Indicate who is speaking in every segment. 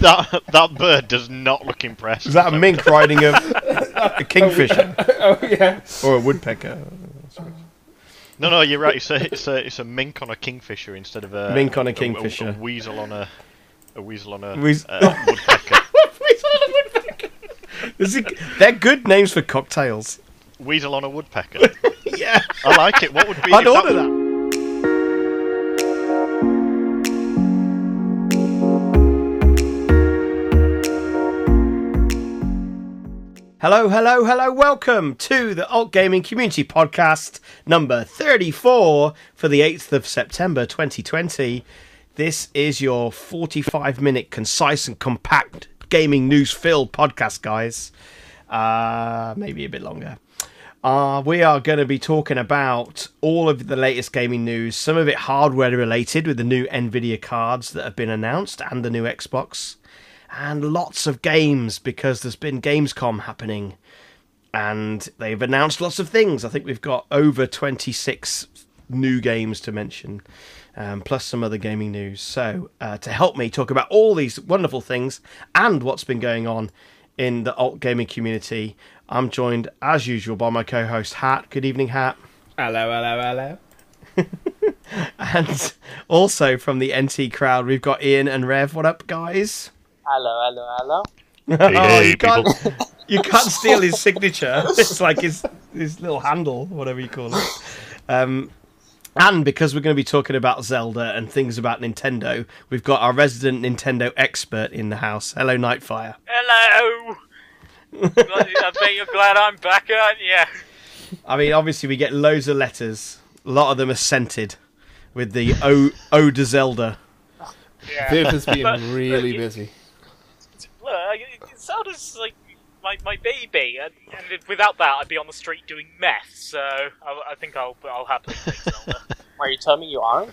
Speaker 1: that that bird does not look impressed.
Speaker 2: Is that a mink riding a, a kingfisher
Speaker 3: oh yeah.
Speaker 2: or a woodpecker?
Speaker 1: No, no, you're right. It's a, it's a, it's a mink on a kingfisher instead of a
Speaker 2: Mink on a
Speaker 1: a-
Speaker 2: kingfisher.
Speaker 1: A, weasel on a a weasel on a,
Speaker 2: Weas-
Speaker 1: uh, woodpecker.
Speaker 2: Is it, they're good names for cocktails.
Speaker 1: weasel on a woodpecker.
Speaker 2: Yeah,
Speaker 1: I like it. What would be?
Speaker 2: I'd
Speaker 1: if was-
Speaker 2: order that. Hello, hello, hello. Welcome to the Alt Gaming Community Podcast number 34 for the 8th of September 2020. This is your 45 minute concise and compact gaming news filled podcast, guys. Uh, maybe a bit longer. Uh, we are going to be talking about all of the latest gaming news, some of it hardware related with the new Nvidia cards that have been announced and the new Xbox, and lots of games because there's been Gamescom happening and they've announced lots of things. I think we've got over 26 new games to mention, um, plus some other gaming news. So, uh, to help me talk about all these wonderful things and what's been going on in the alt gaming community, I'm joined as usual by my co host, Hat. Good evening, Hat.
Speaker 3: Hello, hello, hello.
Speaker 2: And also from the NT crowd, we've got Ian and Rev. What up, guys?
Speaker 4: Hello, hello, hello.
Speaker 1: Hey,
Speaker 2: Oh,
Speaker 1: hey,
Speaker 2: you can't-
Speaker 1: people.
Speaker 2: You can't steal his signature. It's like his his little handle, whatever you call it. Um, and because we're going to be talking about Zelda and things about Nintendo, we've got our resident Nintendo expert in the house. Hello, Nightfire.
Speaker 5: Hello. Bloody- I bet you're glad I'm back, aren't you?
Speaker 2: I mean, obviously, we get loads of letters. A lot of them are scented with the O O to Zelda.
Speaker 5: Yeah.
Speaker 3: Viv has been really busy.
Speaker 5: Look, I- it Zelda's like my, my baby, and, and if- without that, I'd be on the street doing meth. So I, I think I'll I'll happily play Zelda.
Speaker 4: Are you telling me you aren't?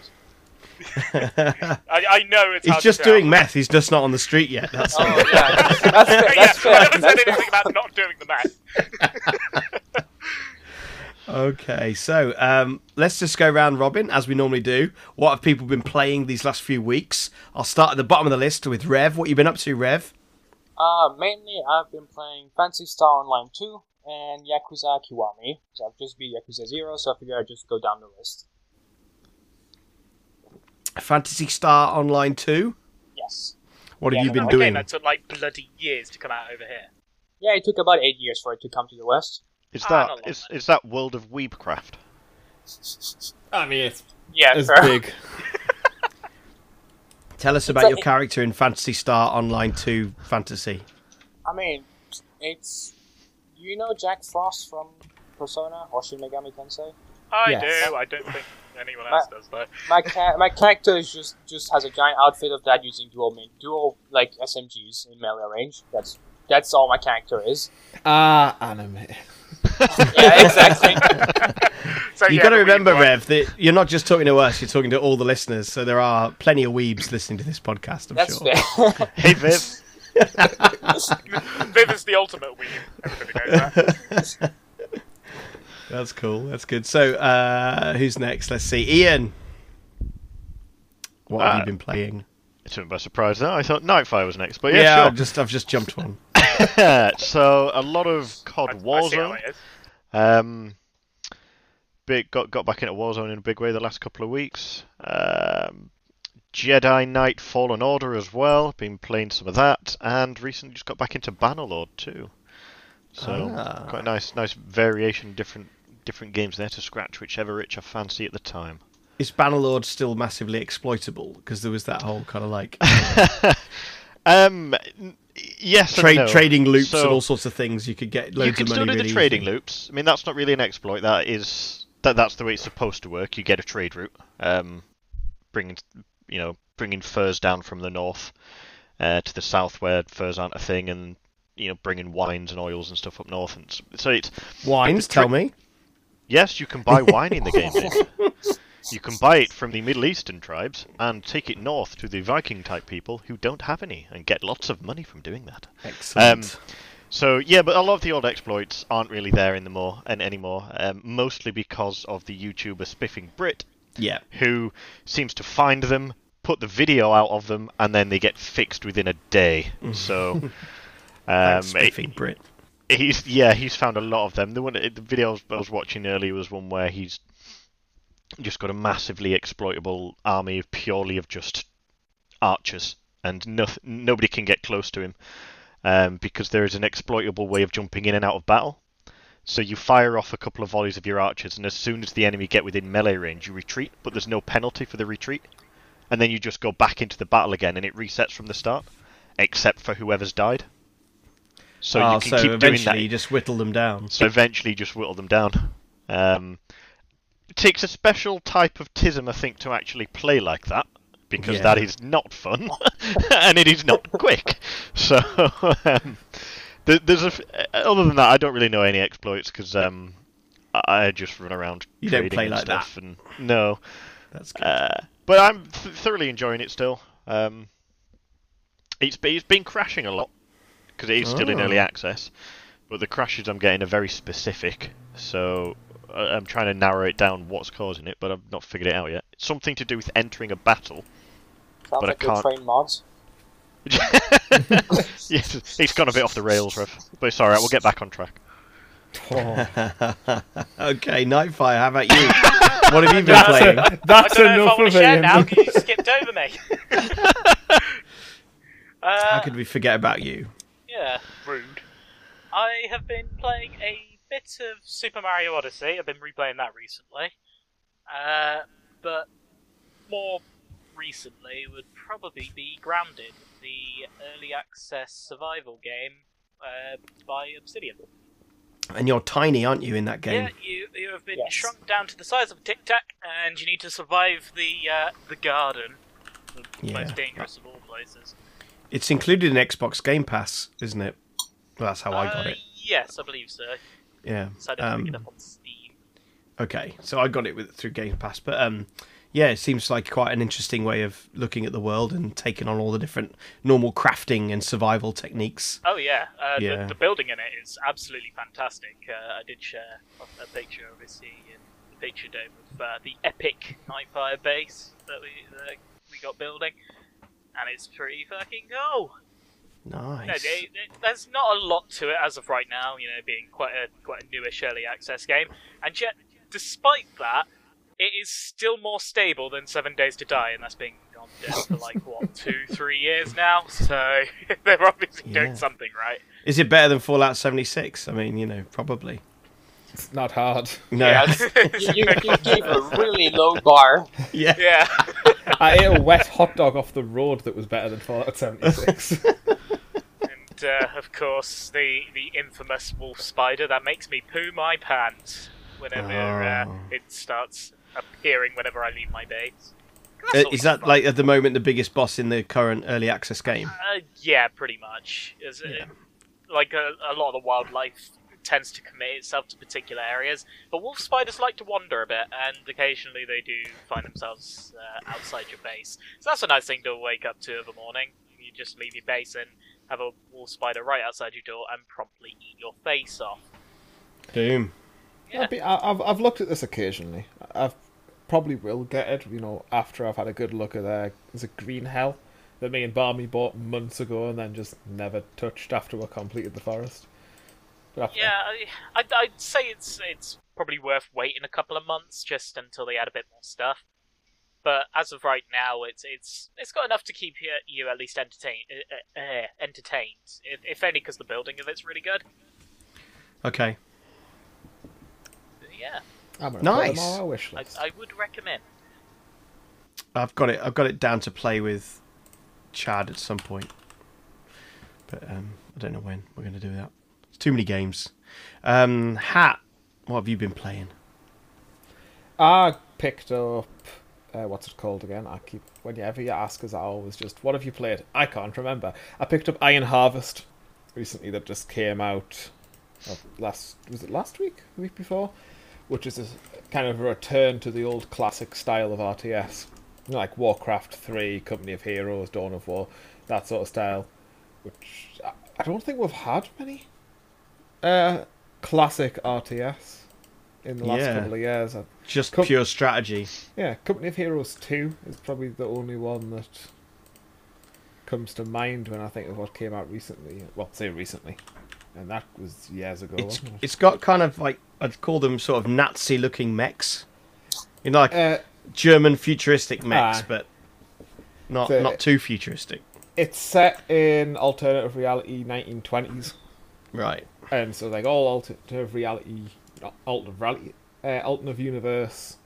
Speaker 5: I, I know it's.
Speaker 2: He's
Speaker 5: hard
Speaker 2: just
Speaker 5: to tell.
Speaker 2: doing meth. He's just not on the street yet. That's all.
Speaker 4: Oh yeah, that's fair.
Speaker 5: Yeah,
Speaker 4: That's fair.
Speaker 5: I haven't said
Speaker 4: That's fair.
Speaker 5: anything about not doing the meth.
Speaker 2: Okay, so um, let's just go round robin as we normally do. What have people been playing these last few weeks? I'll start at the bottom of the list with Rev. What you been up to, Rev?
Speaker 4: Uh, mainly I've been playing Fantasy Star Online 2 and Yakuza Kiwami. So I've just beat Yakuza 0, so I figure I'd just go down the list.
Speaker 2: Fantasy Star Online Two.
Speaker 4: Yes.
Speaker 2: What
Speaker 4: Yeah,
Speaker 2: have you been
Speaker 5: That
Speaker 2: doing?
Speaker 5: game that took like bloody years to come out over here.
Speaker 4: Yeah, it took about 8 years for it to come to the West.
Speaker 1: Is
Speaker 5: I
Speaker 1: that
Speaker 5: don't like
Speaker 1: is, is that World of Weebcraft?
Speaker 3: I mean, it's,
Speaker 4: Yeah,
Speaker 3: it's
Speaker 4: fair.
Speaker 3: big.
Speaker 2: Tell us about
Speaker 4: like-
Speaker 2: your character in Fantasy Star Online Two Fantasy.
Speaker 4: I mean, it's. You know Jack Frost from Persona or Shin Megami Tensei?
Speaker 5: I
Speaker 3: Yes.
Speaker 5: do. I don't think anyone else does though.
Speaker 4: My ca- my character is just just has a giant outfit of that using dual main dual like SMGs in melee range. That's that's all my character is.
Speaker 3: Ah, anime.
Speaker 4: Yeah, exactly.
Speaker 5: So
Speaker 4: Oh,
Speaker 2: You
Speaker 5: yeah,
Speaker 2: got to
Speaker 5: the
Speaker 2: remember,
Speaker 5: weeb one.
Speaker 2: Rev, that you're not just talking to us; you're talking to all the listeners. So there are plenty of weebs listening to this podcast. I'm
Speaker 4: That's
Speaker 2: sure.
Speaker 4: fair.
Speaker 1: Hey, Viv.
Speaker 5: Viv is the ultimate weeb. Everybody knows that.
Speaker 2: That's cool. That's good. So uh, who's next? Let's see, Ian. What have you
Speaker 1: Uh,
Speaker 2: been playing?
Speaker 1: It took me by surprise. Though. I thought Nightfire was next, but
Speaker 2: Yeah,
Speaker 1: yeah,
Speaker 2: I've just I've just jumped one.
Speaker 1: sure. so a lot of COD
Speaker 5: I- I see how
Speaker 1: Warzone.
Speaker 5: it is.
Speaker 1: Um, big got got back into Warzone in a big way the last couple of weeks. Um, Jedi Knight Fallen Order as well. Been playing some of that, and recently just got back into Bannerlord too. So
Speaker 2: Ah.
Speaker 1: quite a nice, nice variation, different different games there to scratch whichever itch I fancy at the time.
Speaker 2: Is Bannerlord still massively exploitable? Because there was that whole kind of like
Speaker 1: Um, n- yes, and
Speaker 2: trade
Speaker 1: no.
Speaker 2: trading loops
Speaker 1: So-
Speaker 2: and all sorts of things. You could get loads
Speaker 1: you can
Speaker 2: of money.
Speaker 1: still do
Speaker 2: really
Speaker 1: the trading
Speaker 2: easily.
Speaker 1: loops. I mean, that's not really an exploit. That is that that's the way it's supposed to work. You get a trade route, um, bringing you know bringing furs down from the north uh, to the south where furs aren't a thing, and you know bringing wines and oils and stuff up north. And s- so it's
Speaker 2: Wines,
Speaker 1: But the
Speaker 2: tell me.
Speaker 1: yes, you can buy wine in the game. Dave. You can buy it from the Middle Eastern tribes and take it north to the Viking type people who don't have any and get lots of money from doing that.
Speaker 2: Excellent.
Speaker 1: Um, So yeah, but a lot of the old exploits aren't really there in the more and anymore, um, mostly because of the YouTuber Spiffing Brit,
Speaker 2: yeah.
Speaker 1: who seems to find them, put the video out of them, and then they get fixed within a day. So, um, it-
Speaker 2: Spiffing Brit.
Speaker 1: he's yeah, he's found a lot of them. The one the video I was watching earlier was one where he's just got a massively exploitable army of purely of just archers, and no, nobody can get close to him um, because there is an exploitable way of jumping in and out of battle. So you fire off a couple of volleys of your archers, and as soon as the enemy get within melee range, you retreat. But there's no penalty for the retreat, and then you just go back into the battle again, and it resets from the start, except for whoever's died. So
Speaker 2: oh,
Speaker 1: you can
Speaker 2: so
Speaker 1: keep doing
Speaker 2: eventually
Speaker 1: that
Speaker 2: you just whittle them down.
Speaker 1: so eventually just whittle them down. Um, it takes a special type of tism, I think, to actually play like that because
Speaker 2: Yeah.
Speaker 1: that is not fun and it is not quick. So um, there, there's a f- uh, other than that, I don't really know any exploits because um, I I just run around
Speaker 2: You don't
Speaker 1: trading
Speaker 2: play
Speaker 1: and
Speaker 2: like that.
Speaker 1: stuff and no.
Speaker 2: That's good.
Speaker 1: Uh, but I'm th- thoroughly enjoying it still. Um, it's be- it's been crashing a lot because it is still in
Speaker 2: Oh.
Speaker 1: early access, but the crashes I'm getting are very specific. So I- I'm trying to narrow it down what's causing it, but I've not figured it out yet. It's something to do with entering a battle.
Speaker 4: Sounds
Speaker 1: But I
Speaker 4: like your
Speaker 1: can't-
Speaker 4: train mods.
Speaker 1: yes, it's gone a bit off the rails, Rev. But it's alright, we'll get back on track.
Speaker 2: okay, Nightfire, how about you? what have you been
Speaker 5: That's
Speaker 2: playing?
Speaker 3: That's
Speaker 5: I don't know if
Speaker 3: enough
Speaker 5: I want
Speaker 3: of
Speaker 5: to share
Speaker 3: it.
Speaker 5: now because you skipped over me. uh,
Speaker 2: How could we forget about you?
Speaker 5: Yeah, rude. I have been playing a bit of Super Mario Odyssey. I've been replaying that recently. Uh, but more recently would probably be Grounded, the early access survival game uh, by Obsidian.
Speaker 2: And you're tiny, aren't you, in that game?
Speaker 5: Yeah, you, you have been
Speaker 4: Yes.
Speaker 5: shrunk down to the size of a tic tac, and you need to survive the uh, the garden, the
Speaker 2: Yeah.
Speaker 5: most dangerous of all places.
Speaker 2: It's included in Xbox Game Pass, isn't it? Well, that's how I got
Speaker 5: Uh,
Speaker 2: it.
Speaker 5: Yes, I believe so.
Speaker 2: Yeah.
Speaker 5: So I didn't
Speaker 2: Um,
Speaker 5: pick it up on Steam.
Speaker 2: Okay, so I got it with, through Game Pass, but um, yeah, it seems like quite an interesting way of looking at the world and taking on all the different normal crafting and survival techniques.
Speaker 5: Oh yeah, uh,
Speaker 2: Yeah.
Speaker 5: The, the building in it is absolutely fantastic. Uh, I did share a, a picture, obviously, in the picture dome of uh, the epic Nightfire base that we that we got building, and it's pretty fucking cool. No,
Speaker 2: Nice.
Speaker 5: they- they- there's not a lot to it as of right now, you know, being quite a quite a newish early access game, and yet, despite that, it is still more stable than Seven Days to Die, and that's been on dead for like what two, three years now. So they're obviously
Speaker 2: Yeah.
Speaker 5: doing something right.
Speaker 2: Is it better than Fallout 76? I mean, you know, probably.
Speaker 3: It's not hard.
Speaker 2: No.
Speaker 5: Yeah.
Speaker 4: You, you, you gave a really low bar.
Speaker 2: yeah.
Speaker 5: yeah.
Speaker 3: I ate a wet hot dog off the road that was better than Fallout 76.
Speaker 5: And uh, of course, the the infamous wolf spider that makes me poo my pants whenever uh,
Speaker 2: Oh.
Speaker 5: it starts appearing whenever I leave my base. That's
Speaker 2: Uh,
Speaker 5: always
Speaker 2: is that
Speaker 5: fun.
Speaker 2: like at the moment the biggest boss in the current early access game?
Speaker 5: Uh, yeah, pretty much. Is it-
Speaker 2: Yeah.
Speaker 5: like a, a lot of the wildlife tends to commit itself to particular areas, but wolf spiders like to wander a bit, and occasionally they do find themselves uh, outside your base. So that's a nice thing to wake up to of a morning. You just leave your base and have a wolf spider right outside your door and promptly eat your face off.
Speaker 2: Doom.
Speaker 5: Yeah.
Speaker 3: I've, been, I- I've, I've looked at this occasionally. I've probably will get it, you know, after I've had a good look at uh, is it Green Hell that me and Barmy bought months ago and then just never touched after I completed the forest. But after-
Speaker 5: Yeah, I, I'd, I'd say it's it's probably worth waiting a couple of months just until they add a bit more stuff. But as of right now, it's it's it's got enough to keep you, you at least entertain, uh, uh, uh, entertained, if, if only because the building of it's really good.
Speaker 2: Okay.
Speaker 5: But yeah,
Speaker 3: I'm gonna put them
Speaker 2: Nice.
Speaker 3: on our wish
Speaker 5: I,
Speaker 3: list.
Speaker 5: I would recommend.
Speaker 2: I've got it. I've got it down to play with Chad at some point, but um, I don't know when we're going to do that. It's too many games. Um, Hat, what have you been playing?
Speaker 3: I picked up uh, what's it called again? I keep whenever you ask us, I always just what have you played? I can't remember. I picked up Iron Harvest recently that just came out uh, last was it last week, the week before, which is a s- kind of a return to the old classic style of RTS, You know, like Warcraft Three, Company of Heroes, Dawn of War, that sort of style, which I, I don't think we've had many. Uh, classic RTS in the last
Speaker 2: Yeah.
Speaker 3: couple of years. I,
Speaker 2: Just
Speaker 3: Com-
Speaker 2: pure strategy.
Speaker 3: yeah, Company of Heroes 2 is probably the only one that comes to mind when I think of what came out recently. Well, say recently. And that was years ago.
Speaker 2: It's
Speaker 3: wasn't it?
Speaker 2: it's got kind of like I'd call them sort of Nazi looking mechs. You know, like
Speaker 3: Uh,
Speaker 2: German futuristic mechs,
Speaker 3: Ah.
Speaker 2: but not
Speaker 3: So-
Speaker 2: not too futuristic.
Speaker 3: it's set in alternative reality 1920s.
Speaker 2: Right.
Speaker 3: And so like all alternative reality, alternative reality, uh, alternative universe,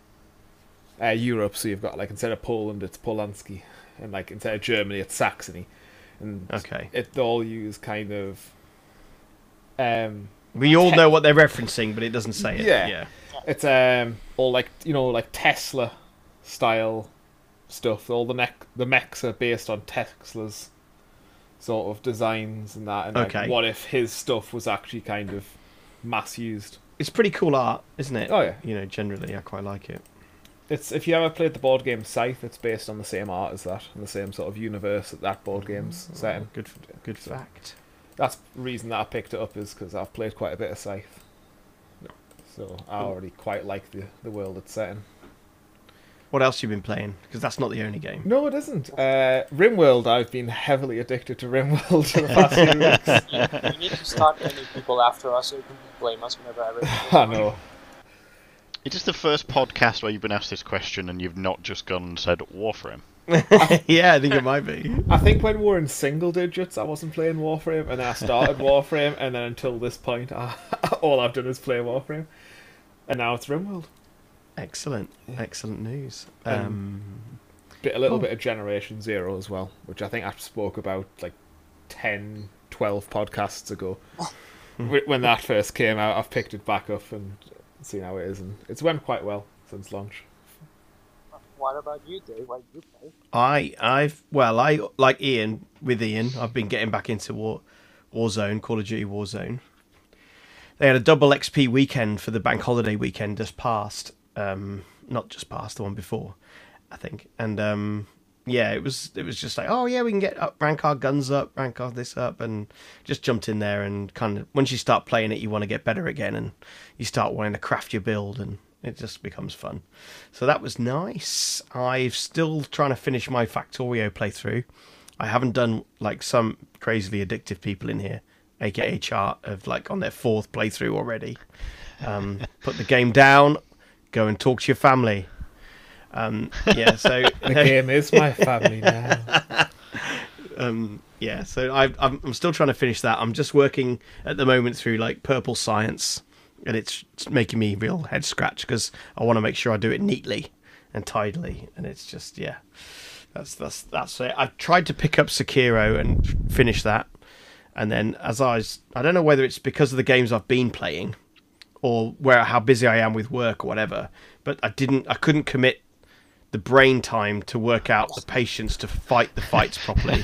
Speaker 3: uh, Europe. So you've got like instead of Poland, it's Polanski, and like instead of Germany, it's Saxony, and
Speaker 2: Okay.
Speaker 3: it they all use kind of. Um,
Speaker 2: We all know what they're referencing, but it doesn't say it.
Speaker 3: Yeah.
Speaker 2: Yeah.
Speaker 3: it's um all like you know like Tesla style stuff. All the neck the mechs are based on Tesla's sort of designs and that. And like,
Speaker 2: Okay.
Speaker 3: what if his stuff was actually kind of mass used?
Speaker 2: It's pretty cool art, isn't it?
Speaker 3: Oh, yeah.
Speaker 2: You know, generally, I quite like it.
Speaker 3: It's if you ever played the board game Scythe, it's based on the same art as that and the same sort of universe that that board game's set in.
Speaker 2: Good, good fact.
Speaker 3: That's the reason that I picked it up is because I've played quite a bit of Scythe, so I already quite like the the world it's set in.
Speaker 2: What else you been playing? Because that's not the only game.
Speaker 3: No, it isn't. Uh, RimWorld. I've been heavily addicted to RimWorld for the past few weeks.
Speaker 4: You, you need to start naming people after us so you can blame us whenever I read
Speaker 3: I know.
Speaker 1: It is the first podcast where you've been asked this question and you've not just gone and said Warframe.
Speaker 2: yeah, I think it might be.
Speaker 3: I think when we were in single digits, I wasn't playing Warframe, and then I started Warframe, and then until this point, I, all I've done is play Warframe, and now it's RimWorld.
Speaker 2: Excellent, excellent news.
Speaker 3: Um,
Speaker 2: Um,
Speaker 3: bit, a little bit of Generation Zero as well, which I think I spoke about like 10, 12 podcasts ago. Wh- when that first came out, I've picked it back up and seen how it is, and it's went quite well since launch.
Speaker 4: What about you, Dave? What do you play?
Speaker 2: I, I've, well, I like Ian. With Ian, I've been getting back into War, Warzone, Call of Duty Warzone. They had a double XP weekend for the bank holiday weekend just past, um, not just past the one before, I think. And um, yeah, it was it was just like, oh yeah, we can get up, rank our guns up, rank our this up, and just jumped in there and kind of once you start playing it, you want to get better again, and you start wanting to craft your build, and it just becomes fun. So that was nice. I'm still trying to finish my Factorio playthrough. I haven't done like some crazily addictive people in here, aka chart of like on their fourth playthrough already. Um, put the game down, go and talk to your family. Um, yeah, so
Speaker 3: The game is my family now.
Speaker 2: um, yeah, so I, I'm, I'm still trying to finish that. I'm just working at the moment through like Purple Science, and it's making me real head scratch because I want to make sure I do it neatly and tidily. And it's just yeah, that's that's that's it. I tried to pick up Sekiro and finish that, and then as I was, I don't know whether it's because of the games I've been playing or where how busy I am with work or whatever, but I didn't I couldn't commit the brain time to work out the patience to fight the fights properly.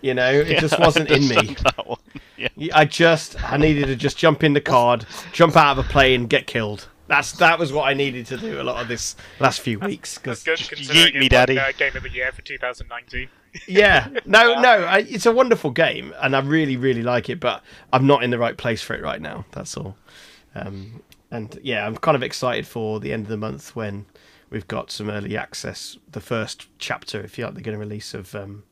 Speaker 2: you know, it just wasn't in me.
Speaker 1: That one. Yeah.
Speaker 2: I just I needed to just jump in the card, jump out of a plane, get killed. That's that was what I needed to do a lot of this last few weeks.
Speaker 5: That's
Speaker 2: 'cause-
Speaker 5: good
Speaker 1: Just yeet
Speaker 5: considering
Speaker 1: me,
Speaker 5: it won,
Speaker 1: Daddy.
Speaker 5: uh, Game of the Year for 2019.
Speaker 2: yeah, no, no, I, it's a wonderful game, and I really, really like it. But I'm not in the right place for it right now. That's all. Um, and yeah, I'm kind of excited for the end of the month when we've got some early access, the first chapter, if you like, they're going to release of um,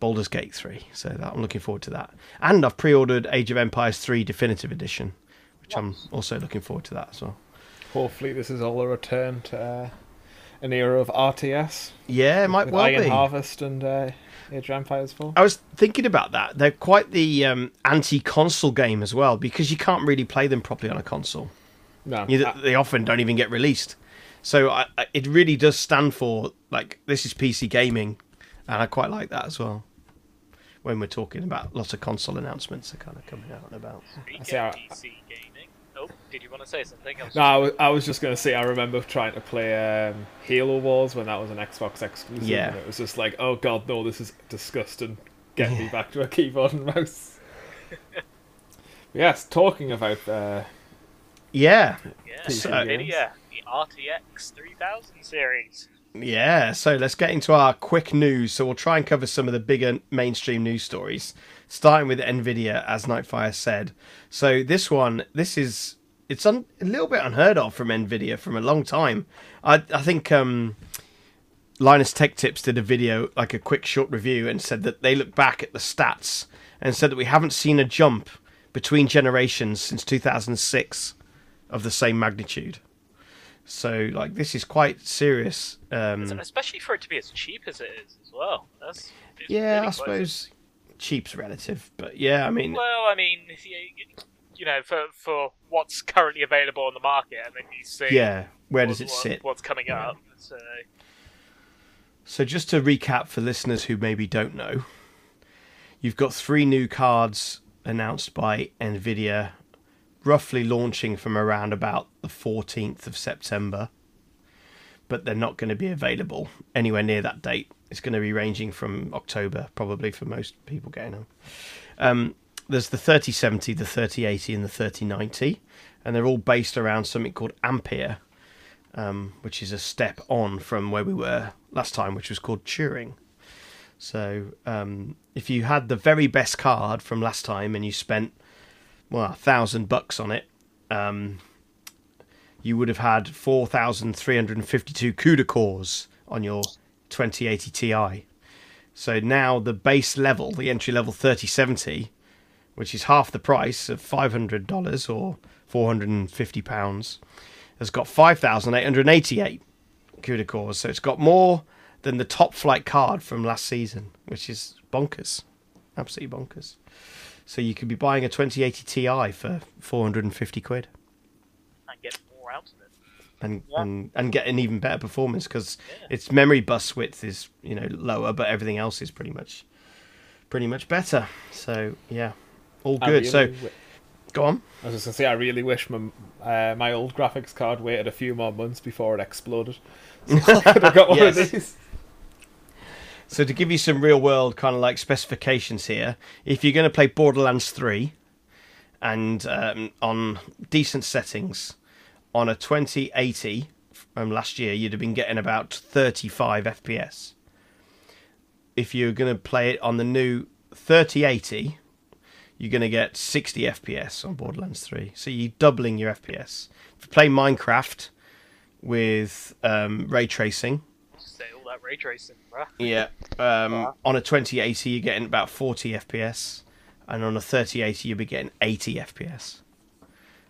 Speaker 2: Baldur's Gate 3. So that, I'm looking forward to that. And I've pre-ordered Age of Empires 3 Definitive Edition, which I'm also looking forward to that as well.
Speaker 3: Hopefully, this is all a return to uh, an era of RTS
Speaker 2: Yeah, it might
Speaker 3: with
Speaker 2: well
Speaker 3: Iron
Speaker 2: be.
Speaker 3: Harvest and uh, Age of Empires 4.
Speaker 2: I was thinking about that. They're quite the um, anti-console game as well because you can't really play them properly on a console.
Speaker 3: No,
Speaker 2: You,
Speaker 3: I-
Speaker 2: they often don't even get released. So I, I, it really does stand for like this is PC gaming, and I quite like that as well. When we're talking about lots of console announcements are kind of coming out and about.
Speaker 5: Speaking
Speaker 3: see how-
Speaker 5: of DC gaming. Oh, did you want to say something? else?
Speaker 3: no, I was, I was just going to say, I remember trying to play um, Halo Wars when that was an Xbox exclusive.
Speaker 2: Yeah.
Speaker 3: And it was just like, oh god, no, this is disgusting. Get me back to a keyboard and mouse. yes, talking about uh,
Speaker 2: Yeah,
Speaker 5: Yeah,
Speaker 3: PC
Speaker 5: Nvidia, the RTX 3000 series.
Speaker 2: Yeah, so let's get into our quick news. So we'll try and cover some of the bigger mainstream news stories, starting with Nvidia, as Nightfire said. So this one, this is it's un- a little bit unheard of from Nvidia from a long time. I I think um, Linus Tech Tips did a video like a quick short review and said that they look back at the stats and said that we haven't seen a jump between generations since 2006 of the same magnitude. So like this is quite serious. Um,
Speaker 5: especially for it to be as cheap as it is as well. That's it's
Speaker 2: yeah,
Speaker 5: really
Speaker 2: I
Speaker 5: quite-
Speaker 2: suppose cheap's relative, but yeah, I mean,
Speaker 5: Well, I mean, y- you know, for for what's currently available on the market, and then you see
Speaker 2: yeah. Where does
Speaker 5: what-
Speaker 2: it
Speaker 5: what-
Speaker 2: sit?
Speaker 5: What's coming
Speaker 2: Yeah.
Speaker 5: up? So
Speaker 2: So, just to recap for listeners who maybe don't know, you've got three new cards announced by Nvidia, roughly launching from around about the 14th of September, but they're not going to be available anywhere near that date. It's going to be ranging from October, probably for most people getting them. Um, there's the 3070, the 3080, and the 3090, and they're all based around something called Ampere, which is a step on from where we were last time, which was called Turing. So um, if you had the very best card from last time and you spent well a thousand bucks on it, um, you would have had four thousand three hundred and fifty-two CUDA cores on your 2080 Ti. So now the base level, the entry level 3070, which is half the price of $500 or 450 pounds, has got 5,888 CUDA cores. So it's got more than the top flight card from last season, which is bonkers. Absolutely bonkers. So you could be buying a 2080 Ti for 450 quid
Speaker 5: and get more out of it.
Speaker 2: and,
Speaker 4: Yeah.
Speaker 2: and, and get an even better performance because its memory bus width is, you know, lower, but everything else is pretty much pretty much better. So, yeah. All
Speaker 3: I
Speaker 2: good. So,
Speaker 3: really wi-
Speaker 2: go on.
Speaker 3: I was just gonna say, I really wish my uh, my old graphics card waited a few more months before it exploded. So I could have got one
Speaker 2: Yes.
Speaker 3: of these.
Speaker 2: So to give you some real world kind of like specifications here, if you're going to play Borderlands 3 and um, on decent settings on a 2080 from last year, you'd have been getting about 35 FPS. If you're going to play it on the new 3080, you're going to get 60 FPS on Borderlands 3. So you're doubling your FPS. If you play Minecraft with um, ray tracing,
Speaker 5: Say all that ray tracing, bruh.
Speaker 2: yeah. Um, On a 2080, you're getting about 40 FPS, and on a 3080, you'll be getting 80 FPS.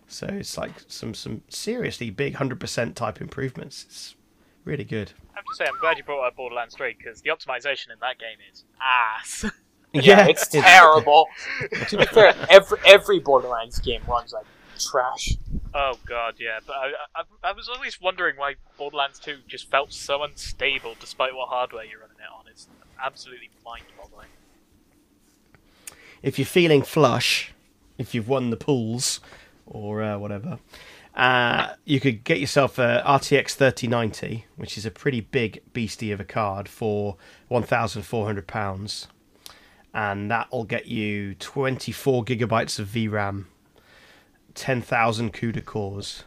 Speaker 2: So it's like some some seriously big 100% type improvements. It's really good.
Speaker 5: I have to say, I'm glad you brought up Borderlands 3 because the optimization in that game is ass.
Speaker 2: Yeah,
Speaker 4: it's terrible. to be fair, every every Borderlands game runs like trash.
Speaker 5: oh god, yeah. But I, I, I was always wondering why Borderlands 2 just felt so unstable despite what hardware you're running it on. It's absolutely mind-boggling.
Speaker 2: if you're feeling flush, if you've won the pools or uh, whatever, uh, you could get yourself a RTX 3090, which is a pretty big beastie of a card for £1,400. And that'll get you 24 gigabytes of VRAM, 10,000 CUDA cores,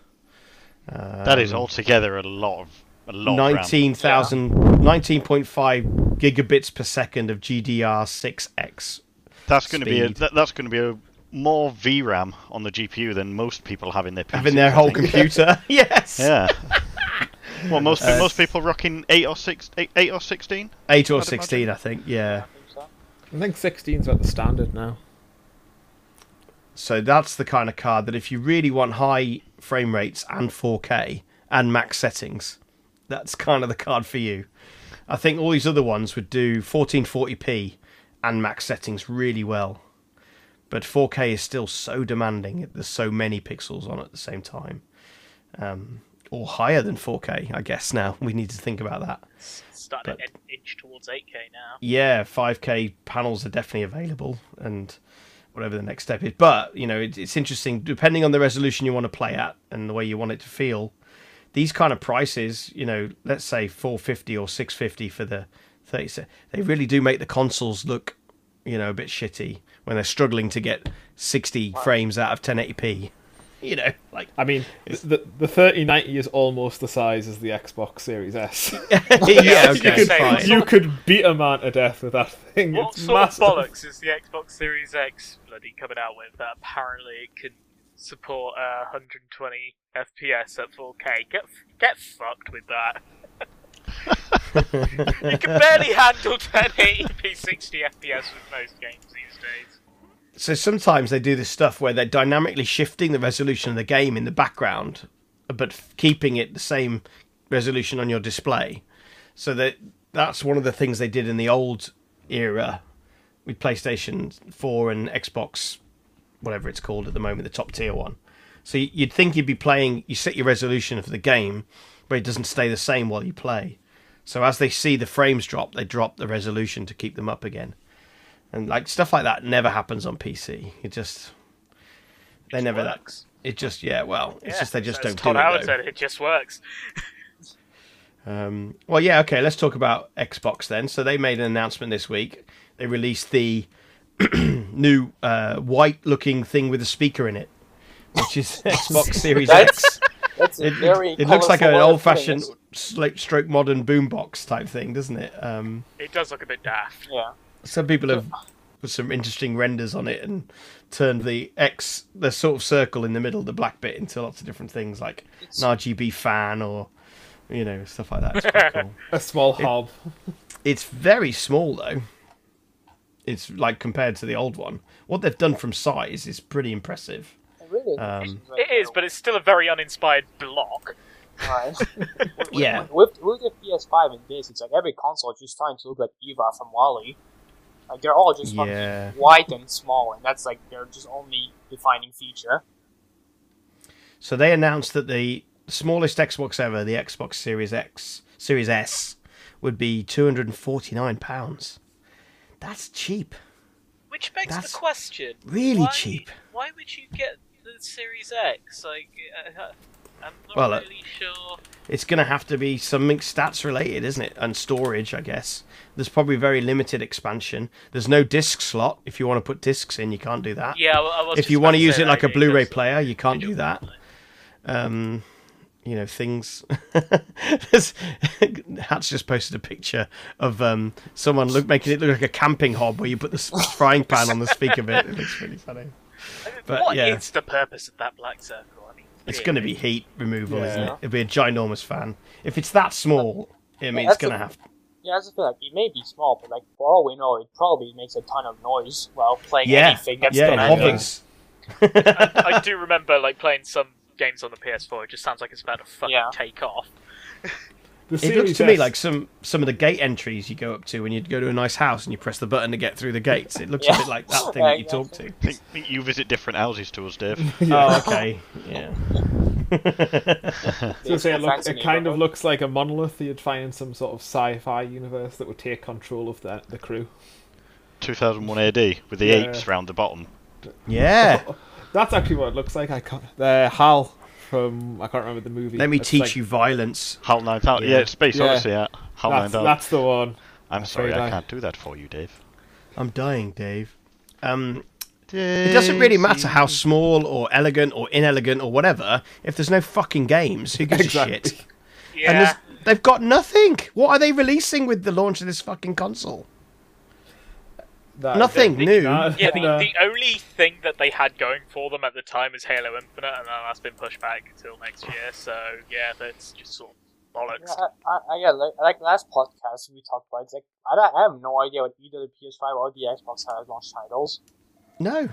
Speaker 1: that
Speaker 2: Um,
Speaker 1: is altogether a lot of a lot. of RAM.
Speaker 2: 19,000 19.5 gigabits per second of GDR6X.
Speaker 1: That's going to be a,
Speaker 2: speed.
Speaker 1: that, that's going to be a more VRAM on the GPU than most people have in their PCs,
Speaker 2: Having their
Speaker 1: I
Speaker 2: whole
Speaker 1: think.
Speaker 2: computer. yes.
Speaker 1: Yeah. well, most
Speaker 2: Uh,
Speaker 1: most people rocking eight or six, eight, eight or sixteen.
Speaker 2: 8 or
Speaker 1: I'd
Speaker 2: 16, I think. Yeah.
Speaker 4: I think so.
Speaker 3: I think 16's at the standard now.
Speaker 2: So that's the kind of card that if you really want high frame rates and 4K and max settings, that's kind of the card for you. I think all these other ones would do 1440p and max settings really well. But 4K is still so demanding. There's so many pixels on at the same time. Um, or higher than 4K, I guess now. We need to think about that.
Speaker 5: It's starting
Speaker 2: But-
Speaker 5: to in- inch towards 8K now.
Speaker 2: yeah, 5K panels are definitely available and whatever the next step is. But, you know, it, it's interesting, depending on the resolution you want to play at and the way you want it to feel, these kind of prices, you know, let's say 450 or 650 for the 30, se- they really do make the consoles look, you know, a bit shitty when they're struggling to get 60 frames out of 1080p. You know, like,
Speaker 3: I mean, th- the the 3090 is almost the size as the Xbox Series S.
Speaker 2: yeah,
Speaker 5: You
Speaker 2: okay,
Speaker 5: could-
Speaker 2: fine.
Speaker 3: you could beat a man to death with that thing.
Speaker 5: What
Speaker 3: it's
Speaker 5: sort
Speaker 3: massive.
Speaker 5: of bollocks is the Xbox Series X bloody coming out with that apparently it can support uh, 120 FPS at 4K. Get get fucked with that. you can barely handle 1080p 60 FPS with most games these days.
Speaker 2: So sometimes they do this stuff where they're dynamically shifting the resolution of the game in the background, but f- keeping it the same resolution on your display. So that that's one of the things they did in the old era with PlayStation 4 and Xbox, whatever it's called at the moment, the top tier one. So y- you'd think you'd be playing, you set your resolution for the game, but it doesn't stay the same while you play. So as they see the frames drop, they drop the resolution to keep them up again. And like stuff like that never happens on PC. It just they
Speaker 5: Just
Speaker 2: never
Speaker 5: works.
Speaker 2: that. It just yeah, well, it's
Speaker 5: Yeah,
Speaker 2: just they just
Speaker 5: as
Speaker 2: don't
Speaker 5: Todd
Speaker 2: do
Speaker 5: Howard
Speaker 2: it. though.
Speaker 5: said, it just works.
Speaker 2: Um, well, yeah, okay. Let's talk about Xbox then. So they made an announcement this week. They released the new uh, white-looking thing with a speaker in it, which is Xbox Series X.
Speaker 4: That's
Speaker 2: It,
Speaker 4: a very.
Speaker 2: it looks like
Speaker 4: colourful
Speaker 2: an
Speaker 4: way of
Speaker 2: old-fashioned,
Speaker 4: putting
Speaker 2: sl- stroke modern boombox type thing, doesn't it? Um,
Speaker 5: It does look a bit daft.
Speaker 4: it. Yeah.
Speaker 2: some people have put some interesting renders on it and turned the X, the sort of circle in the middle, the black bit, into lots of different things, like an RGB fan or you know stuff like that. It's quite cool.
Speaker 3: A small hob.
Speaker 2: It's very small though. It's like compared to the old one. What they've done from size is pretty impressive.
Speaker 4: It really is.
Speaker 2: Um,
Speaker 5: It is, but it's still a very uninspired block.
Speaker 4: Right.
Speaker 2: Yeah.
Speaker 4: with, with the PS5 and this, it's like every console is just trying to look like Eva from Wally. Like they're all just fucking
Speaker 2: Yeah.
Speaker 4: white and small, and that's like their just only defining feature.
Speaker 2: So they announced that the smallest Xbox ever, the Xbox Series X, Series S, would be two hundred and forty nine pounds. That's cheap.
Speaker 5: Which begs
Speaker 2: That's
Speaker 5: the question:
Speaker 2: really
Speaker 5: why-
Speaker 2: cheap.
Speaker 5: Why would you get the Series X? Like, uh, I'm not
Speaker 2: Well, uh,
Speaker 5: really sure.
Speaker 2: It's going to have to be something stats related, isn't it? And storage, I guess. There's probably very limited expansion. There's no disc slot. If you want to put discs in, you can't do that.
Speaker 5: Yeah, well, I was
Speaker 2: if
Speaker 5: just
Speaker 2: you
Speaker 5: about
Speaker 2: want to
Speaker 5: say
Speaker 2: use it
Speaker 5: that,
Speaker 2: like a
Speaker 5: yeah,
Speaker 2: Blu-ray
Speaker 5: because-
Speaker 2: player, you can't do that. Um, you know things. There's- Hat's just posted a picture of um, someone look making it look like a camping hob where you put the s- frying pan on the speaker bit. It looks really funny. But
Speaker 5: What
Speaker 2: yeah,
Speaker 5: is the purpose of that black circle? I mean,
Speaker 2: it's going to be heat removal, isn't it?
Speaker 3: Yeah.
Speaker 2: It'll be a ginormous fan. If it's that small, I mean, it's
Speaker 4: that's a-
Speaker 2: going to have.
Speaker 4: Yeah, that's the thing. Like, it may be small, but like for all we know, it probably makes a ton of noise while playing
Speaker 2: Yeah,
Speaker 4: anything. That's
Speaker 2: yeah,
Speaker 4: the
Speaker 2: it
Speaker 4: matter.
Speaker 2: hovers.
Speaker 5: I, I do remember like playing some games on the PS4. It just sounds like it's about to fucking
Speaker 4: Yeah.
Speaker 5: take off.
Speaker 3: The
Speaker 2: It looks
Speaker 3: Series
Speaker 2: to me
Speaker 3: S-
Speaker 2: like some some of the gate entries you go up to when you go to a nice house and you press the button to get through the gates. It looks a
Speaker 4: Yeah.
Speaker 2: bit like that thing
Speaker 4: Yeah,
Speaker 2: that you talk to.
Speaker 4: exactly.
Speaker 1: I think- think you visit different houses to us, Dave.
Speaker 2: Oh, okay. Yeah.
Speaker 3: I was gonna say, it, look-
Speaker 4: Fancy
Speaker 3: it kind of
Speaker 4: neighborhood.
Speaker 3: looks like a monolith that you'd find in some sort of sci-fi universe that would take control of the, the crew.
Speaker 1: 2001 AD with the
Speaker 3: Yeah.
Speaker 1: apes round the bottom.
Speaker 2: Yeah.
Speaker 3: That's actually what it looks like. I can't. The Hal from I can't remember the movie.
Speaker 2: Let me
Speaker 3: It's
Speaker 2: teach
Speaker 3: like-
Speaker 2: you violence.
Speaker 1: HAL 9000. Yeah,
Speaker 2: Yeah.
Speaker 1: it's Space
Speaker 3: Yeah.
Speaker 1: Odyssey. Yeah. HAL
Speaker 3: That's,
Speaker 1: 9000.
Speaker 3: that's the one.
Speaker 1: I'm sorry,
Speaker 3: afraid
Speaker 1: I
Speaker 3: I-
Speaker 1: can't do that for you, Dave.
Speaker 2: I'm dying, Dave. Um, it doesn't really matter how small or elegant or inelegant or whatever if there's no fucking games. Who gives
Speaker 3: Exactly.
Speaker 2: a shit?
Speaker 5: Yeah,
Speaker 2: And there's- they've got nothing. What are they releasing with the launch of this fucking console?
Speaker 3: That-
Speaker 2: Nothing
Speaker 5: the-
Speaker 2: new.
Speaker 3: No,
Speaker 5: yeah. The,
Speaker 3: no.
Speaker 2: uh,
Speaker 5: the only thing that they had going for them at the time is Halo Infinite, and now that's been pushed back until next year. So yeah, that's just sort of bollocks.
Speaker 4: Yeah, I, I, yeah, like, like last podcast we talked about, it's like I, don't- I have no idea what either the PS5 or the Xbox has launched titles.
Speaker 2: No.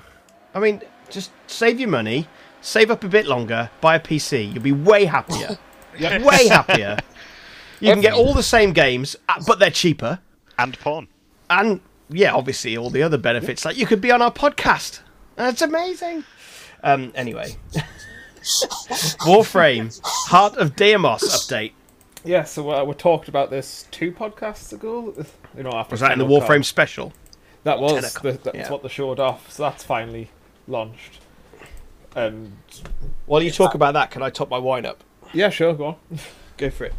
Speaker 2: I mean, just save your money, save up a bit longer, buy a PC. You'll be way happier.
Speaker 3: Yep.
Speaker 2: way happier. You can get all the same games, uh, but they're cheaper.
Speaker 1: And porn.
Speaker 2: And yeah, obviously all the other benefits. Like you could be on our podcast. That's amazing. Um, anyway, Warframe Heart of Deimos update.
Speaker 3: Yeah, so uh, we talked about this two podcasts ago. You know, after
Speaker 2: Was that in the
Speaker 3: Telecom.
Speaker 2: Warframe special?
Speaker 3: That was
Speaker 2: Telecom,
Speaker 3: the, that's
Speaker 2: yeah.
Speaker 3: what they showed off. So that's finally launched. Um, And
Speaker 2: While you talk about that, can I top my wine up?
Speaker 3: yeah, sure, go on.
Speaker 2: Go for it.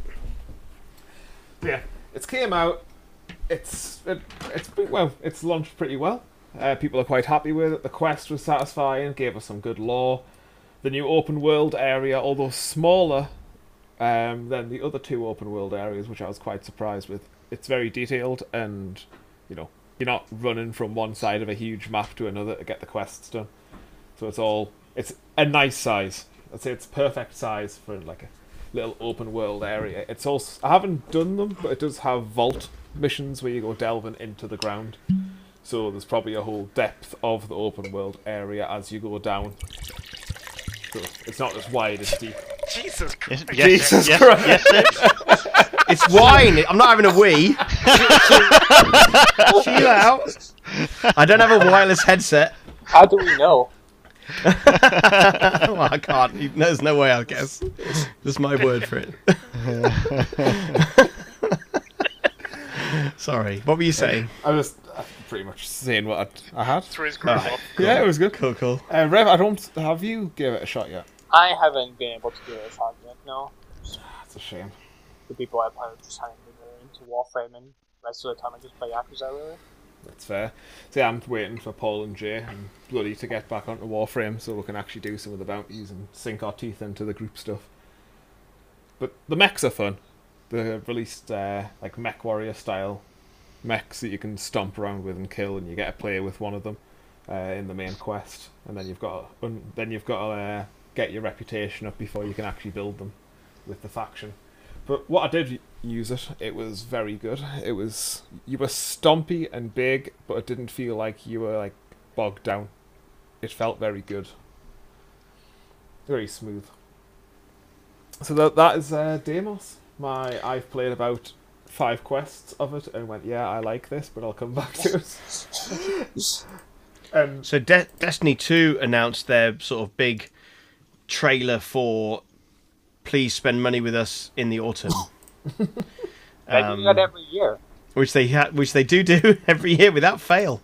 Speaker 3: yeah, it's came out. It's it, it's been- well, it's launched pretty well. Uh, people are quite happy with it. The quest was satisfying, gave us some good lore. The new open world area, although smaller um, than the other two open world areas, which I was quite surprised with. It's very detailed, and you know you're not running from one side of a huge map to another to get the quests done. So it's all It's a nice size. I'd say it's perfect size for like a little open world area. It's also I haven't done them, but it does have vault missions where you go delving into the ground. So there's probably a whole depth of the open world area as you go down. So it's not as wide as deep.
Speaker 5: Jesus Christ.
Speaker 1: Yes,
Speaker 2: Jesus
Speaker 1: yes,
Speaker 2: Christ.
Speaker 1: yes, yes.
Speaker 2: It's wine. I'm not having a wee. Chill out. I don't have a wireless headset.
Speaker 4: How do we know?
Speaker 2: Well, I can't. There's no way. I guess. That's my word for it. Sorry. What were you saying?
Speaker 3: I was uh, pretty much saying what I'd- I, had.
Speaker 5: Through his
Speaker 2: Oh.
Speaker 5: groove off.
Speaker 3: Yeah, it was good.
Speaker 2: Cool, cool.
Speaker 3: Uh, Rev, I don't have you give it a shot yet.
Speaker 4: I haven't been able to do a shot yet. No,
Speaker 3: That's a shame.
Speaker 4: the people I play with just haven't been really into Warframe, and most of the time I just play Yakuza. Really,
Speaker 3: That's fair. See, I'm waiting for Paul and Jay and Bloody to get back onto Warframe so we can actually do some of the bounties and sink our teeth into the group stuff. But the mechs are fun. They released uh, like mech warrior style mechs that you can stomp around with and kill, and you get to play with one of them uh, in the main quest. And then you've got un- then you've got to uh, get your reputation up before you can actually build them with the faction. But what I did y- use it, it was very good. It was you were stompy and big, but it didn't feel like you were like bogged down. It felt very good, very smooth. So that that is uh, Demos. My I've played about five quests of it and went, yeah, I like this, but I'll come back to it. um,
Speaker 2: So De- Destiny 2 announced their sort of big trailer for please spend money with us in the autumn,
Speaker 4: they do that every year.
Speaker 2: which they ha- which they do do every year without fail.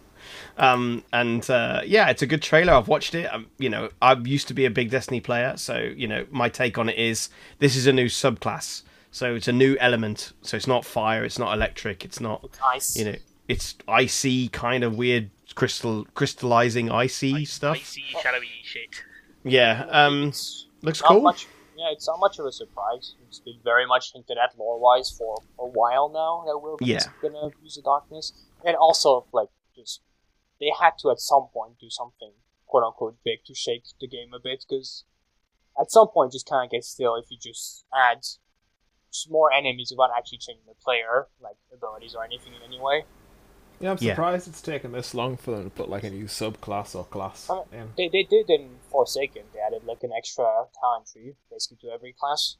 Speaker 2: Um, and uh, yeah, it's a good trailer. I've watched it. i you know, I used to be a big Destiny player, so you know, my take on it is this is a new subclass. So it's a new element. So it's not fire, it's not electric, it's not
Speaker 4: Ice.
Speaker 2: you know, it's icy kind of weird crystal crystallizing icy stuff.
Speaker 5: Icy, shadowy shit.
Speaker 2: Yeah. Um,
Speaker 4: It's
Speaker 2: looks
Speaker 4: not
Speaker 2: cool.
Speaker 4: much. Yeah, it's not much of a surprise. It's been very much hinted at lore-wise for a while now that we're
Speaker 2: Yeah.
Speaker 4: gonna use the darkness, and also like just they had to at some point do something quote unquote big to shake the game a bit because at some point it just kind of gets still if you just add s- more enemies without actually changing the player like abilities or anything in any way.
Speaker 3: yeah, I'm
Speaker 2: Yeah.
Speaker 3: surprised it's taken this long for them to put like a new subclass or class
Speaker 4: I mean,
Speaker 3: in.
Speaker 4: Oh, They they did in Forsaken. They added like an extra talent tree basically to every class,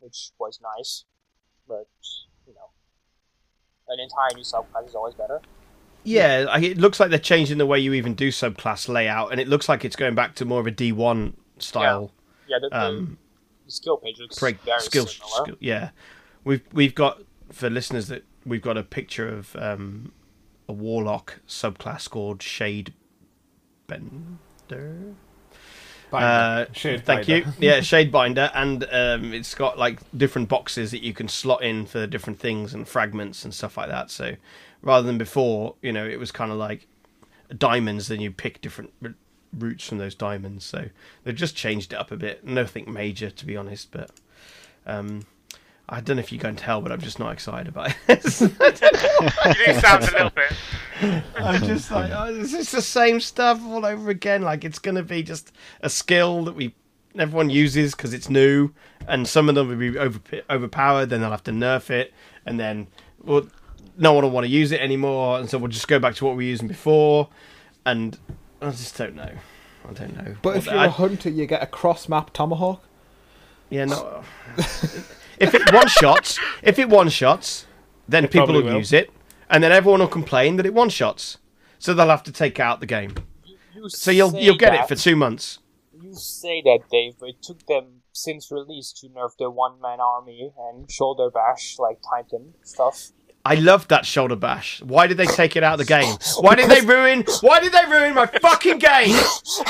Speaker 4: which was nice. But you know, an entire new subclass is always better.
Speaker 2: Yeah, I- it looks like they're changing the way you even do subclass layout, and it looks like it's going back to more of a D1 style
Speaker 4: Yeah, the, the,
Speaker 2: Um,
Speaker 4: the skill page looks
Speaker 2: break
Speaker 4: very
Speaker 2: skill,
Speaker 4: similar.
Speaker 2: skill. Yeah, we've we've got for listeners that we've got a picture of um, a warlock subclass called Shade Bender.
Speaker 3: Binder.
Speaker 2: Uh,
Speaker 3: Shade
Speaker 2: thank
Speaker 3: binder.
Speaker 2: you. Yeah, shade binder, and um, it's got like different boxes that you can slot in for different things and fragments and stuff like that. So rather than before, you know, it was kind of like diamonds. Then you pick different r- routes from those diamonds. So they've just changed it up a bit. Nothing major, to be honest, but. Um, I don't know if you can tell, but I'm just not excited about it.
Speaker 5: You do sound a little bit.
Speaker 2: I'm just like, oh, it's just the same stuff all over again. Like it's gonna be just a skill that we everyone uses because it's new, and some of them will be over, overpowered. Then they'll have to nerf it, and then well, no one will want to use it anymore, and so we'll just go back to what we were using before. And I just don't know. I don't know.
Speaker 3: But
Speaker 2: What
Speaker 3: if
Speaker 2: the-
Speaker 3: you're
Speaker 2: I-
Speaker 3: a hunter, you get a cross map tomahawk.
Speaker 2: yeah, no. if it one shots, if it one shots, then people
Speaker 3: probably
Speaker 2: will,
Speaker 3: will.
Speaker 2: use it, and then everyone will complain that it one shots, so they'll have to take out the game.
Speaker 4: You
Speaker 2: So you'll
Speaker 4: say
Speaker 2: you'll get
Speaker 4: that-
Speaker 2: it for two months.
Speaker 4: You say that, Dave, but it took them since release to nerf their one-man army and shoulder bash like Titan stuff.
Speaker 2: I loved that shoulder bash. Why did they take it out of the game? Why did they ruin? Why did they ruin my fucking game?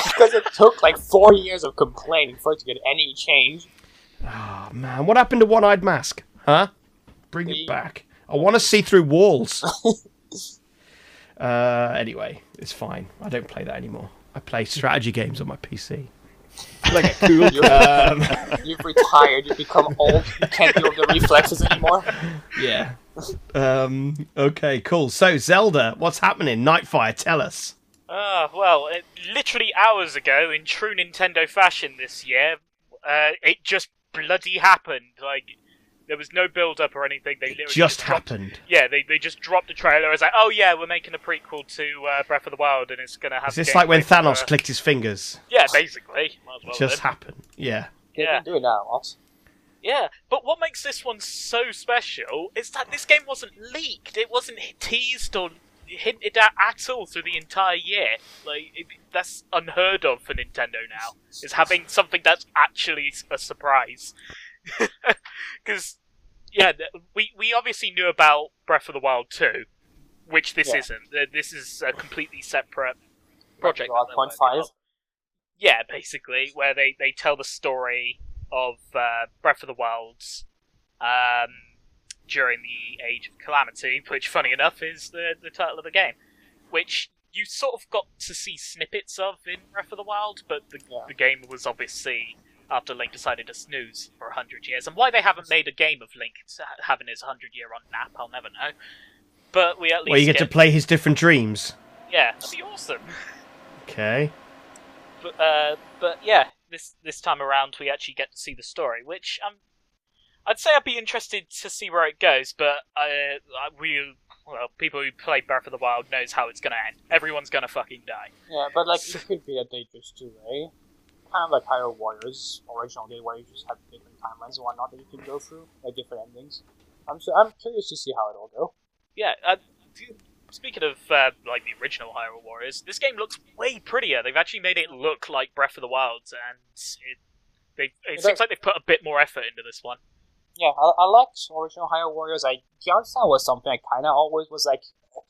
Speaker 4: because it took like four years of complaining for it to get any change.
Speaker 2: Oh, man, what happened to One Eyed Mask? Huh? Bring it back. I want to see through walls. uh, anyway, it's fine. I don't play that anymore. I play strategy games on my PC.
Speaker 3: Like a cool
Speaker 4: You- You've retired. You've become old. You can't deal with the reflexes anymore.
Speaker 2: Yeah. Um, okay, cool. So Zelda, what's happening? Nightfire, tell us.
Speaker 5: Ah, well, it, literally hours ago, in true Nintendo fashion this year, uh, it just bloody happened. Like, there was no build up or anything. They literally
Speaker 2: Just
Speaker 5: dropped-
Speaker 2: happened.
Speaker 5: Yeah, they, they just dropped a trailer. It's like, oh yeah, we're making a prequel to uh, Breath of the Wild, and it's gonna have.
Speaker 2: Is this
Speaker 5: gameplay
Speaker 2: like when
Speaker 5: for-
Speaker 2: Thanos clicked his fingers?
Speaker 5: Yeah, basically. Might as well
Speaker 2: Just
Speaker 5: then.
Speaker 2: happened. Yeah.
Speaker 4: They've
Speaker 5: Yeah.
Speaker 4: been doing that a lot.
Speaker 5: Yeah, but what makes this one so special is that this game wasn't leaked. It wasn't teased or hinted at at all through the entire year. Like it, that's unheard of for Nintendo now. Is having something that's actually a surprise. Because yeah, th- we we obviously knew about Breath of the Wild too, which this
Speaker 4: Yeah.
Speaker 5: isn't. Th- This is a completely separate project.
Speaker 4: Breath of the Wild
Speaker 5: that they're working
Speaker 4: 0.5.
Speaker 5: on. Yeah, basically, where they, they tell the story of uh, Breath of the Wilds um, during the Age of Calamity, which, funny enough, is the, the title of the game, which you sort of got to see snippets of in Breath of the Wild, but the,
Speaker 4: Yeah.
Speaker 5: the game was obviously after Link decided to snooze for 100 years. And why they haven't made a game of Link s- having his 100 year on nap, I'll never know. But we at least
Speaker 2: Where you get to play his different dreams.
Speaker 5: Yeah, that'd be awesome.
Speaker 2: Okay.
Speaker 5: but, uh, but yeah, this this time around we actually get to see the story, which um, I'd say I'd be interested to see where it goes. But uh, I- we well, people who play Breath of the Wild knows how it's gonna end. Everyone's gonna fucking die.
Speaker 4: Yeah, but like it could be that they just do a kind of like Hyrule Warriors original game where you just have different timelines and whatnot that you can go through, like different endings. I'm so I'm curious to see how it'll go.
Speaker 5: Yeah. Uh, d- speaking of uh, like the original Hyrule Warriors, this game looks way prettier. They've actually made it look like Breath of the Wild, and it they it
Speaker 4: Is
Speaker 5: seems
Speaker 4: that-
Speaker 5: like they've put a bit more effort into this one.
Speaker 4: Yeah, I, I liked original Hyrule Warriors. I Gyeongsang was something I kind of always was like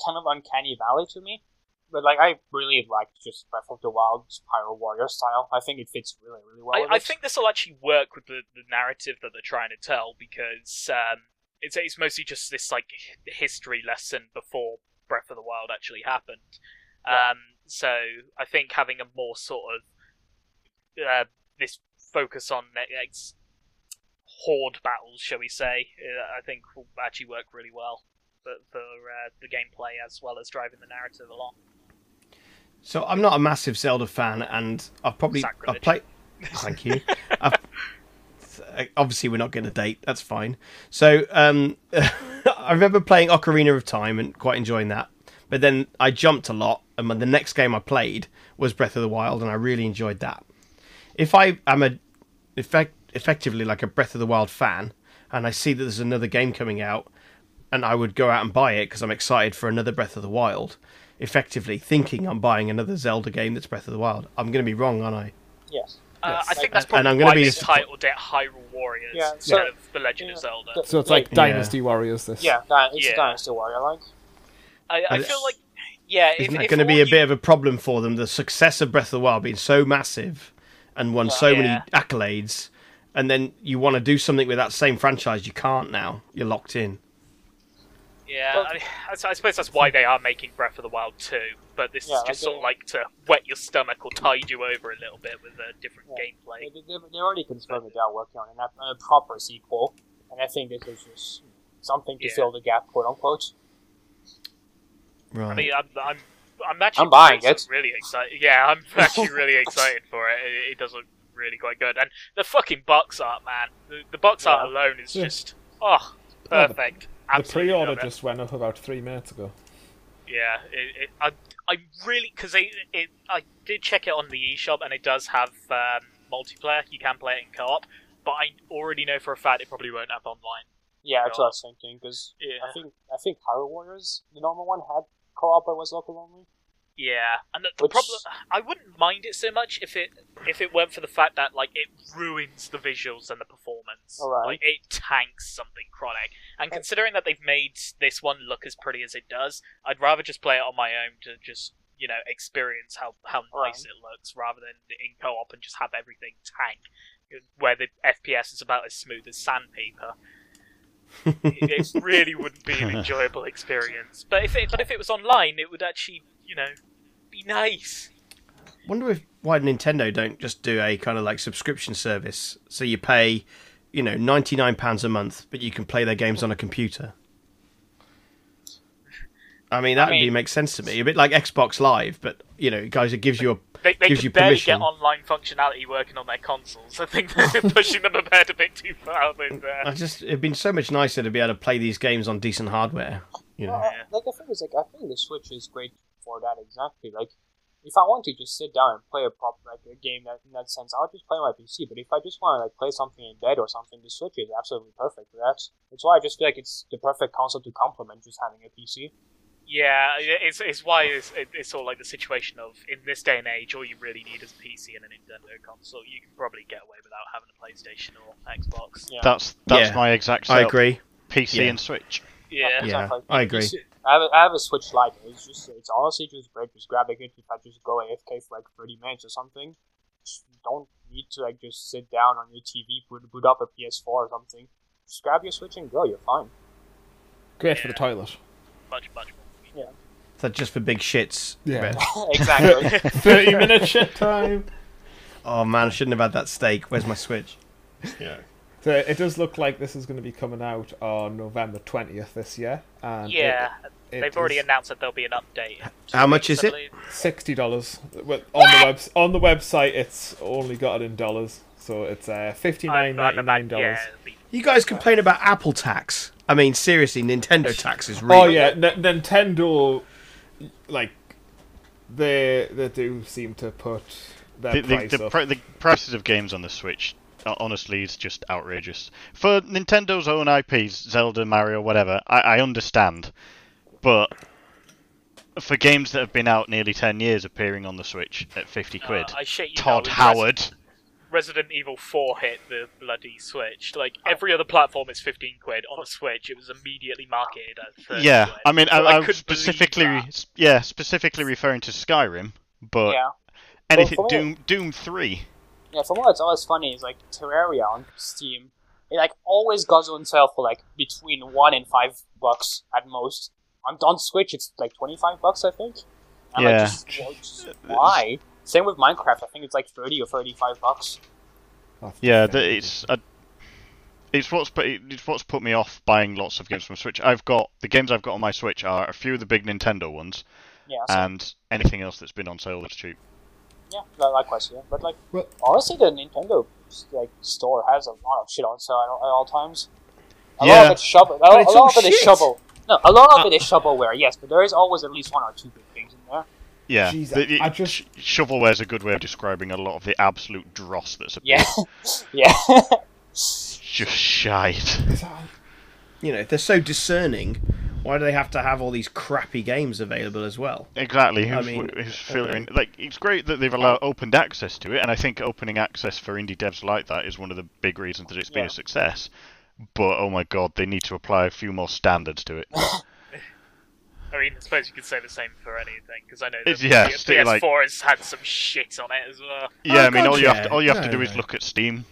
Speaker 4: kind of uncanny valley to me, but like I really liked just Breath of the Wild's Hyrule Warrior style. I think it fits really really well. with
Speaker 5: I, I
Speaker 4: it.
Speaker 5: think this will actually work with the, the narrative that they're trying to tell because um, it's it's mostly just this like h- history lesson before Breath of the Wild actually happened.
Speaker 4: Yeah.
Speaker 5: Um, so I think having a more sort of uh, this focus on like, like, s- horde battles, shall we say, uh, I think will actually work really well for, for uh, the gameplay as well as driving the narrative along.
Speaker 2: So I'm not a massive Zelda fan, and I've probably I've
Speaker 5: Sacrilege.
Speaker 2: played. Thank you. I've, obviously, we're not going to date. That's fine. So um, I remember playing Ocarina of Time and quite enjoying that. But then I jumped a lot, and when the next game I played was Breath of the Wild, and I really enjoyed that. If I am a effect, effectively like a Breath of the Wild fan, and I see that there's another game coming out, and I would go out and buy it because I'm excited for another Breath of the Wild. Effectively thinking I'm buying another Zelda game that's Breath of the Wild. I'm going to be wrong, aren't I?
Speaker 4: yes.
Speaker 5: Uh, I
Speaker 4: Yes.
Speaker 5: think that's
Speaker 4: And
Speaker 5: probably
Speaker 2: I'm gonna
Speaker 5: why
Speaker 2: be
Speaker 5: they
Speaker 2: a-
Speaker 5: titled it Hyrule Warriors
Speaker 4: Yeah,
Speaker 5: instead
Speaker 4: so-
Speaker 5: of The Legend
Speaker 4: yeah.
Speaker 5: of Zelda.
Speaker 4: The-
Speaker 3: So it's like
Speaker 2: Yeah.
Speaker 3: Dynasty Warriors. This.
Speaker 4: yeah, that, it's
Speaker 5: Yeah.
Speaker 4: a Dynasty Warrior like.
Speaker 5: I, I
Speaker 2: And
Speaker 5: feel
Speaker 2: it's-
Speaker 5: like, yeah, if,
Speaker 2: Isn't that
Speaker 5: if
Speaker 2: going to
Speaker 5: all
Speaker 2: be a
Speaker 5: you-
Speaker 2: bit of a problem for them? The success of Breath of the Wild being so massive and won so many
Speaker 5: Yeah.
Speaker 2: accolades, and then you want to do something with that same franchise, you can't now. You're locked in.
Speaker 5: Yeah,
Speaker 4: Well-
Speaker 5: I, I s- I suppose that's why they are making Breath of the Wild 2, but this
Speaker 4: Yeah,
Speaker 5: is just
Speaker 4: I
Speaker 5: sort of
Speaker 4: don't-
Speaker 5: like to wet your stomach or tide you over a little bit with a different
Speaker 4: Yeah. They,
Speaker 5: gameplay.
Speaker 4: they, they already confirmed that they are working on an, app- a proper sequel, and I think this is just something to
Speaker 5: Yeah.
Speaker 4: fill the gap, quote unquote.
Speaker 2: Right.
Speaker 5: I mean, I'm, I'm, I'm actually
Speaker 4: I'm buying
Speaker 5: really,
Speaker 4: it.
Speaker 5: really excited. Yeah, I'm actually really excited for it. it. It does look really quite good. And the fucking box art, man. The, the box art
Speaker 4: Yeah.
Speaker 5: alone is
Speaker 3: Yeah.
Speaker 5: just, oh,
Speaker 3: Yeah, the-
Speaker 5: perfect.
Speaker 3: The
Speaker 5: Absolutely love
Speaker 3: pre-order
Speaker 5: it.
Speaker 3: just went up about three minutes ago.
Speaker 5: Yeah, it, it, I, I really because it, it, I did check it on the eShop and it does have um, multiplayer. You can play it in co-op, but I already know for a fact it probably won't have online.
Speaker 4: Yeah, that's
Speaker 5: Yeah.
Speaker 4: what I was thinking. Because
Speaker 5: Yeah.
Speaker 4: I think I think Power Warriors, the normal one, had co-op but was local only.
Speaker 5: Yeah, and the, the
Speaker 4: Which-
Speaker 5: problem I wouldn't mind it so much if it if it weren't for the fact that like it ruins the visuals and the performance.
Speaker 4: All right.
Speaker 5: Like it tanks something chronic. And considering that they've made this one look as pretty as it does, I'd rather just play it on my own to just you know experience how how
Speaker 4: All right.
Speaker 5: nice it looks rather than in co-op and just have everything tank where the FPS is about as smooth as sandpaper. it it really wouldn't be an enjoyable experience. But if it, but if it was online, it would actually, you know, be nice.
Speaker 2: wonder if why Nintendo don't just do a kind of like subscription service, so you pay, you know, ninety nine pounds a month, but you can play their games on a computer. I mean, that
Speaker 5: I
Speaker 2: would be
Speaker 5: mean-
Speaker 2: makes sense to me. A bit like Xbox Live, but you know, guys, it gives you a
Speaker 5: They, they
Speaker 2: gives
Speaker 5: could
Speaker 2: you
Speaker 5: barely
Speaker 2: permission.
Speaker 5: get online functionality working on their consoles. I think they're pushing them a bit a bit too far. With,
Speaker 2: I
Speaker 5: uh,
Speaker 2: just it'd been so much nicer to be able to play these games on decent hardware. You know,
Speaker 5: Uh,
Speaker 4: Well, I- like the thing is, like I think the Switch is great for that exactly. Like, if I want to just sit down and play a prop like a game that in that sense, I'll just play my PC. But if I just want to like play something in bed or something, the Switch is absolutely perfect for that. That's why I just feel like it's the perfect console to complement just having a PC.
Speaker 5: yeah, it- it's, it's why it's, it- it's sort of like the situation of in this day and age, all you really need is a PC and a Nintendo console. You can probably get away without having a PlayStation or Xbox.
Speaker 4: Yeah.
Speaker 1: That's that's
Speaker 2: Yeah.
Speaker 1: my exact.
Speaker 2: I
Speaker 1: setup,
Speaker 2: agree.
Speaker 1: PC
Speaker 2: Yeah.
Speaker 1: and Switch.
Speaker 5: Yeah.
Speaker 4: It's
Speaker 2: Yeah,
Speaker 4: not like-
Speaker 2: I agree.
Speaker 4: I have, a, I have a Switch Lite. and It's just it's honestly just great. Just grab a game if I just go AFK for like thirty minutes or something. Just don't need to like just sit down on your TV, boot, boot up a PS4 or something. Just grab your Switch and go. You're fine.
Speaker 3: Great for the toilet.
Speaker 5: Much, much more.
Speaker 2: So just for big shits.
Speaker 3: Yeah.
Speaker 2: Red.
Speaker 4: exactly.
Speaker 3: 30 minute shit time.
Speaker 2: Oh man, I shouldn't have had that steak. Where's my Switch?
Speaker 3: So it does look like this is going to be coming out on November 20th this year. And it-
Speaker 5: Yeah,
Speaker 3: it
Speaker 5: they've already
Speaker 3: is-
Speaker 5: announced that there'll be an update. in
Speaker 1: Uh,
Speaker 5: two
Speaker 2: How much
Speaker 5: weeks,
Speaker 2: is
Speaker 5: I
Speaker 2: it?
Speaker 5: believe.
Speaker 3: Sixty dollars on the web on the website. It's only got it in dollars, so it's uh, fifty nine
Speaker 5: I'm- I'm
Speaker 3: ninety nine
Speaker 5: about-
Speaker 3: dollars.
Speaker 5: yeah, it'll be-
Speaker 2: You guys complain about Apple tax. I mean, seriously, Nintendo tax is real.
Speaker 3: Oh yeah, N- Nintendo, like they they do seem to put their
Speaker 1: The, the,
Speaker 3: price
Speaker 1: the,
Speaker 3: up.
Speaker 1: pri- the prices of games on the Switch, uh, honestly, is just outrageous. For Nintendo's own IPs, Zelda, Mario, whatever, I, I understand, but for games that have been out nearly ten years, appearing on the Switch at fifty quid,
Speaker 5: Uh, I shit you not,
Speaker 1: Todd
Speaker 5: we-
Speaker 1: Howard.
Speaker 5: Resident Evil 4 hit the bloody Switch. Like,
Speaker 3: Oh.
Speaker 5: every other platform is 15 quid. On the Switch, it was immediately marketed at 30
Speaker 1: Yeah,
Speaker 5: quid.
Speaker 1: I mean, I,
Speaker 5: Like,
Speaker 1: I was
Speaker 5: couldn't believe
Speaker 1: specifically,
Speaker 5: that.
Speaker 1: s- yeah, specifically referring to Skyrim, but
Speaker 4: yeah.
Speaker 1: anything
Speaker 4: Well, for-
Speaker 1: Doom, Doom Three.
Speaker 4: Yeah, for what it's always funny is like Terraria on Steam, it like always goes on sale for like between one and five bucks at most. On on Switch, it's like twenty five bucks, I think. I'm
Speaker 1: Yeah.
Speaker 4: Like, just, you know, just why? Same with Minecraft. I think it's like thirty or thirty five bucks.
Speaker 3: That's
Speaker 1: Yeah,
Speaker 3: the
Speaker 1: the,
Speaker 3: thing.
Speaker 1: it's I, it's what's put it's what's put me off buying lots of games from Switch. I've got the games I've got on my Switch are a few of the big Nintendo ones,
Speaker 4: Yeah. So,
Speaker 1: and anything else that's been on sale that's cheap.
Speaker 4: yeah. li- Likewise, yeah. But like
Speaker 3: Well-
Speaker 4: honestly, the Nintendo like store has a lot of shit on sale at all, at all times. A lot
Speaker 1: Yeah.
Speaker 4: of it's shovel. A,
Speaker 2: it's
Speaker 4: a
Speaker 2: all
Speaker 4: lot of it is
Speaker 2: shit.
Speaker 4: shovel. No, a lot of it is shovelware. Yes, but there is always at least one or two good things in there.
Speaker 1: Yeah,
Speaker 3: Jeez,
Speaker 1: the-
Speaker 3: I- I
Speaker 1: it-
Speaker 3: just-
Speaker 1: sh- shovelware's a good way of describing a lot of the absolute dross that's
Speaker 4: Yeah. yeah.
Speaker 1: just shite.
Speaker 3: Is that-
Speaker 2: You know, if they're so discerning, why do they have to have all these crappy games available as well?
Speaker 1: Exactly.
Speaker 2: I
Speaker 1: Who's,
Speaker 2: mean,
Speaker 1: who's filtering? Like, it's great that they've allowed opened access to it, and I think opening access for indie devs like that is one of the big reasons that it's been
Speaker 4: Yeah.
Speaker 1: a success. But oh my god, they need to apply a few more standards to it.
Speaker 5: I mean, I suppose you could say the same for anything, because I know that
Speaker 1: It's- yeah,
Speaker 5: the
Speaker 1: it's
Speaker 5: PS4
Speaker 1: like-
Speaker 5: has had some shit on it as well.
Speaker 1: yeah, I mean,
Speaker 2: God,
Speaker 1: all you have
Speaker 2: yeah.
Speaker 1: to, all you have
Speaker 2: No,
Speaker 1: to do is
Speaker 2: no.
Speaker 1: look at Steam.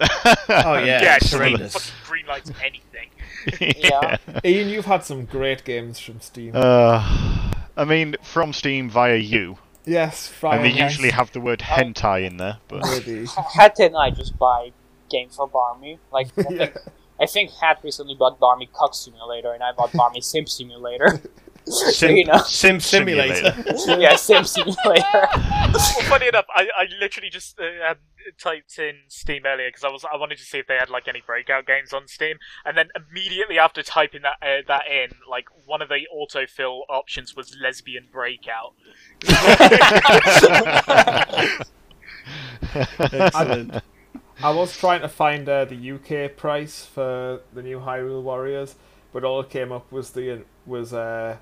Speaker 2: Oh yeah,
Speaker 5: yeah,
Speaker 2: it's
Speaker 5: sure, they
Speaker 2: horrendous.
Speaker 5: fucking greenlights anything.
Speaker 4: Yeah.
Speaker 3: Ian, you've had some great games from Steam.
Speaker 1: Uh, I mean, from Steam via you,
Speaker 3: yes,
Speaker 1: and
Speaker 3: Friday.
Speaker 1: they usually have the word hentai in there. But
Speaker 4: Hat and I just buy games for Barmy. Like I
Speaker 3: yeah.
Speaker 4: think, I think Hat recently bought Barmy Cuck Simulator, and I bought Barmy Simp Simulator. so, you know,
Speaker 2: Sim Simulator.
Speaker 4: yeah, Simp Simulator.
Speaker 5: Well, funny enough, I, I literally just uh, um, typed in Steam earlier because I was I wanted to see if they had like any breakout games on Steam, and then immediately after typing that uh, that in, like one of the autofill options was lesbian breakout.
Speaker 2: Excellent.
Speaker 3: I was trying to find uh, the UK price for the new Hyrule Warriors, but all it came up was the was uh,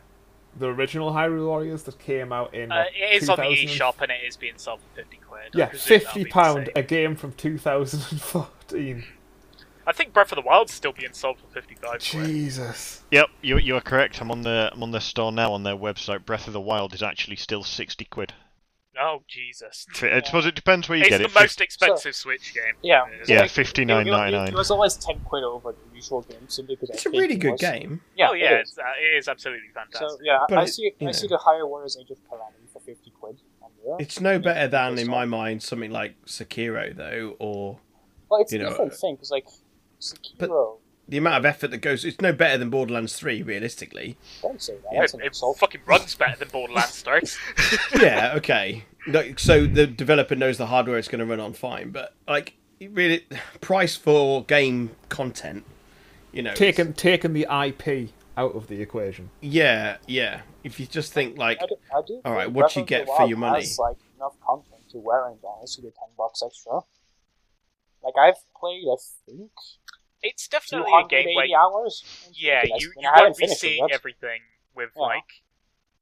Speaker 3: the original Hyrule Warriors that came out in.
Speaker 5: Uh,
Speaker 3: what,
Speaker 5: it is on the
Speaker 3: 2000
Speaker 5: eShop and it is being sold for fifty quid. I
Speaker 3: Yeah,
Speaker 5: presume that'll
Speaker 3: fifty
Speaker 5: be the
Speaker 3: pound
Speaker 5: same.
Speaker 3: a game from two thousand and fourteen.
Speaker 5: I think Breath of the Wild's still being sold for fifty-five quid.
Speaker 3: Jesus.
Speaker 1: yep, you you are correct. I'm on the I'm on their store now on their website. Breath of the Wild is actually still sixty quid.
Speaker 5: Oh Jesus!
Speaker 1: Fi- I suppose it depends where you
Speaker 5: It's
Speaker 1: get
Speaker 5: the
Speaker 1: it. Fif-
Speaker 5: most expensive Switch game.
Speaker 4: Yeah.
Speaker 5: It is.
Speaker 1: yeah,
Speaker 4: Like,
Speaker 1: fifty
Speaker 4: It- it-
Speaker 1: nine ninety
Speaker 4: It
Speaker 1: nine.
Speaker 4: was always ten quid over the usual game simply because I
Speaker 2: It's a
Speaker 4: think
Speaker 2: really
Speaker 4: it
Speaker 2: good
Speaker 4: was-
Speaker 2: game.
Speaker 4: Yeah,
Speaker 5: oh yeah,
Speaker 4: it
Speaker 5: it's,
Speaker 4: is.
Speaker 5: uh, it is absolutely fantastic.
Speaker 4: So yeah,
Speaker 2: But
Speaker 4: I
Speaker 2: it-
Speaker 4: see.
Speaker 2: you
Speaker 4: I
Speaker 2: know.
Speaker 4: see the higher Warriors Age of Calamity for fifty quid. And, yeah.
Speaker 2: It's no better than, in my mind, something like Sekiro though, or
Speaker 4: Well, it's
Speaker 2: you
Speaker 4: a
Speaker 2: know,
Speaker 4: different thing because like
Speaker 2: but-
Speaker 4: Sekiro
Speaker 2: the amount of effort that goes, it's no better than Borderlands 3, realistically.
Speaker 4: Don't say that.
Speaker 5: It,
Speaker 4: That's an
Speaker 5: it
Speaker 4: insult.
Speaker 5: fucking runs better than Borderlands 3.
Speaker 2: yeah, okay. No, So the developer knows the hardware it's going to run on fine, but like, it really, price for game content, you know. it's-
Speaker 3: Taking taking the IP out of the equation.
Speaker 2: Yeah, yeah. If you just think like,
Speaker 4: I do, I do
Speaker 2: All right,
Speaker 4: think
Speaker 2: what you
Speaker 4: Breath of
Speaker 2: get
Speaker 4: the
Speaker 2: for
Speaker 4: Wild
Speaker 2: your money?
Speaker 4: Has, like enough content to wear and down, so you get ten bucks extra. Like I've played, I think
Speaker 5: It's definitely a game
Speaker 4: 280
Speaker 5: where
Speaker 4: hours.
Speaker 5: yeah,
Speaker 4: That's-
Speaker 5: you,
Speaker 4: and
Speaker 5: you
Speaker 4: I haven't
Speaker 5: won't be
Speaker 4: finished it
Speaker 5: seeing
Speaker 4: yet.
Speaker 5: everything with
Speaker 4: Yeah.
Speaker 5: like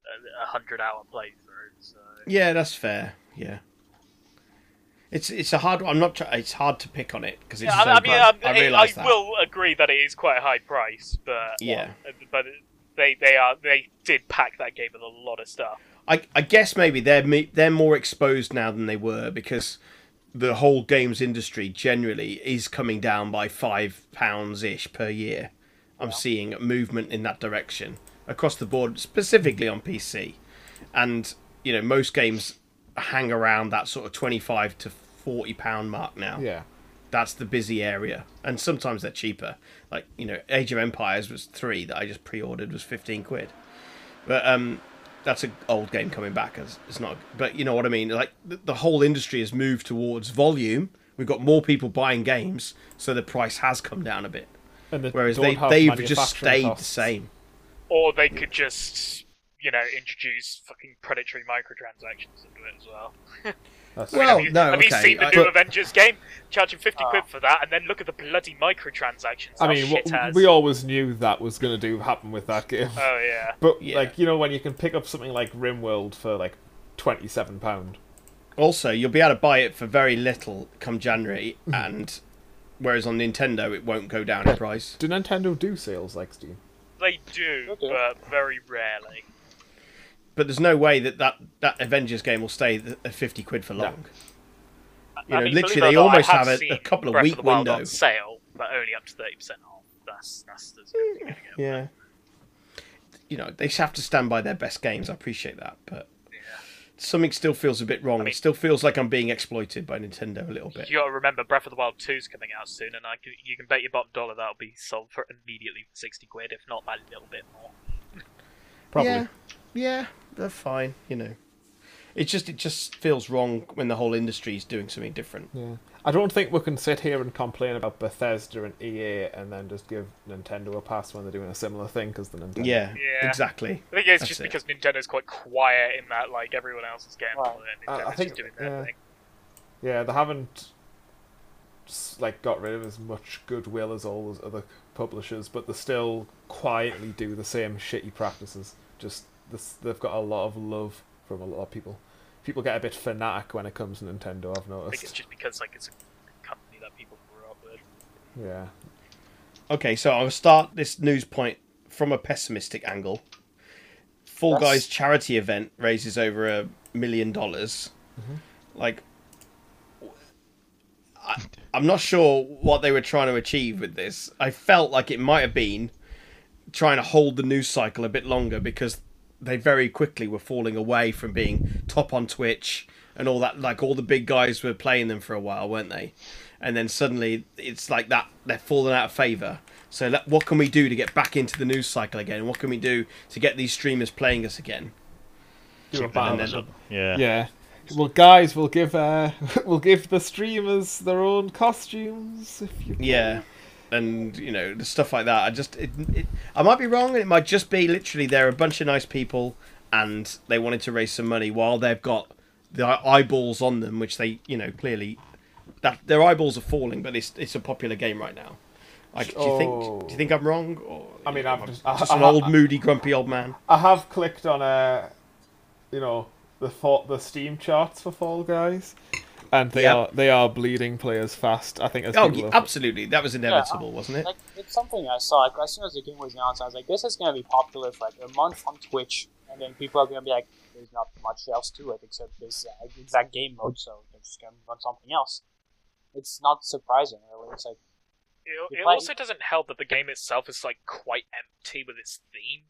Speaker 5: a, a hundred hour playthrough. So.
Speaker 2: yeah, that's fair. Yeah. It's it's a hard. I'm not. try- It's hard to pick on it because it's.
Speaker 5: Yeah, I,
Speaker 2: so
Speaker 5: I mean,
Speaker 2: bad.
Speaker 5: um,
Speaker 2: I
Speaker 5: I, I,
Speaker 2: realize that.
Speaker 5: will agree that it is quite a high price, but uh,
Speaker 2: Yeah.
Speaker 5: but they they are they did pack that game with a lot of stuff.
Speaker 2: I, I guess maybe they're me- they're more exposed now than they were because the whole games industry generally is coming down by five pounds ish per year. I'm seeing movement in that direction across the board, specifically on PC, and you know most games hang around that sort of twenty five to forty pound mark now
Speaker 3: Yeah.
Speaker 2: that's the busy area and sometimes they're cheaper like you know age of empires was three that i just pre-ordered was 15 quid but um that's an old game coming back as it's not but you know what i mean like the, the whole industry has moved towards volume we've got more people buying games so the price has come down a bit
Speaker 3: And they
Speaker 2: whereas
Speaker 3: don't
Speaker 2: they,
Speaker 3: have
Speaker 2: they've just
Speaker 3: manufacturing
Speaker 2: stayed the
Speaker 3: costs.
Speaker 2: same
Speaker 5: Or they could just you know introduce fucking predatory microtransactions into it as well.
Speaker 3: That's-
Speaker 2: Well- Oh,
Speaker 5: have you,
Speaker 2: no,
Speaker 5: have you
Speaker 2: okay,
Speaker 5: seen the
Speaker 2: I-
Speaker 5: new
Speaker 2: but-
Speaker 5: Avengers game? Charging fifty
Speaker 4: Ah.
Speaker 5: quid for that, and then look at the bloody microtransactions. that
Speaker 3: I mean,
Speaker 5: shit
Speaker 3: w-
Speaker 5: has.
Speaker 3: we always knew that was going to do happen with that game.
Speaker 5: Oh yeah.
Speaker 3: But
Speaker 2: Yeah.
Speaker 3: like you know, when you can pick up something like RimWorld for like twenty-seven pound,
Speaker 2: also you'll be able to buy it for very little come january and whereas on nintendo it won't go down in price
Speaker 3: do Nintendo do sales like Steam?
Speaker 5: They do,
Speaker 4: Okay.
Speaker 5: but very rarely.
Speaker 2: but there's no way that that, that Avengers game will stay th- at 50 quid for long. You
Speaker 5: I
Speaker 2: know,
Speaker 5: mean,
Speaker 2: literally,
Speaker 5: believe it
Speaker 2: they
Speaker 5: or not, I
Speaker 2: almost have,
Speaker 5: seen
Speaker 2: a, a couple of
Speaker 5: Breath
Speaker 2: week
Speaker 5: the Wild
Speaker 2: window.
Speaker 5: on sale, but only up to thirty percent off. That's that's as good as
Speaker 2: Eh,
Speaker 5: you're gonna get.
Speaker 2: Yeah. You know, they have to stand by their best games. I appreciate that, but something still feels a bit wrong.
Speaker 5: mean-
Speaker 2: it still feels like I'm being exploited by Nintendo a little bit.
Speaker 5: You gotta remember, Breath of the Wild 2's coming out soon, and I can, you can bet your bottom dollar that'll be sold for immediately for 60 quid, if not that little bit more.
Speaker 3: Probably.
Speaker 2: Yeah, yeah, they're fine. You know, it just it just feels wrong when the whole industry is doing something different.
Speaker 3: Yeah. I don't think we can sit here and complain about Bethesda and EA and then just give Nintendo a pass when they're doing a similar thing because the Nintendo.
Speaker 2: Yeah,
Speaker 5: Yeah.
Speaker 2: exactly.
Speaker 5: I think it's
Speaker 2: That's
Speaker 5: just
Speaker 2: it.
Speaker 5: because Nintendo's quite quiet in that, like, everyone else is getting
Speaker 4: Right.
Speaker 5: on it,
Speaker 3: Uh, I
Speaker 5: and Nintendo's
Speaker 3: think-
Speaker 5: just doing their
Speaker 3: yeah.
Speaker 5: thing.
Speaker 3: Yeah, they haven't s- like got rid of as much goodwill as all those other publishers, but they still quietly do the same shitty practices. Just this, they've got a lot of love from a lot of people. People get a bit fanatic when it comes to Nintendo. I've
Speaker 5: I think it's
Speaker 3: noticed.
Speaker 5: just because, like, it's a company that people grew up with.
Speaker 3: Yeah.
Speaker 2: Okay, so I'll start this news point from a pessimistic angle. Fall
Speaker 4: That's-
Speaker 2: Guys charity event raises over a million dollars. Like, I, I'm not sure what they were trying to achieve with this. I felt like it might have been trying to hold the news cycle a bit longer because they very quickly were falling away from being top on Twitch and all that. Like all the big guys were playing them for a while, weren't they? And then suddenly it's like that they're falling out of favor. So let, what can we do to get back into the news cycle again? What can we do to get these streamers playing us again?
Speaker 3: Do a
Speaker 2: And
Speaker 3: ban.
Speaker 2: then-
Speaker 1: Yeah.
Speaker 3: Yeah. Well, guys, we'll give uh, we'll give the streamers their own costumes if you.
Speaker 2: Yeah, and you know the stuff like that. I just it, it, I might be wrong. It might just be literally they're a bunch of nice people and they wanted to raise some money while they've got the eye- eyeballs on them, which they you know clearly that their eyeballs are falling. But it's it's a popular game right now. Like, do you think do you think I'm wrong? Or,
Speaker 3: I mean, I've just-
Speaker 2: just an old moody grumpy old man.
Speaker 3: I have clicked on a, you know, the thought the Steam charts for Fall Guys, and they
Speaker 2: Yep.
Speaker 3: are they are bleeding players fast. I think as
Speaker 2: Oh,
Speaker 3: people
Speaker 2: yeah,
Speaker 3: have-
Speaker 2: absolutely. That was inevitable, wasn't it?
Speaker 4: Like it's something I saw. Like, as soon as the game was announced, I was like, "This is gonna be popular for like a month on Twitch," and then people are gonna be like, "There's not much else to it except this uh, exact game mode, so they're just gonna run something else." It's not surprising, really. It's like,
Speaker 5: It,
Speaker 4: You're
Speaker 5: it
Speaker 4: playing-
Speaker 5: also doesn't help that the game itself is like quite empty with its theme.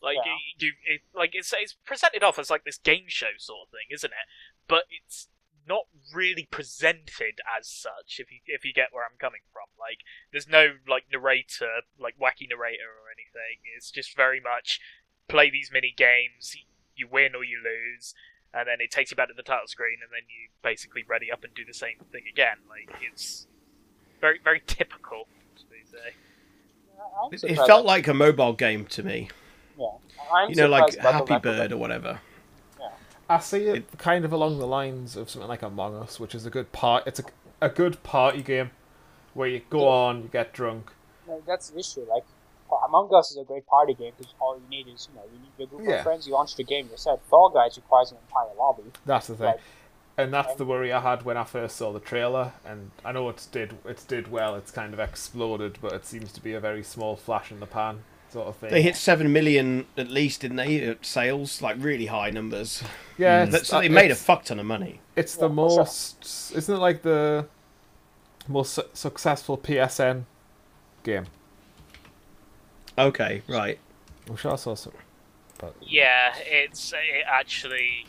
Speaker 5: Like
Speaker 4: Yeah.
Speaker 5: you, you it, like it's it's presented off as like this game show sort of thing, isn't it? But it's not really presented as such. If you if you get where I'm coming from, like There's no like narrator, like wacky narrator or anything. It's just very much play these mini games. You win or you lose, and then it takes you back to the title screen, and then you basically ready up and do the same thing again. Like it's very very typical. should we say.
Speaker 4: I'm
Speaker 2: It, it
Speaker 4: surprised
Speaker 2: felt
Speaker 4: that-
Speaker 2: like a mobile game to me.
Speaker 4: yeah. I'm
Speaker 2: You know, like
Speaker 4: surprised by the
Speaker 2: Happy
Speaker 4: lack of
Speaker 2: Bird
Speaker 4: it.
Speaker 2: or whatever.
Speaker 3: I see it, kind of along the lines of something like Among Us, which is a good part. It's a, a good party game where you go on, you get drunk.
Speaker 4: Like, that's the issue. Like well, Among Us is a great party game because all you need is you know you need your group
Speaker 3: Yeah.
Speaker 4: of friends. You launch the game. You said Fall Guys requires an entire lobby.
Speaker 3: That's the thing,
Speaker 4: Right.
Speaker 3: and that's the worry I had when I first saw the trailer. And I know it's did it's did well. It's kind of exploded, but it seems to be a very small flash in the pan sort of thing.
Speaker 2: They hit seven million at least, didn't they? At sales, like really high numbers.
Speaker 3: yeah,
Speaker 2: That-
Speaker 3: it's, uh,
Speaker 2: so Mm. they made a
Speaker 3: it's-
Speaker 2: fuck ton of money.
Speaker 3: It's
Speaker 4: Yeah,
Speaker 3: the
Speaker 4: what's that?
Speaker 3: most, isn't it like the most su- successful PSN game?
Speaker 2: Okay, right.
Speaker 3: I'm sure I saw some. But
Speaker 5: Yeah, it's it actually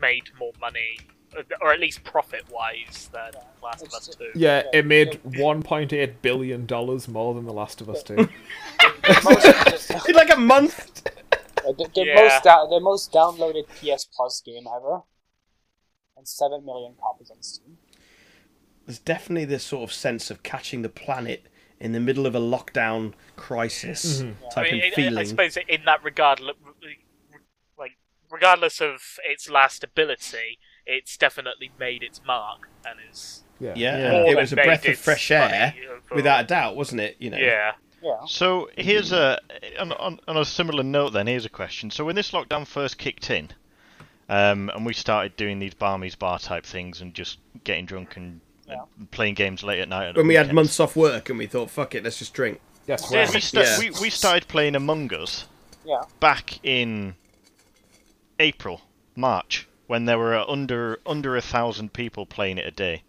Speaker 5: made more money, or at least profit-wise, than Last of Us Two.
Speaker 3: yeah, it made 1.8 billion dollars more than The Last of Us 2.
Speaker 2: In like a month.
Speaker 4: Uh, the, the
Speaker 5: Yeah.
Speaker 4: most dou- the most downloaded PS Plus game ever, and seven million copies on Steam.
Speaker 2: There's definitely this sort of sense of catching the planet in the middle of a lockdown crisis
Speaker 5: I,
Speaker 2: type
Speaker 5: mean,
Speaker 2: of
Speaker 5: it-
Speaker 2: feeling.
Speaker 5: I suppose in that regard, l- like regardless of its last ability, it's definitely made its mark and is
Speaker 3: Yeah.
Speaker 2: yeah,
Speaker 5: more
Speaker 2: it
Speaker 5: than
Speaker 2: was a
Speaker 5: made
Speaker 2: breath of
Speaker 5: its
Speaker 2: fresh air,
Speaker 5: money overall.
Speaker 2: without a doubt, wasn't it? You know.
Speaker 5: Yeah,
Speaker 4: Yeah,
Speaker 1: So here's a on, on, on a similar note. Then here's a question. So when this lockdown first kicked in, um, and we started doing these barmies bar type things and just getting drunk and, and playing games late at night. and
Speaker 2: When we had
Speaker 1: weekends.
Speaker 2: months off work and we thought, fuck it, let's just drink.
Speaker 3: Yes,
Speaker 1: Yeah,
Speaker 3: well,
Speaker 1: we, sta-
Speaker 2: Yeah.
Speaker 1: we, we started playing Among Us
Speaker 4: yeah.
Speaker 1: back in April, March, when there were under under a thousand people playing it a day.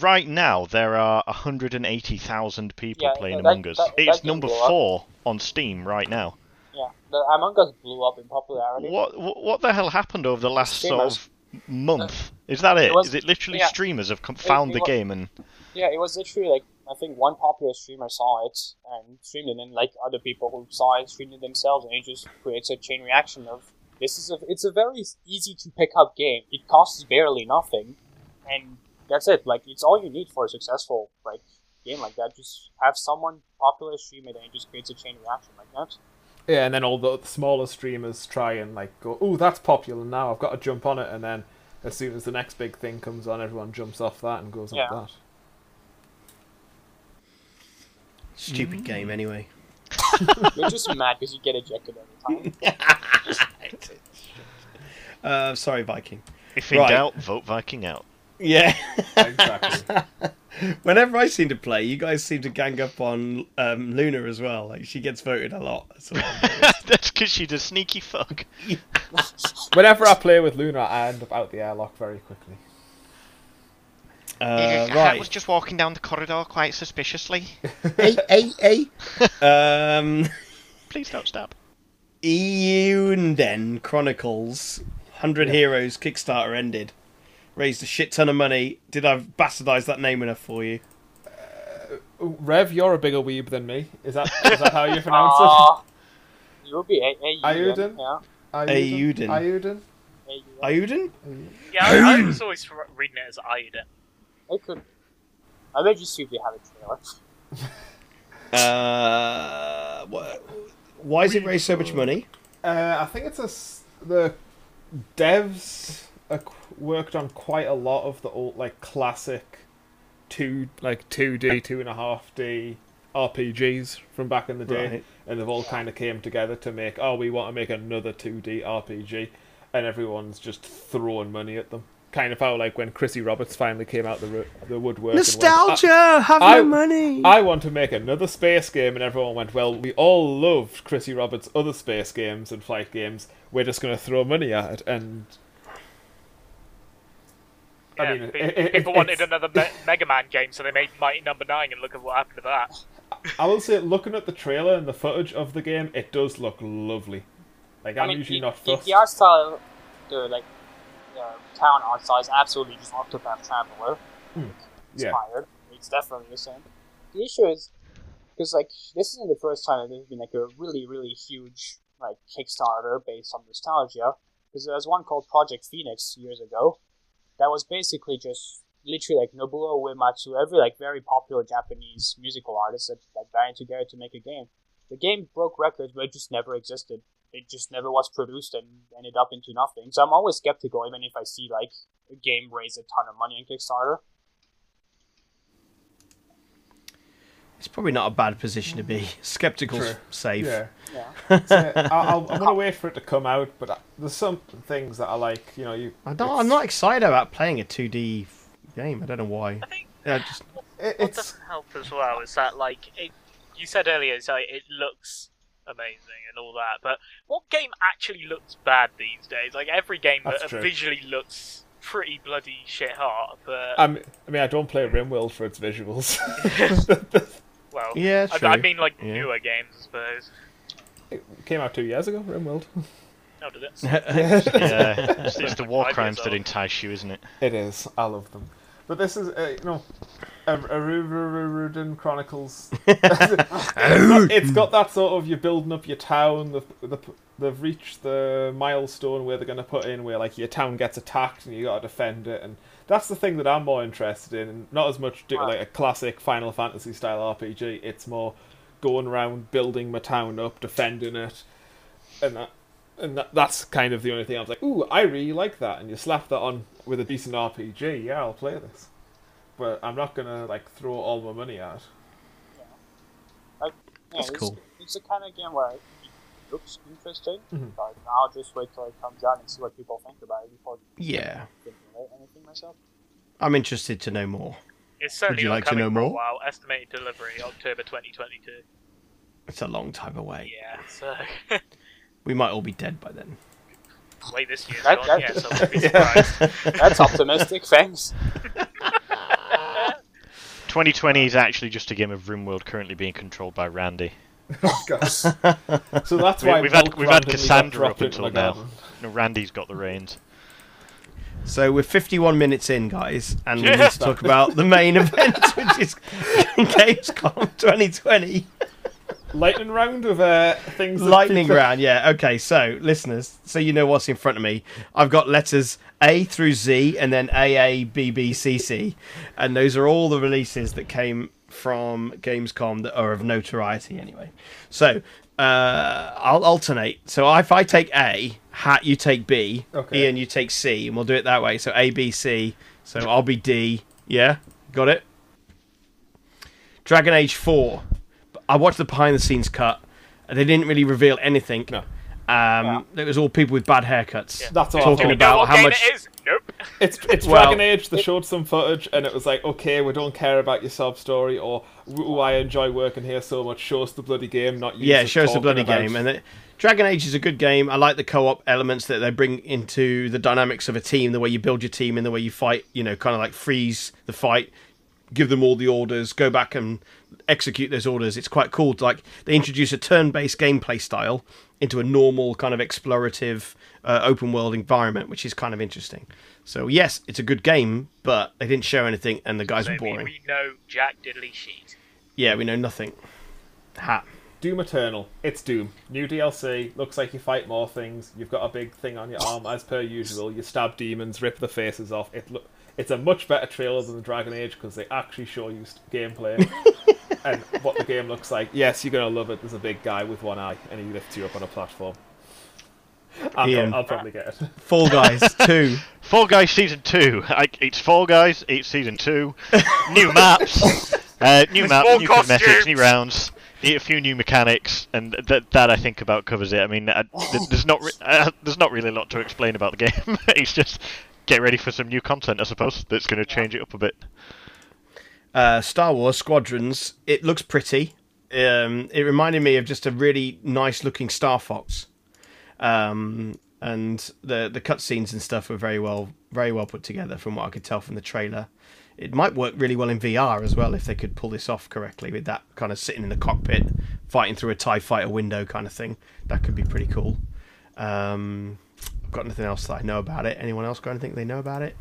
Speaker 1: Right now, there are 180,000 people
Speaker 4: Yeah,
Speaker 1: playing
Speaker 4: that-
Speaker 1: Among Us.
Speaker 4: that- that
Speaker 1: it's
Speaker 4: can
Speaker 1: number
Speaker 4: go up.
Speaker 1: four on Steam right now.
Speaker 4: Yeah, the Among Us blew up in popularity.
Speaker 1: What what what the hell happened over the last sort of month? Is that it? Is
Speaker 4: it was-
Speaker 1: it literally
Speaker 4: yeah.
Speaker 1: streamers have com- found
Speaker 4: it
Speaker 1: the
Speaker 4: wa-
Speaker 1: game and
Speaker 4: Yeah, it was literally like I think one popular streamer saw it and streamed it, and like other people who saw it streamed it themselves, and it just creates a chain reaction of this is a it's a very easy to pick up game. It costs barely nothing, and that's it. Like it's all you need for a successful like game like that. Just have someone popular stream it, and it just creates a chain reaction like that.
Speaker 3: yeah, and then all the smaller streamers try and like go, "Oh, that's popular now. I've got to jump on it." And then as soon as the next big thing comes on, everyone jumps off that and goes on
Speaker 4: Yeah.
Speaker 3: that.
Speaker 2: Stupid game, anyway.
Speaker 4: You're just mad because you get ejected every time.
Speaker 2: Uh, sorry, Viking.
Speaker 1: if in
Speaker 2: Right.
Speaker 1: doubt, vote Viking out.
Speaker 2: Yeah.
Speaker 3: Exactly.
Speaker 2: Whenever I seem to play, you guys seem to gang up on um, Luna as well. Like she gets voted a lot. Uh, So.
Speaker 1: That's because she's a sneaky fuck.
Speaker 3: Whenever I play with Luna, I end up out the airlock very quickly.
Speaker 2: Uh,
Speaker 1: I was
Speaker 2: right.
Speaker 1: just walking down the corridor quite suspiciously.
Speaker 2: hey, hey, hey. um, E
Speaker 1: Please don't stop.
Speaker 2: Eunden Chronicles, Hundred Heroes Kickstarter ended. Raised a shit ton of money. Did I bastardize that name enough for you?
Speaker 3: Ooh, Rev, you're a bigger weeb than me. Is that is that how you pronounce it?
Speaker 4: Ah, you'll be a- a-
Speaker 3: Ayudin?
Speaker 4: yeah.
Speaker 2: Ayudin.
Speaker 3: Ayudin.
Speaker 4: Ayudin.
Speaker 2: Iuden?
Speaker 5: yeah. I, I was always r- reading it as Ida.
Speaker 4: It could. I may just see if they have a trailer.
Speaker 2: Uh, wha- why has it raised so much money?
Speaker 3: Uh, I think it's a s- the devs uh, qu- worked on quite a lot of the old like classic two like two D two and a half D RPGs from back in the day,
Speaker 2: Right.
Speaker 3: and they've all kind of came together to make oh we want to make another two D RPG, and everyone's just throwing money at them. Kind of how like when Chrissy Roberts finally came out the ro- the woodwork. and went, "Ah,
Speaker 2: have
Speaker 3: I-
Speaker 2: money.
Speaker 3: I want to make another space game, and everyone went, "Well, we all loved Chrissy Roberts' other space games and flight games. We're just going to throw money at it." And
Speaker 5: Yeah,
Speaker 3: I mean,
Speaker 5: pe-
Speaker 3: it- it-
Speaker 5: people
Speaker 3: it-
Speaker 5: wanted
Speaker 3: it's-
Speaker 5: another Me- Mega Man game, so they made Mighty Number Nine, and look at what happened to that.
Speaker 3: I will say, looking at the trailer and the footage of the game, it does look lovely. Like I'm
Speaker 4: mean,
Speaker 3: usually
Speaker 4: the-
Speaker 3: not
Speaker 4: the-
Speaker 3: fussed.
Speaker 4: The art style, the like uh, town art style is absolutely just Octopath Traveler
Speaker 3: Yeah,
Speaker 4: inspired. It's definitely the same. the issue is because like this isn't the first time that there's been like a really really huge like Kickstarter based on nostalgia. Because there was one called Project Phoenix years ago, that was basically just literally like Nobuo Uematsu, every like very popular Japanese musical artist that, that banded together to make a game. The game broke records, but it just never existed. It just never was produced and ended up into nothing. So I'm always skeptical, even if I see like a game raise a ton of money on Kickstarter.
Speaker 2: It's probably not a bad position to be. Skeptical's
Speaker 3: True.
Speaker 2: safe.
Speaker 3: Yeah.
Speaker 4: Yeah.
Speaker 3: So, I- I'll, I'm gonna wait for it to come out, but I, there's some things that I like. You know, you.
Speaker 2: I don't,
Speaker 3: it's-
Speaker 2: I'm not excited about playing a 2D game. I don't know why.
Speaker 5: I think
Speaker 2: Yeah, just
Speaker 3: It,
Speaker 5: what
Speaker 3: it's
Speaker 5: doesn't help as well is that like it, you said earlier, it's like, it looks amazing and all that, but what game actually looks bad these days? Like every game
Speaker 3: That's
Speaker 5: that
Speaker 3: true.
Speaker 5: visually looks pretty bloody shit hot, but
Speaker 2: Uh,
Speaker 3: I'm, I mean, I don't play RimWorld for its visuals.
Speaker 5: well,
Speaker 2: Yeah,
Speaker 5: I, I
Speaker 2: true.
Speaker 5: mean like
Speaker 2: Yeah.
Speaker 5: newer games, I suppose.
Speaker 3: it came out two years ago, RimWorld.
Speaker 5: No, did
Speaker 2: Mm.
Speaker 5: it?
Speaker 1: Yeah, it's, it's the war
Speaker 5: Five years
Speaker 1: crimes that
Speaker 5: old.
Speaker 1: entice you, isn't it?
Speaker 3: It is. I love them. But this is, uh, you know, a- a Arurururudin Chronicles. it's, got, it's got that sort of you're building up your town. They've, they've, they've reached the milestone where they're going to put in where like your town gets attacked and you got to defend it. And that's the thing that I'm more interested in. and Not as much do, like a classic Final Fantasy style RPG. It's more going around building my town up, defending it, and that and that, that's kind of the only thing I was like, ooh, I really like that, and you slap that on with a decent RPG, yeah, I'll play this. But I'm not gonna like throw all my money out.
Speaker 4: Yeah,
Speaker 2: That's
Speaker 4: it's,
Speaker 2: cool.
Speaker 4: It's the kind of game where it looks interesting,
Speaker 2: Mm-hmm.
Speaker 4: but I'll just wait till it comes out and see what people think about it before
Speaker 2: yeah.
Speaker 4: thinking about anything myself.
Speaker 2: I'm interested to know more.
Speaker 5: It's certainly
Speaker 2: you
Speaker 5: not
Speaker 2: like to
Speaker 5: coming
Speaker 2: know
Speaker 5: for a
Speaker 2: more?
Speaker 5: while. Estimated delivery October 2022.
Speaker 2: It's a long time away.
Speaker 5: Yeah, so
Speaker 2: We might all be dead by then.
Speaker 5: late this year.
Speaker 4: That-
Speaker 5: gone,
Speaker 4: that-
Speaker 5: yeah, so I wouldn't be surprised.
Speaker 4: That's optimistic, thanks.
Speaker 1: 2020 is actually just a game of RimWorld currently being controlled by Randy.
Speaker 3: so that's
Speaker 1: We,
Speaker 3: why
Speaker 1: we've had
Speaker 3: Volk
Speaker 1: we've had
Speaker 3: randomly got
Speaker 1: Cassandra up
Speaker 3: dropped into
Speaker 1: until
Speaker 3: my
Speaker 1: now.
Speaker 3: garden.
Speaker 1: No, Randy's got the reins.
Speaker 2: So we're 51 minutes in, guys, and we need to talk about the main event, which is Gamescom 2020.
Speaker 3: Lightning round of uh, things. that
Speaker 2: Lightning
Speaker 3: people-
Speaker 2: round, yeah. Okay, so listeners, so you know what's in front of me. I've got letters A through Z and then A A B B C C, and those are all the releases that came from Gamescom that are of notoriety anyway. So uh, I'll alternate. So if I take A, Hat, you take B,
Speaker 3: Okay.
Speaker 2: Ian, you take C, and we'll do it that way. So A B C. So I'll be D. Yeah, got it. Dragon Age Four. I watched the behind the scenes cut. and They didn't really reveal anything.
Speaker 3: No.
Speaker 2: Um, It was all people with bad haircuts.
Speaker 3: That's all I
Speaker 2: Talking
Speaker 3: thought.
Speaker 5: We
Speaker 2: about
Speaker 5: know what
Speaker 2: Oh, how
Speaker 5: game
Speaker 2: much-
Speaker 5: it is? Nope.
Speaker 3: It's it's
Speaker 2: Well-
Speaker 3: Dragon Age. They showed some footage, and it was like, okay, we don't care about your sob story, or ooh, I enjoy working here so much. Show us the bloody game, not you.
Speaker 2: yeah, it
Speaker 3: just
Speaker 2: shows the
Speaker 3: talking
Speaker 2: bloody
Speaker 3: about-
Speaker 2: game. And it, Dragon Age is a good game. I like the co-op elements that they bring into the dynamics of a team, the way you build your team and the way you fight. You know, kind of like freeze the fight, give them all the orders, go back and execute those orders. It's quite cool. Like they introduce a turn-based gameplay style into a normal kind of explorative uh, open world environment, which is kind of interesting. So yes, it's a good game, but they didn't show anything, and the guys
Speaker 5: So
Speaker 2: were
Speaker 5: we,
Speaker 2: boring.
Speaker 5: we know Jack Diddley Sheet.
Speaker 2: Yeah, we know nothing. Ha.
Speaker 3: Doom Eternal. It's Doom. New DLC. Looks like you fight more things. You've got a big thing on your arm, as per usual. You stab demons, rip the faces off. It look. It's a much better trailer than the Dragon Age because they actually show you s- gameplay and what the game looks like. Yes, you're gonna love it. There's a big guy with one eye, and he lifts you up on a platform. I'll,
Speaker 2: Ian.
Speaker 3: I'll probably get it.
Speaker 2: Fall Guys two.
Speaker 1: Fall Guys season two. I, it's Fall Guys. It's season two. new maps. Uh, new maps.
Speaker 5: more
Speaker 1: New cosmetics. New
Speaker 5: costumes.
Speaker 1: rounds. A few new mechanics, and that that I think about covers it. I mean, I,
Speaker 3: Oh.
Speaker 1: th- there's not re- uh, there's not really a lot to explain about the game. it's just get ready for some new content, I suppose. That's going to change it up a bit.
Speaker 2: uh, Star Wars Squadrons. It looks pretty. Um, it reminded me of just a really nice looking Star Fox, um, and the the cutscenes and stuff were very well very well put together from what I could tell from the trailer. It might work really well in VR as well if they could pull this off correctly with that kind of sitting in the cockpit, fighting through a Tie Fighter window kind of thing. That could be pretty cool. Um, I've got nothing else that I know about it. Anyone else got anything they know about it?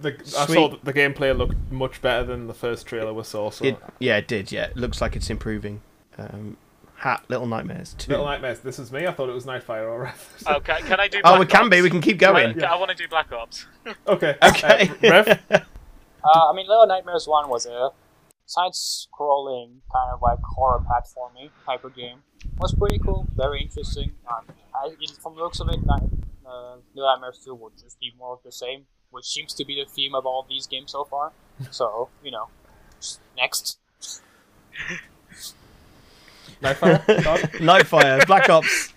Speaker 3: The, I
Speaker 2: Sweet.
Speaker 3: saw that the gameplay looked much better than the first trailer we saw. So
Speaker 2: It, yeah, it did. Yeah, it looks like it's improving. Um, hat, Little Nightmares two.
Speaker 3: Little Nightmares. This is me. I thought it was Nightfire or Wrath.
Speaker 5: Oh, can, can I do? Black
Speaker 2: oh, it can be.
Speaker 5: Ops?
Speaker 2: We can keep
Speaker 5: Can I-
Speaker 2: going.
Speaker 5: can- I, want to do Black Ops.
Speaker 3: okay.
Speaker 2: Okay.
Speaker 3: Uh, Rev,
Speaker 4: Uh, I mean, Little Nightmares 1 was a side scrolling, kind of like horror platforming type of game. was pretty cool, very interesting. Um, I, it- from the looks of it, Night, uh, Little Nightmares 2 will just be more of the same, which seems to be the theme of all these games so far. So, you know, just next.
Speaker 3: Nightfire. God.
Speaker 2: Nightfire, Black Ops.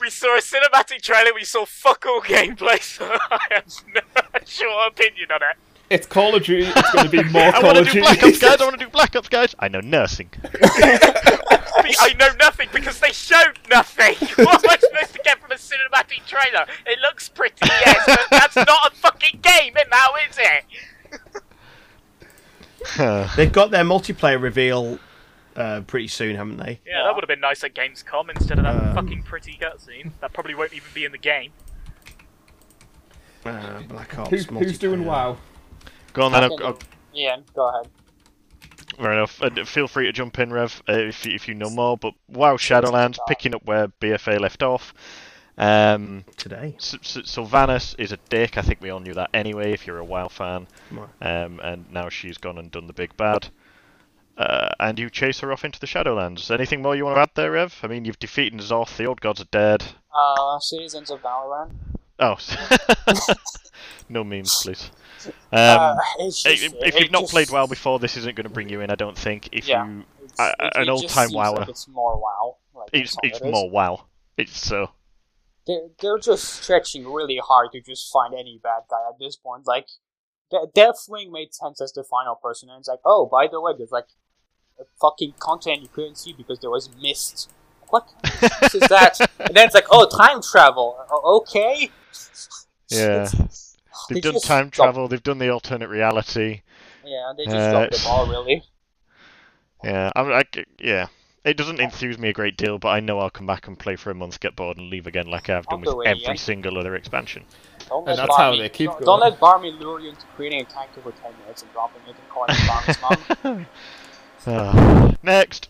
Speaker 5: We saw a cinematic trailer. We saw fuck all gameplay. So I have no sure opinion on it.
Speaker 3: It's Call of Duty. It's going to be more
Speaker 1: I
Speaker 3: Call
Speaker 1: want
Speaker 3: of
Speaker 1: to do
Speaker 3: Duty.
Speaker 1: Black Ops, guys. I want to do Black Ops, guys. I know nursing.
Speaker 5: Be- I know nothing because they showed nothing. What am I supposed to get from a cinematic trailer? It looks pretty, yes, but that's not a fucking game, and now is it?
Speaker 2: They've got their multiplayer reveal uh, pretty soon, haven't they?
Speaker 5: Yeah, that would have been nice at Gamescom instead of that
Speaker 3: Uh,
Speaker 5: fucking pretty cutscene. That probably won't even be in the game.
Speaker 2: Uh, Black Ops.
Speaker 3: Who's, who's doing
Speaker 2: multiplayer.
Speaker 3: WoW?
Speaker 1: Go on then. I'll,
Speaker 4: Okay.
Speaker 1: I'll,
Speaker 4: Ian, go ahead.
Speaker 1: fair enough. Uh, feel free to jump in, Rev, uh, if you- if you know more. But WoW Shadowlands, picking up where BFA left off. Um,
Speaker 2: today?
Speaker 1: S- S- Sylvanas is a dick. I think we all knew that anyway. If you're a WoW fan,
Speaker 2: Right.
Speaker 1: um, and now she's gone and done the big bad. Uh, and you chase her off into the Shadowlands. Anything more you want to add there, Rev? I mean, you've defeated Zoth. The old gods are dead.
Speaker 4: Uh, Citizens of Valorant.
Speaker 1: Oh, no memes, please. Um,
Speaker 4: uh, it's
Speaker 1: i-
Speaker 4: just,
Speaker 1: if
Speaker 4: it
Speaker 1: you've not
Speaker 4: just-
Speaker 1: played WoW before, this isn't going to bring you in. I don't think. If
Speaker 4: Yeah.
Speaker 1: you,
Speaker 4: it's-
Speaker 1: I- I-
Speaker 4: it-
Speaker 1: an
Speaker 4: it just
Speaker 1: old-time
Speaker 4: seems like
Speaker 1: wowler.
Speaker 4: It's more WoW. Like,
Speaker 1: it's
Speaker 4: that's all
Speaker 1: it's
Speaker 4: it is.
Speaker 1: more WoW. It's uh, so.
Speaker 4: they're, they're just stretching really hard to just find any bad guy at this point. Like, De- Deathwing made sense as the final person, and it's like, oh, by the way, there's like a fucking content you couldn't see because there was mist. What this is that? And then it's like, oh, time travel. O- okay.
Speaker 1: Yeah.
Speaker 4: It's- they
Speaker 1: They've done
Speaker 4: just
Speaker 1: time
Speaker 4: dropped-
Speaker 1: travel. They've done the alternate reality.
Speaker 4: Yeah, they just
Speaker 1: Uh,
Speaker 4: dropped
Speaker 1: it's-
Speaker 4: the ball, really.
Speaker 1: Yeah, I'm like, yeah. It doesn't enthuse me a great deal, but I know I'll come back and play for a month, get bored, and leave again, like I've done
Speaker 4: Not the
Speaker 1: with
Speaker 4: way,
Speaker 1: every
Speaker 4: yeah.
Speaker 1: single other expansion.
Speaker 4: Don't let
Speaker 3: And that's how
Speaker 4: Barmy-
Speaker 3: they keep
Speaker 4: don't,
Speaker 3: going.
Speaker 4: Don't let Barmy lure you into creating a tank over 10 minutes and dropping it and calling it Barmy's mom.
Speaker 1: Ah. next,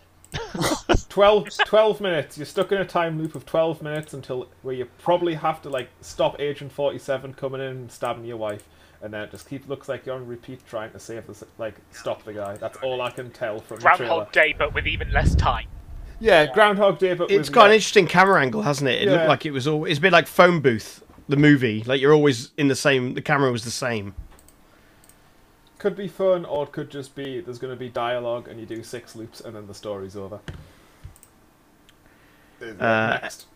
Speaker 3: 12, 12 minutes. You're stuck in a time loop of 12 minutes until where you probably have to like stop Agent 47 coming in and stabbing your wife. And then it just keep looks like you're on repeat trying to save this, like stop the guy. That's all I can tell from the trailer.
Speaker 5: Groundhog Day, but with even less time.
Speaker 3: Yeah, Groundhog Day, but
Speaker 2: It's
Speaker 3: with
Speaker 2: got an
Speaker 3: yeah.
Speaker 2: interesting camera angle, hasn't it? It looked
Speaker 3: Yeah.
Speaker 2: like it was all. It's a bit like Phone Booth, the movie. Like you're always in the same. The camera was the same.
Speaker 3: could be fun or it could just be there's going to be dialogue and you do six loops and then the story's over. Uh, Next.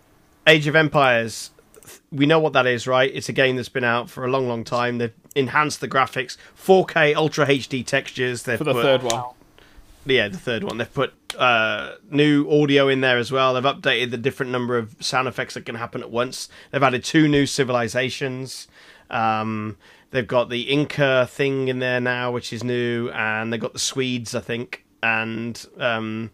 Speaker 2: Age of Empires. th- We know what that is, right? It's a game that's been out for a long, long time. They've enhanced the graphics, 4K Ultra HD textures. They've
Speaker 3: For the
Speaker 2: put,
Speaker 3: third one.
Speaker 4: Wow.
Speaker 2: yeah, the third one. They've put uh, new audio in there as well. They've updated the different number of sound effects that can happen at once. They've added two new civilizations. Um, they've got the Inca thing in there now, which is new, and they've got the Swedes, I think, and um,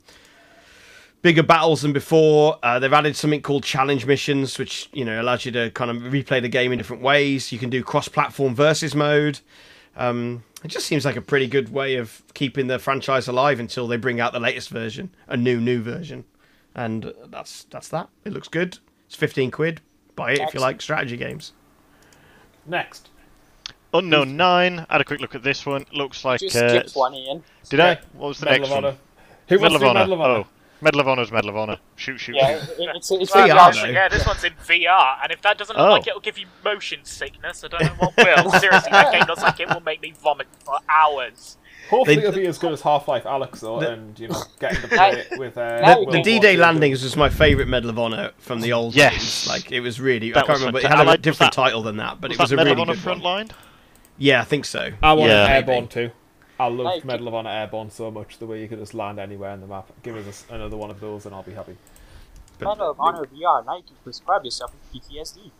Speaker 2: bigger battles than before. Uh, they've added something called challenge missions, which you know allows you to kind of replay the game in different ways. You can do cross-platform versus mode. Um, it just seems like a pretty good way of keeping the franchise alive until they bring out the latest version, a new new version, and uh, that's that's that. It looks good. It's fifteen quid. Buy it if you
Speaker 4: Excellent.
Speaker 2: like strategy games.
Speaker 3: Next.
Speaker 1: Unknown Nine. Had a quick look at this one. Looks like.
Speaker 4: Just
Speaker 1: uh,
Speaker 4: skip one, Ian.
Speaker 1: Did
Speaker 3: Yeah.
Speaker 1: I? What was the
Speaker 3: Medal
Speaker 1: next
Speaker 3: of
Speaker 1: one?
Speaker 3: Honor. Who wants
Speaker 1: Medal
Speaker 3: to
Speaker 1: of
Speaker 3: do
Speaker 1: Honor.
Speaker 3: Medal of Honor?
Speaker 1: Oh, Medal of Honor's Medal of Honor. Shoot, shoot.
Speaker 4: Yeah,
Speaker 1: shoot.
Speaker 4: it, it's, it's
Speaker 2: VR,
Speaker 4: VR,
Speaker 2: though.
Speaker 5: yeah, this one's in VR, and if that doesn't look
Speaker 1: Oh.
Speaker 5: like it, will give you motion sickness. I don't know what will. Seriously, that game looks like it will make me vomit for hours.
Speaker 3: Hopefully,
Speaker 2: They-
Speaker 3: it'll be as good as Half Life Alex, though, and you know, getting to
Speaker 4: Now-
Speaker 3: play it with uh,
Speaker 4: now
Speaker 3: World
Speaker 2: The
Speaker 3: War
Speaker 2: D Day
Speaker 3: II.
Speaker 2: landings was my favourite Medal of Honour from the old
Speaker 1: Yes.
Speaker 2: days. Like it was really I
Speaker 1: That
Speaker 2: can't
Speaker 1: was
Speaker 2: remember it
Speaker 1: fantastic.
Speaker 2: had
Speaker 1: I
Speaker 2: a
Speaker 1: like- was
Speaker 2: different
Speaker 1: that-
Speaker 2: title than that, but
Speaker 1: Was
Speaker 2: it was
Speaker 1: that
Speaker 2: a really
Speaker 1: Medal
Speaker 2: good
Speaker 1: of Honor
Speaker 2: one.
Speaker 1: Frontline?
Speaker 2: Yeah, I think so.
Speaker 3: I want
Speaker 1: Yeah.
Speaker 3: Airborne too. I love
Speaker 4: Like-
Speaker 3: Medal of Honor Airborne so much. The way you could just land anywhere on the map. Give us a s- another one of those, and I'll be happy.
Speaker 4: Medal of Honor VR. Now you can prescribe yourself with PTSD.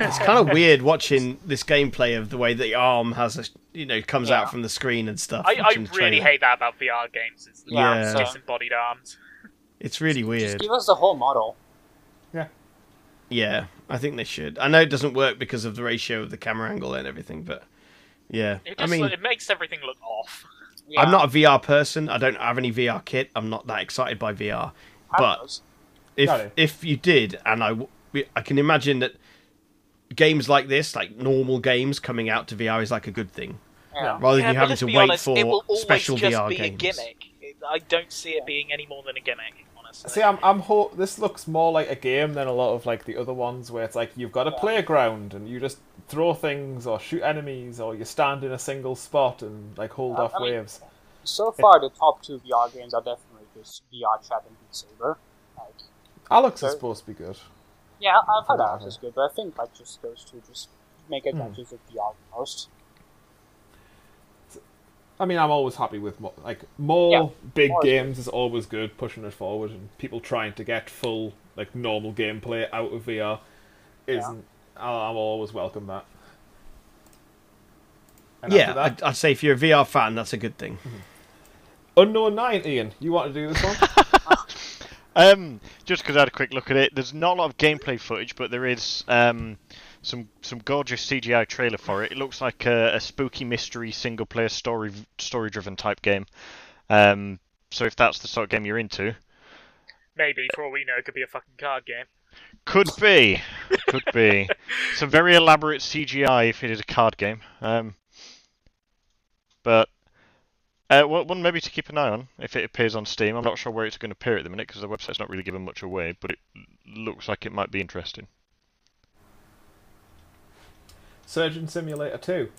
Speaker 2: It's kind of weird watching this gameplay of the way the arm has a you know comes
Speaker 4: Yeah.
Speaker 2: out from the screen and stuff.
Speaker 5: I, I
Speaker 2: from
Speaker 5: really
Speaker 2: the trailer.
Speaker 5: hate that about VR games. It's the
Speaker 2: Yeah.
Speaker 5: arms, disembodied arms.
Speaker 2: It's really
Speaker 4: Just
Speaker 2: weird.
Speaker 4: give us the whole model.
Speaker 2: Yeah. I think they should. I know it doesn't work because of the ratio of the camera angle and everything, but yeah.
Speaker 5: It
Speaker 2: I
Speaker 5: just
Speaker 2: mean,
Speaker 5: it makes everything look off.
Speaker 4: Yeah,
Speaker 2: I'm not a VR person. I don't have any VR kit. I'm not that excited by VR.
Speaker 4: I
Speaker 2: But
Speaker 4: was.
Speaker 2: if
Speaker 3: No.
Speaker 2: if you did, and I, w- I can imagine that games like this, like normal games coming out to VR, is like a good thing,
Speaker 4: Yeah.
Speaker 2: rather than
Speaker 5: yeah,
Speaker 2: you
Speaker 5: but
Speaker 2: having
Speaker 5: let's
Speaker 2: to
Speaker 5: be
Speaker 2: wait
Speaker 5: honest,
Speaker 2: for
Speaker 5: it will always
Speaker 2: special
Speaker 5: just
Speaker 2: VR
Speaker 5: be
Speaker 2: games.
Speaker 5: a gimmick. It- I don't see it being any more than a gimmick, honestly.
Speaker 3: See, I'm, I'm ho- this looks more like a game than a lot of like the other ones where it's like you've got a playground and you just throw things or shoot enemies or you stand in a single spot and like hold
Speaker 4: I-
Speaker 3: off
Speaker 4: I mean-
Speaker 3: waves.
Speaker 4: So far, the top two VR games are definitely just VR Trap and Beat Saber. Like,
Speaker 3: Alex is
Speaker 4: Sorry?
Speaker 3: supposed to be good.
Speaker 4: yeah, I- I've heard
Speaker 3: Yeah.
Speaker 4: that was good, but I think like just those two just make adventures of VR the most.
Speaker 3: I mean, I'm always happy with more, like more big
Speaker 4: more is
Speaker 3: games is always good, pushing it forward and people trying to get full like normal gameplay out of VR isn't. I I'm always welcome that. And
Speaker 2: Yeah,
Speaker 3: after that,
Speaker 2: I'd, I'd say if you're a VR fan, that's a good thing.
Speaker 3: Unknown Nine, Ian. You want to do this one?
Speaker 1: Um, just because I had a quick look at it, there's not a lot of gameplay footage, but there is um, some some gorgeous CGI trailer for it. It looks like a, a spooky mystery single player story story driven type game. Um, so if that's the sort of game you're into,
Speaker 5: Maybe, for all we know, it could be a fucking card game.
Speaker 1: could be, could be some very elaborate CGI if it is a card game. Um, but uh, one one maybe to keep an eye on if it appears on Steam. I'm not sure where it's going to appear at the minute because the website's not really giving much away, but it looks like it might be interesting.
Speaker 3: Surgeon Simulator 2.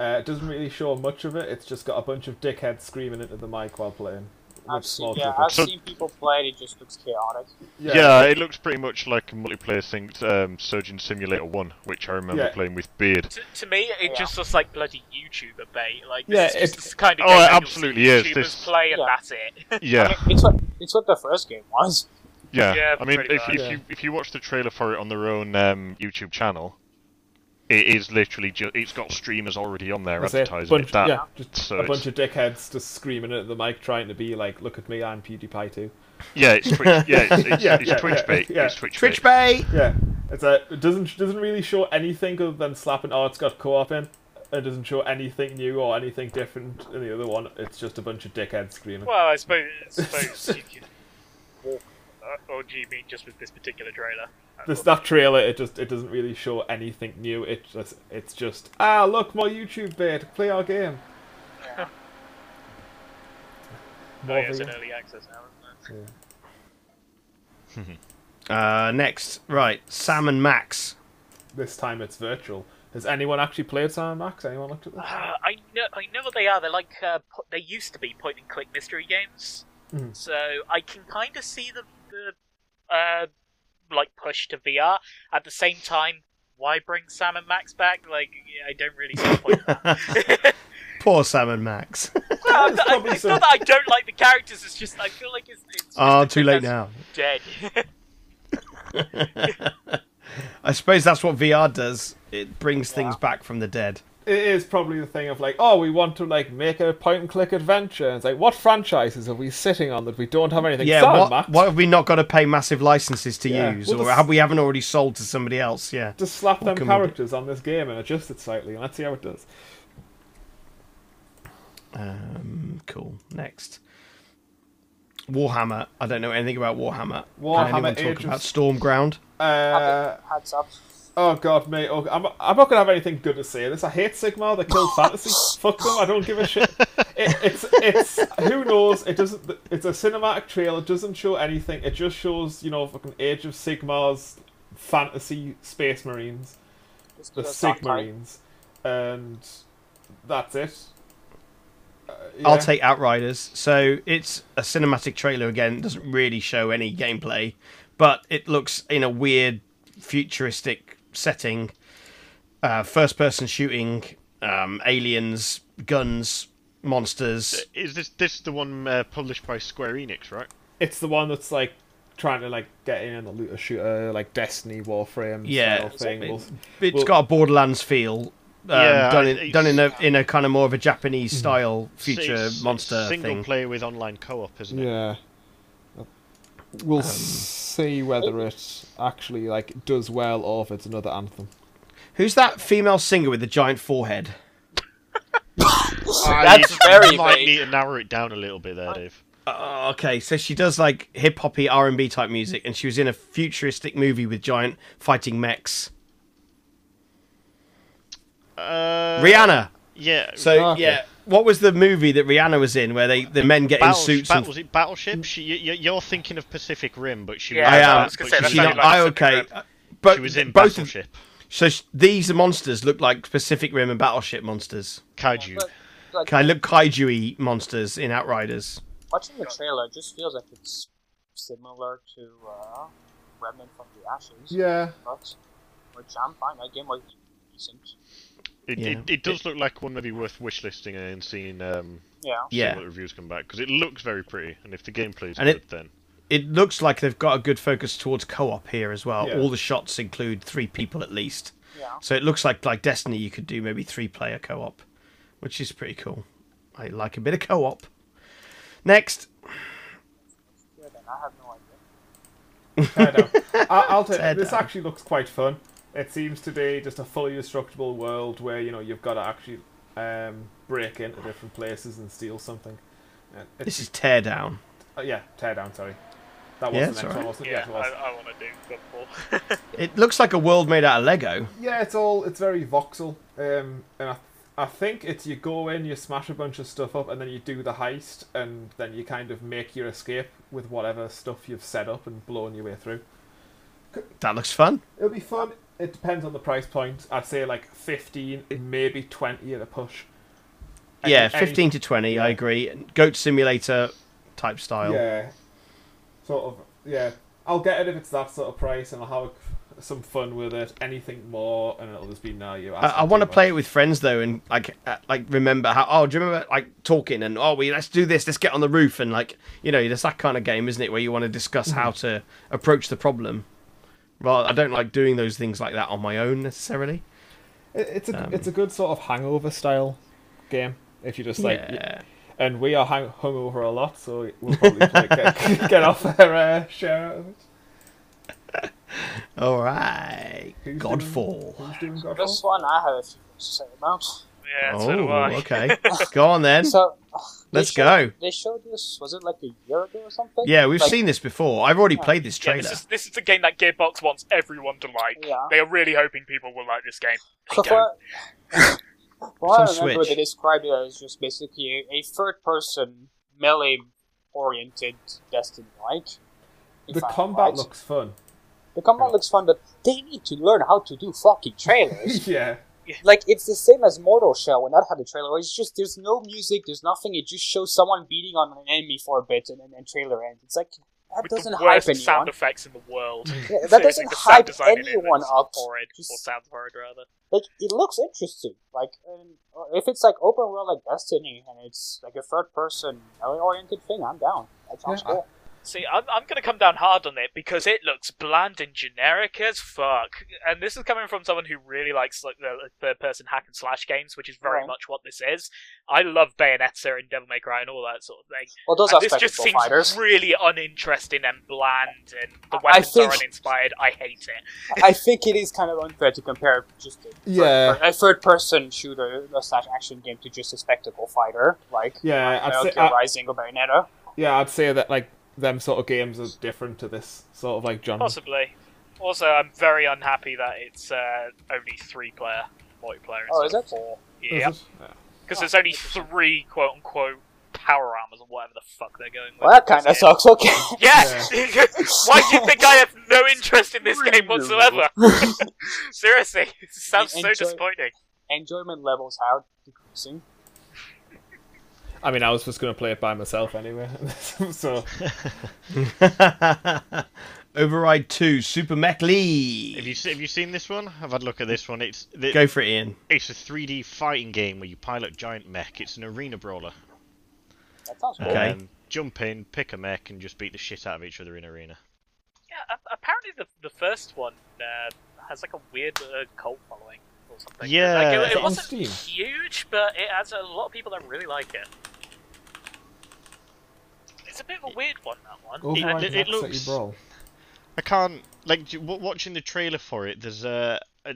Speaker 3: Uh, it doesn't really show much of it. It's just got a bunch of dickheads screaming into the mic while playing.
Speaker 4: I've
Speaker 3: with small
Speaker 4: seen, yeah, I've
Speaker 3: clippers.
Speaker 1: So-
Speaker 4: seen people play it. It just looks chaotic.
Speaker 1: Yeah, it looks pretty much like a multiplayer thing, um, Surgeon Simulator 1, which I remember
Speaker 3: Yeah.
Speaker 1: playing with Beard.
Speaker 5: To, to me, it
Speaker 4: Yeah.
Speaker 5: just looks like bloody YouTuber bait. Like,
Speaker 3: Yeah,
Speaker 5: this is
Speaker 3: it-
Speaker 5: just the kind of
Speaker 1: Oh,
Speaker 5: game
Speaker 1: it
Speaker 5: that you'll
Speaker 1: absolutely
Speaker 5: see
Speaker 1: is.
Speaker 5: YouTubers
Speaker 1: This-
Speaker 5: play, and
Speaker 4: Yeah.
Speaker 5: that's it.
Speaker 1: Yeah,
Speaker 4: It's what it's what the first game was.
Speaker 1: yeah.
Speaker 5: Yeah,
Speaker 1: I mean,
Speaker 5: pretty
Speaker 1: if,
Speaker 5: much.
Speaker 1: if
Speaker 3: Yeah.
Speaker 1: you if you watch the trailer for it on their own um, YouTube channel, it is literally just it's got streamers already on there
Speaker 3: That's it.
Speaker 1: advertising
Speaker 3: Bunch-
Speaker 1: it. That,
Speaker 3: yeah, just
Speaker 1: so
Speaker 3: a bunch
Speaker 1: it's-
Speaker 3: of dickheads just screaming at the mic, trying to be like, "Look at me, I'm PewDiePie too."
Speaker 1: yeah, it's Twitch, yeah, it's, it's,
Speaker 3: Yeah,
Speaker 1: it's
Speaker 3: yeah,
Speaker 1: Twitch
Speaker 3: yeah,
Speaker 1: bait.
Speaker 3: yeah.
Speaker 1: It's Twitch,
Speaker 2: Twitch
Speaker 1: bait.
Speaker 2: Bay.
Speaker 3: Yeah, it's a, it doesn't doesn't really show anything other than slapping. Oh, it's got co-op in. It doesn't show anything new or anything different in the other one. It's just a bunch of dickheads screaming.
Speaker 5: well, I suppose, I suppose you could walk uh, OGB just with this particular trailer.
Speaker 3: This that trailer, it just it doesn't really show anything new. It just it's just ah look more YouTube bait, play our game.
Speaker 5: Oh, yeah, it's
Speaker 3: Marvel.
Speaker 5: in early access now, isn't it?
Speaker 2: Uh, next, right, Sam and Max.
Speaker 3: This time it's virtual. Has anyone actually played Sam and Max? Anyone looked at this?
Speaker 5: Uh, I know, I know what they are. They're like uh, po- they used to be point and click mystery games.
Speaker 3: Mhm.
Speaker 5: So I can kind of see the the uh, like push to VR. At the same time, why bring Sam and Max back? Like I don't really see the point. of that.
Speaker 2: Poor Sam and Max.
Speaker 5: Well, I'm
Speaker 3: There's
Speaker 5: not- Ah, I-
Speaker 3: probably
Speaker 5: it's
Speaker 3: some-
Speaker 5: not that I don't like the characters. It's just I feel like it's, it's just
Speaker 2: Ah,
Speaker 5: a
Speaker 2: too
Speaker 5: thing
Speaker 2: late
Speaker 5: that's
Speaker 2: now.
Speaker 5: Dead.
Speaker 2: I suppose that's what VR does. It brings things back from the dead.
Speaker 3: It is probably the thing of like, oh, we want to like make a point and click adventure. And it's like, what franchises are we sitting on that we don't have anything?
Speaker 2: Yeah,
Speaker 3: Sam and
Speaker 2: what,
Speaker 3: Max.
Speaker 2: what have we not got to pay massive licenses to
Speaker 3: Yeah.
Speaker 2: use,
Speaker 3: Well,
Speaker 2: or
Speaker 3: the-
Speaker 2: have we haven't already sold to somebody else? Yeah,
Speaker 3: Just slap them
Speaker 2: can we do?
Speaker 3: characters on this game and adjust it slightly, and let's see how it does.
Speaker 2: um, cool. Next, Warhammer. I don't know anything about Warhammer.
Speaker 3: Warhammer
Speaker 2: Can anyone
Speaker 3: Age
Speaker 2: talk
Speaker 3: of-
Speaker 2: about Stormground?
Speaker 3: Uh,
Speaker 4: Heads up.
Speaker 3: oh god, mate. Oh, I'm, I'm not gonna have anything good to say. This I hate Sigma. They killed fantasy. Fuck them. I don't give a shit. It, it's it's who knows. It doesn't. It's a cinematic trailer. It doesn't show anything. It just shows you know fucking Age of Sigmar's fantasy space marines.
Speaker 4: Just
Speaker 3: the
Speaker 4: do a
Speaker 3: Sig
Speaker 4: dark type.
Speaker 3: Marines, and that's it. Uh, yeah.
Speaker 2: I'll take Outriders. So it's a cinematic trailer again. It doesn't really show any gameplay, but it looks in a weird futuristic setting. Uh, first person shooting, um, aliens, guns, monsters.
Speaker 1: Is this this the one uh, published by Square Enix, right?
Speaker 3: It's the one that's like trying to like get in and the looter shooter, like Destiny Warframe
Speaker 2: Yeah,
Speaker 3: style thing. We'll-
Speaker 2: It's
Speaker 3: well-
Speaker 2: got a Borderlands feel. Um,
Speaker 1: Yeah,
Speaker 2: done
Speaker 1: I-
Speaker 2: in, done in a in a kind of more of a Japanese style future
Speaker 1: it's,
Speaker 2: monster
Speaker 1: single
Speaker 2: thing.
Speaker 1: player with online co-op, isn't it?
Speaker 3: yeah. We'll see whether it actually like does well or if it's another anthem.
Speaker 2: Who's that female singer with the giant forehead?
Speaker 1: you
Speaker 4: That's very
Speaker 1: might
Speaker 4: vague.
Speaker 1: need to narrow it down a little bit there, Dave.
Speaker 2: Oh, okay, so she does like hip hoppy R and B type music, and she was in a futuristic movie with giant fighting mechs.
Speaker 1: Uh,
Speaker 2: Rihanna.
Speaker 1: yeah.
Speaker 2: So
Speaker 3: okay.
Speaker 2: yeah, what was the movie that Rihanna was in where they the men get in
Speaker 1: Battle-
Speaker 2: suits?
Speaker 1: Bat-
Speaker 2: and...
Speaker 1: was it Battleship? She, you, you're thinking of Pacific Rim, but she.
Speaker 5: Yeah,
Speaker 1: was,
Speaker 2: I am.
Speaker 5: I was gonna say,
Speaker 1: but
Speaker 5: that's
Speaker 1: she, was
Speaker 2: She
Speaker 5: not
Speaker 1: in-
Speaker 2: not,
Speaker 5: even like
Speaker 2: I
Speaker 5: Pacific
Speaker 2: okay,
Speaker 5: Rim.
Speaker 2: uh, but
Speaker 1: she was in
Speaker 2: both of,
Speaker 1: Battleship.
Speaker 2: so sh- these monsters look like Pacific Rim and Battleship monsters.
Speaker 1: Kaiju.
Speaker 4: But, like,
Speaker 2: Kind of look kaiju-y monsters in Outriders.
Speaker 4: watching the trailer it just feels like it's similar to uh, Remnant from the Ashes.
Speaker 3: Yeah.
Speaker 4: But, which I'm fine. That game was decent.
Speaker 1: It,
Speaker 2: Yeah.
Speaker 1: it, it does look like one maybe worth wishlisting and seeing um,
Speaker 4: Yeah.
Speaker 1: see
Speaker 2: Yeah.
Speaker 1: what reviews come back because it looks very pretty, and if the gameplay's
Speaker 2: And
Speaker 1: good,
Speaker 2: it-
Speaker 1: then
Speaker 2: It looks like they've got a good focus towards co-op here as well.
Speaker 3: Yeah.
Speaker 2: All the shots include three people at least.
Speaker 4: Yeah.
Speaker 2: So it looks like like Destiny, you could do maybe three player co-op, which is pretty cool. I like a bit of co-op. Next,
Speaker 4: Yeah, then I have no idea.
Speaker 3: I know. I, I'll tell
Speaker 2: Ted,
Speaker 3: this
Speaker 2: um,
Speaker 3: actually looks quite fun. It seems to be just a fully destructible world where you know you've got to actually um, break into different places and steal something. Uh,
Speaker 2: this
Speaker 3: It's,
Speaker 2: is Teardown.
Speaker 3: uh, yeah, tear down. Sorry, that was
Speaker 2: Yeah,
Speaker 3: the
Speaker 2: it's
Speaker 3: next
Speaker 2: alright.
Speaker 3: one, wasn't it?
Speaker 5: Yeah,
Speaker 3: it was.
Speaker 5: I, I want to do football.
Speaker 2: It looks like a world made out of Lego.
Speaker 3: Yeah, it's all it's very voxel, um, and I, I think it's you go in, you smash a bunch of stuff up, and then you do the heist, and then you kind of make your escape with whatever stuff you've set up and blown your way through.
Speaker 2: That looks fun.
Speaker 3: It'll be fun. It depends on the price point. I'd say like fifteen, maybe twenty at a push. Any-
Speaker 2: yeah,
Speaker 3: any-
Speaker 2: fifteen to twenty. I
Speaker 3: yeah.
Speaker 2: agree. Goat Simulator type style.
Speaker 3: Yeah, sort of. Yeah, I'll get it if it's that sort of price, and I'll have some fun with it. Anything more, and it'll just be no. You.
Speaker 2: I, I want to play it with friends though, and like uh, like remember how oh do you remember like talking and oh we let's do this let's get on the roof and like you know it's that kind of game isn't it where you want to discuss how
Speaker 5: Mm-hmm.
Speaker 2: to approach the problem. Well, I don't like doing those things like that on my own necessarily.
Speaker 3: It- It's a
Speaker 2: Um,
Speaker 3: it's a good sort of hangover style game. If you just like,
Speaker 2: yeah.
Speaker 3: and we are hang- hungover a lot, so we'll probably play, get, get off our uh, share. Of it.
Speaker 2: All right.
Speaker 3: Who's
Speaker 2: Godfall.
Speaker 3: Who's doing Godfall?
Speaker 4: This one I have a few things to say about.
Speaker 5: yeah, so do
Speaker 2: Oh,
Speaker 5: I.
Speaker 2: okay. Go on then.
Speaker 4: So they
Speaker 2: Hmm. Let's
Speaker 4: showed-
Speaker 2: go.
Speaker 4: They showed this. Was it like a year ago or something?
Speaker 2: Yeah, we've
Speaker 4: Like,
Speaker 2: seen this before. I've already played this
Speaker 5: Yeah,
Speaker 2: trailer.
Speaker 5: this is this is the game that Gearbox wants everyone to like.
Speaker 4: Yeah.
Speaker 5: They are really hoping people will like this game. They
Speaker 4: So
Speaker 5: don't.
Speaker 4: far, well, I
Speaker 2: Some
Speaker 4: remember
Speaker 2: Switch.
Speaker 4: they described it as just basically a, a third-person melee-oriented Destiny, like. if
Speaker 3: The
Speaker 4: I'm
Speaker 3: combat
Speaker 4: right.
Speaker 3: looks fun.
Speaker 4: The combat looks fun, but they need to learn how to do fucking trailers.
Speaker 3: yeah,
Speaker 4: like it's the same as Mortal Shell when that had a trailer. where It's just there's no music, there's nothing. It just shows someone beating on an enemy for a bit, and then and trailer ends. It's like that
Speaker 5: with
Speaker 4: doesn't
Speaker 5: the
Speaker 4: hype
Speaker 5: worst
Speaker 4: anyone.
Speaker 5: sound effects in the world.
Speaker 4: Yeah, that
Speaker 5: Seriously,
Speaker 4: doesn't
Speaker 5: the sound
Speaker 4: hype
Speaker 5: design in it
Speaker 4: anyone
Speaker 5: is
Speaker 4: up.
Speaker 5: Horrid, or
Speaker 4: Just-
Speaker 5: sounds horrid rather.
Speaker 4: like it looks interesting. Like um, if it's like open world like Destiny, and it's like a third person oriented thing, I'm down. That sounds
Speaker 3: Yeah, I-
Speaker 4: cool.
Speaker 5: See, I'm, I'm going to come down hard on it because it looks bland and generic as fuck. And this is coming from someone who really likes like the third-person hack and slash games, which is very
Speaker 4: Right.
Speaker 5: much what this is. I love Bayonetta and Devil May Cry and all that sort of thing.
Speaker 4: Well, those
Speaker 5: And
Speaker 4: are
Speaker 5: this just
Speaker 4: spectacle
Speaker 5: seems
Speaker 4: fighters.
Speaker 5: really uninteresting and bland, and the
Speaker 4: I- I
Speaker 5: weapons
Speaker 4: think-
Speaker 5: are uninspired. I hate it.
Speaker 4: I think it is kind of unfair to compare just a
Speaker 3: Yeah.
Speaker 4: third, a third person shooter uh, slash action game to just a spectacle fighter like
Speaker 3: yeah. I'd
Speaker 4: Metal
Speaker 3: say,
Speaker 4: Gear
Speaker 3: I,
Speaker 4: Rising or Bayonetta.
Speaker 3: yeah, I'd say that like them sort of games are different to this sort of like genre.
Speaker 5: Possibly. Also, I'm very unhappy that it's uh, only three-player multiplayer.
Speaker 4: Oh,
Speaker 5: instead
Speaker 4: is
Speaker 5: of
Speaker 4: it? Oh,
Speaker 5: four?
Speaker 3: Is
Speaker 5: Yeah,
Speaker 3: it? Yeah.
Speaker 5: because there's only three quote-unquote power armors or whatever the fuck they're going with.
Speaker 4: Well, that kind of
Speaker 5: That's it.
Speaker 4: sucks. Okay.
Speaker 5: Yeah. Why do you think I have no interest in this game whatsoever? Seriously, it sounds so
Speaker 4: Enjoy-
Speaker 5: disappointing.
Speaker 4: Enjoyment levels are decreasing.
Speaker 3: I mean, I was just gonna play it by myself anyway, so
Speaker 2: Override 2 Super Mech League.
Speaker 1: Have you se- have you seen this one? I've had a look at this one. It's the,
Speaker 2: Go for it, Ian.
Speaker 1: it's a 3D fighting game where you pilot giant mech. It's an arena brawler.
Speaker 4: That sounds cool.
Speaker 2: Okay.
Speaker 1: Um, jump in, pick a mech, and just beat the shit out of each other in arena.
Speaker 5: Yeah, a- apparently the the first one uh, has like a weird uh, cult following or something.
Speaker 1: Yeah.
Speaker 5: Like,
Speaker 1: Is
Speaker 5: it,
Speaker 1: it
Speaker 5: it
Speaker 3: on
Speaker 5: wasn't
Speaker 3: Steam?
Speaker 5: huge, but it has a lot of people that really like it. It's It's a bit of a weird one, that one.
Speaker 3: Override
Speaker 1: it-
Speaker 3: it,
Speaker 1: it looks-
Speaker 3: looks... brawl.
Speaker 1: I can't like j- w- watching the trailer for it. There's a, a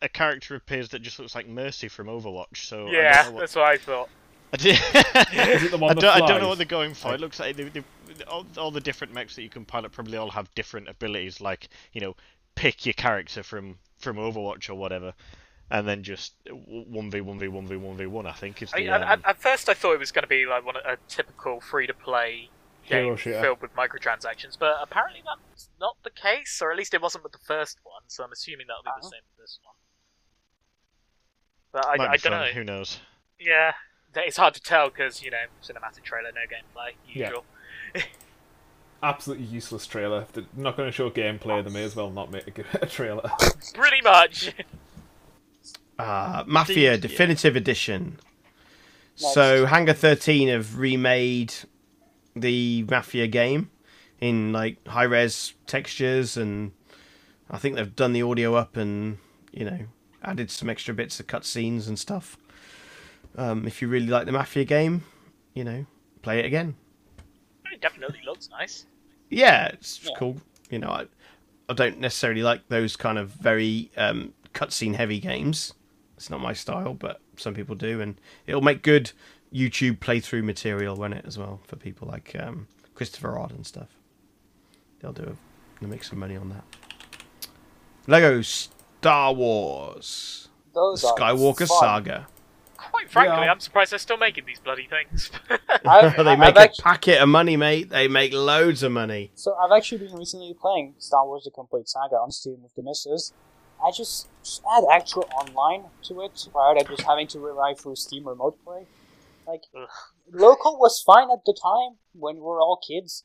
Speaker 1: a character appears that just looks like Mercy from Overwatch. So I
Speaker 5: yeah,
Speaker 1: don't know what,
Speaker 5: that's what I thought.
Speaker 1: I, did-
Speaker 3: Is it the one
Speaker 1: I
Speaker 3: that
Speaker 1: don't, I don't
Speaker 3: flies?
Speaker 1: know what they're going for. It looks like they, they, all, all the different mechs that you can pilot probably all have different abilities, like you know, pick your character from from Overwatch or whatever, and then just one v one v one v one v one. I think is
Speaker 5: I,
Speaker 1: the,
Speaker 5: at- at,
Speaker 1: um,
Speaker 5: at first, I thought it was going to be like one of- a typical free-to-play
Speaker 3: Hero
Speaker 5: game
Speaker 3: shooter.
Speaker 5: filled with microtransactions, but apparently that's not the case, or at least it wasn't with the first one. So I'm assuming that'll be the
Speaker 4: Oh.
Speaker 5: same with this one. But
Speaker 1: might
Speaker 5: I,
Speaker 1: be
Speaker 5: I
Speaker 1: fun,
Speaker 5: don't know.
Speaker 1: Who knows?
Speaker 5: Yeah, that- it's hard to tell because you know cinematic trailer, no gameplay,
Speaker 3: Yeah.
Speaker 5: usual.
Speaker 3: Absolutely useless trailer. If they're not going to show gameplay, they may as well not make a, good, a trailer.
Speaker 5: Pretty much.
Speaker 2: Uh, Mafia
Speaker 1: yeah.
Speaker 2: Definitive Edition. So Hangar 13 have remade the Mafia game in like high res textures, and I think they've done the audio up and you know added some extra bits of cutscenes and stuff. Um, if you really like the Mafia game, you know, play it again.
Speaker 5: it definitely looks nice.
Speaker 2: Yeah, it's
Speaker 4: Yeah.
Speaker 2: cool. You know, I, I don't necessarily like those kind of very um, cutscene heavy games. It's not my style, but some people do, and it'll make good YouTube playthrough material, won't it, as well for people like um, Christopher Odd and stuff. They'll do. A, they'll make some money on that. Lego Star Wars: The
Speaker 4: Those are
Speaker 2: Skywalker
Speaker 4: fun.
Speaker 2: Saga.
Speaker 5: Quite frankly,
Speaker 3: Yeah.
Speaker 5: I'm surprised they're still making these bloody things.
Speaker 4: I've,
Speaker 2: they
Speaker 4: I've
Speaker 2: make a
Speaker 4: actu-
Speaker 2: packet of money, mate. They make loads of money.
Speaker 4: So I've actually been recently playing Star Wars: The Complete Saga on Steam with the missus. I just, just add actual online to it rather than just having to rely through Steam Remote Play. Like
Speaker 5: Ugh.
Speaker 4: local was fine at the time when we were all kids.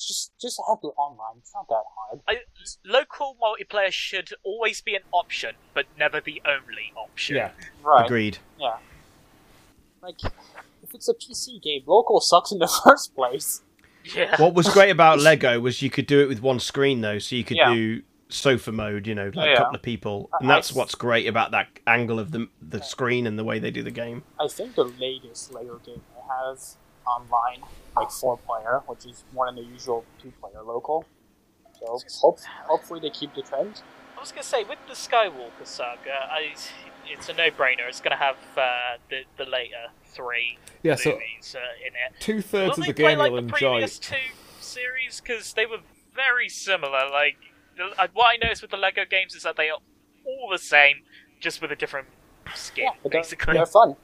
Speaker 4: Just just add the online. It's not that hard.
Speaker 5: I, local multiplayer should always be an option, but never the only option.
Speaker 3: yeah.
Speaker 4: Right.
Speaker 2: Agreed.
Speaker 4: Yeah. Like if it's a PC game, local sucks in the first place.
Speaker 5: Yeah.
Speaker 2: what was great about Lego was you could do it with one screen though, so you could
Speaker 4: Yeah.
Speaker 2: do sofa mode, you know, like
Speaker 4: Yeah.
Speaker 2: a couple of people, and
Speaker 4: I-
Speaker 2: that's
Speaker 4: I-
Speaker 2: what's great about that angle of the the screen and the way they do the game.
Speaker 4: I think the latest Lego game I have online, like four player, which is more than the usual two player local. So hope, hopefully they keep the trend.
Speaker 5: I was gonna say with the Skywalker saga, I, it's a no-brainer. It's gonna have uh, the the later three
Speaker 3: Yeah, so
Speaker 5: movies uh, in it.
Speaker 3: two
Speaker 5: Will
Speaker 3: thirds of
Speaker 5: they
Speaker 3: the
Speaker 5: play
Speaker 3: game
Speaker 5: like
Speaker 3: you'll
Speaker 5: the
Speaker 3: enjoy.
Speaker 5: previous two series because they were very similar? Like the, uh, what I noticed with the Lego games is that they are all the same, just with a different skin,
Speaker 4: Yeah, but they're,
Speaker 5: basically.
Speaker 4: they're fun.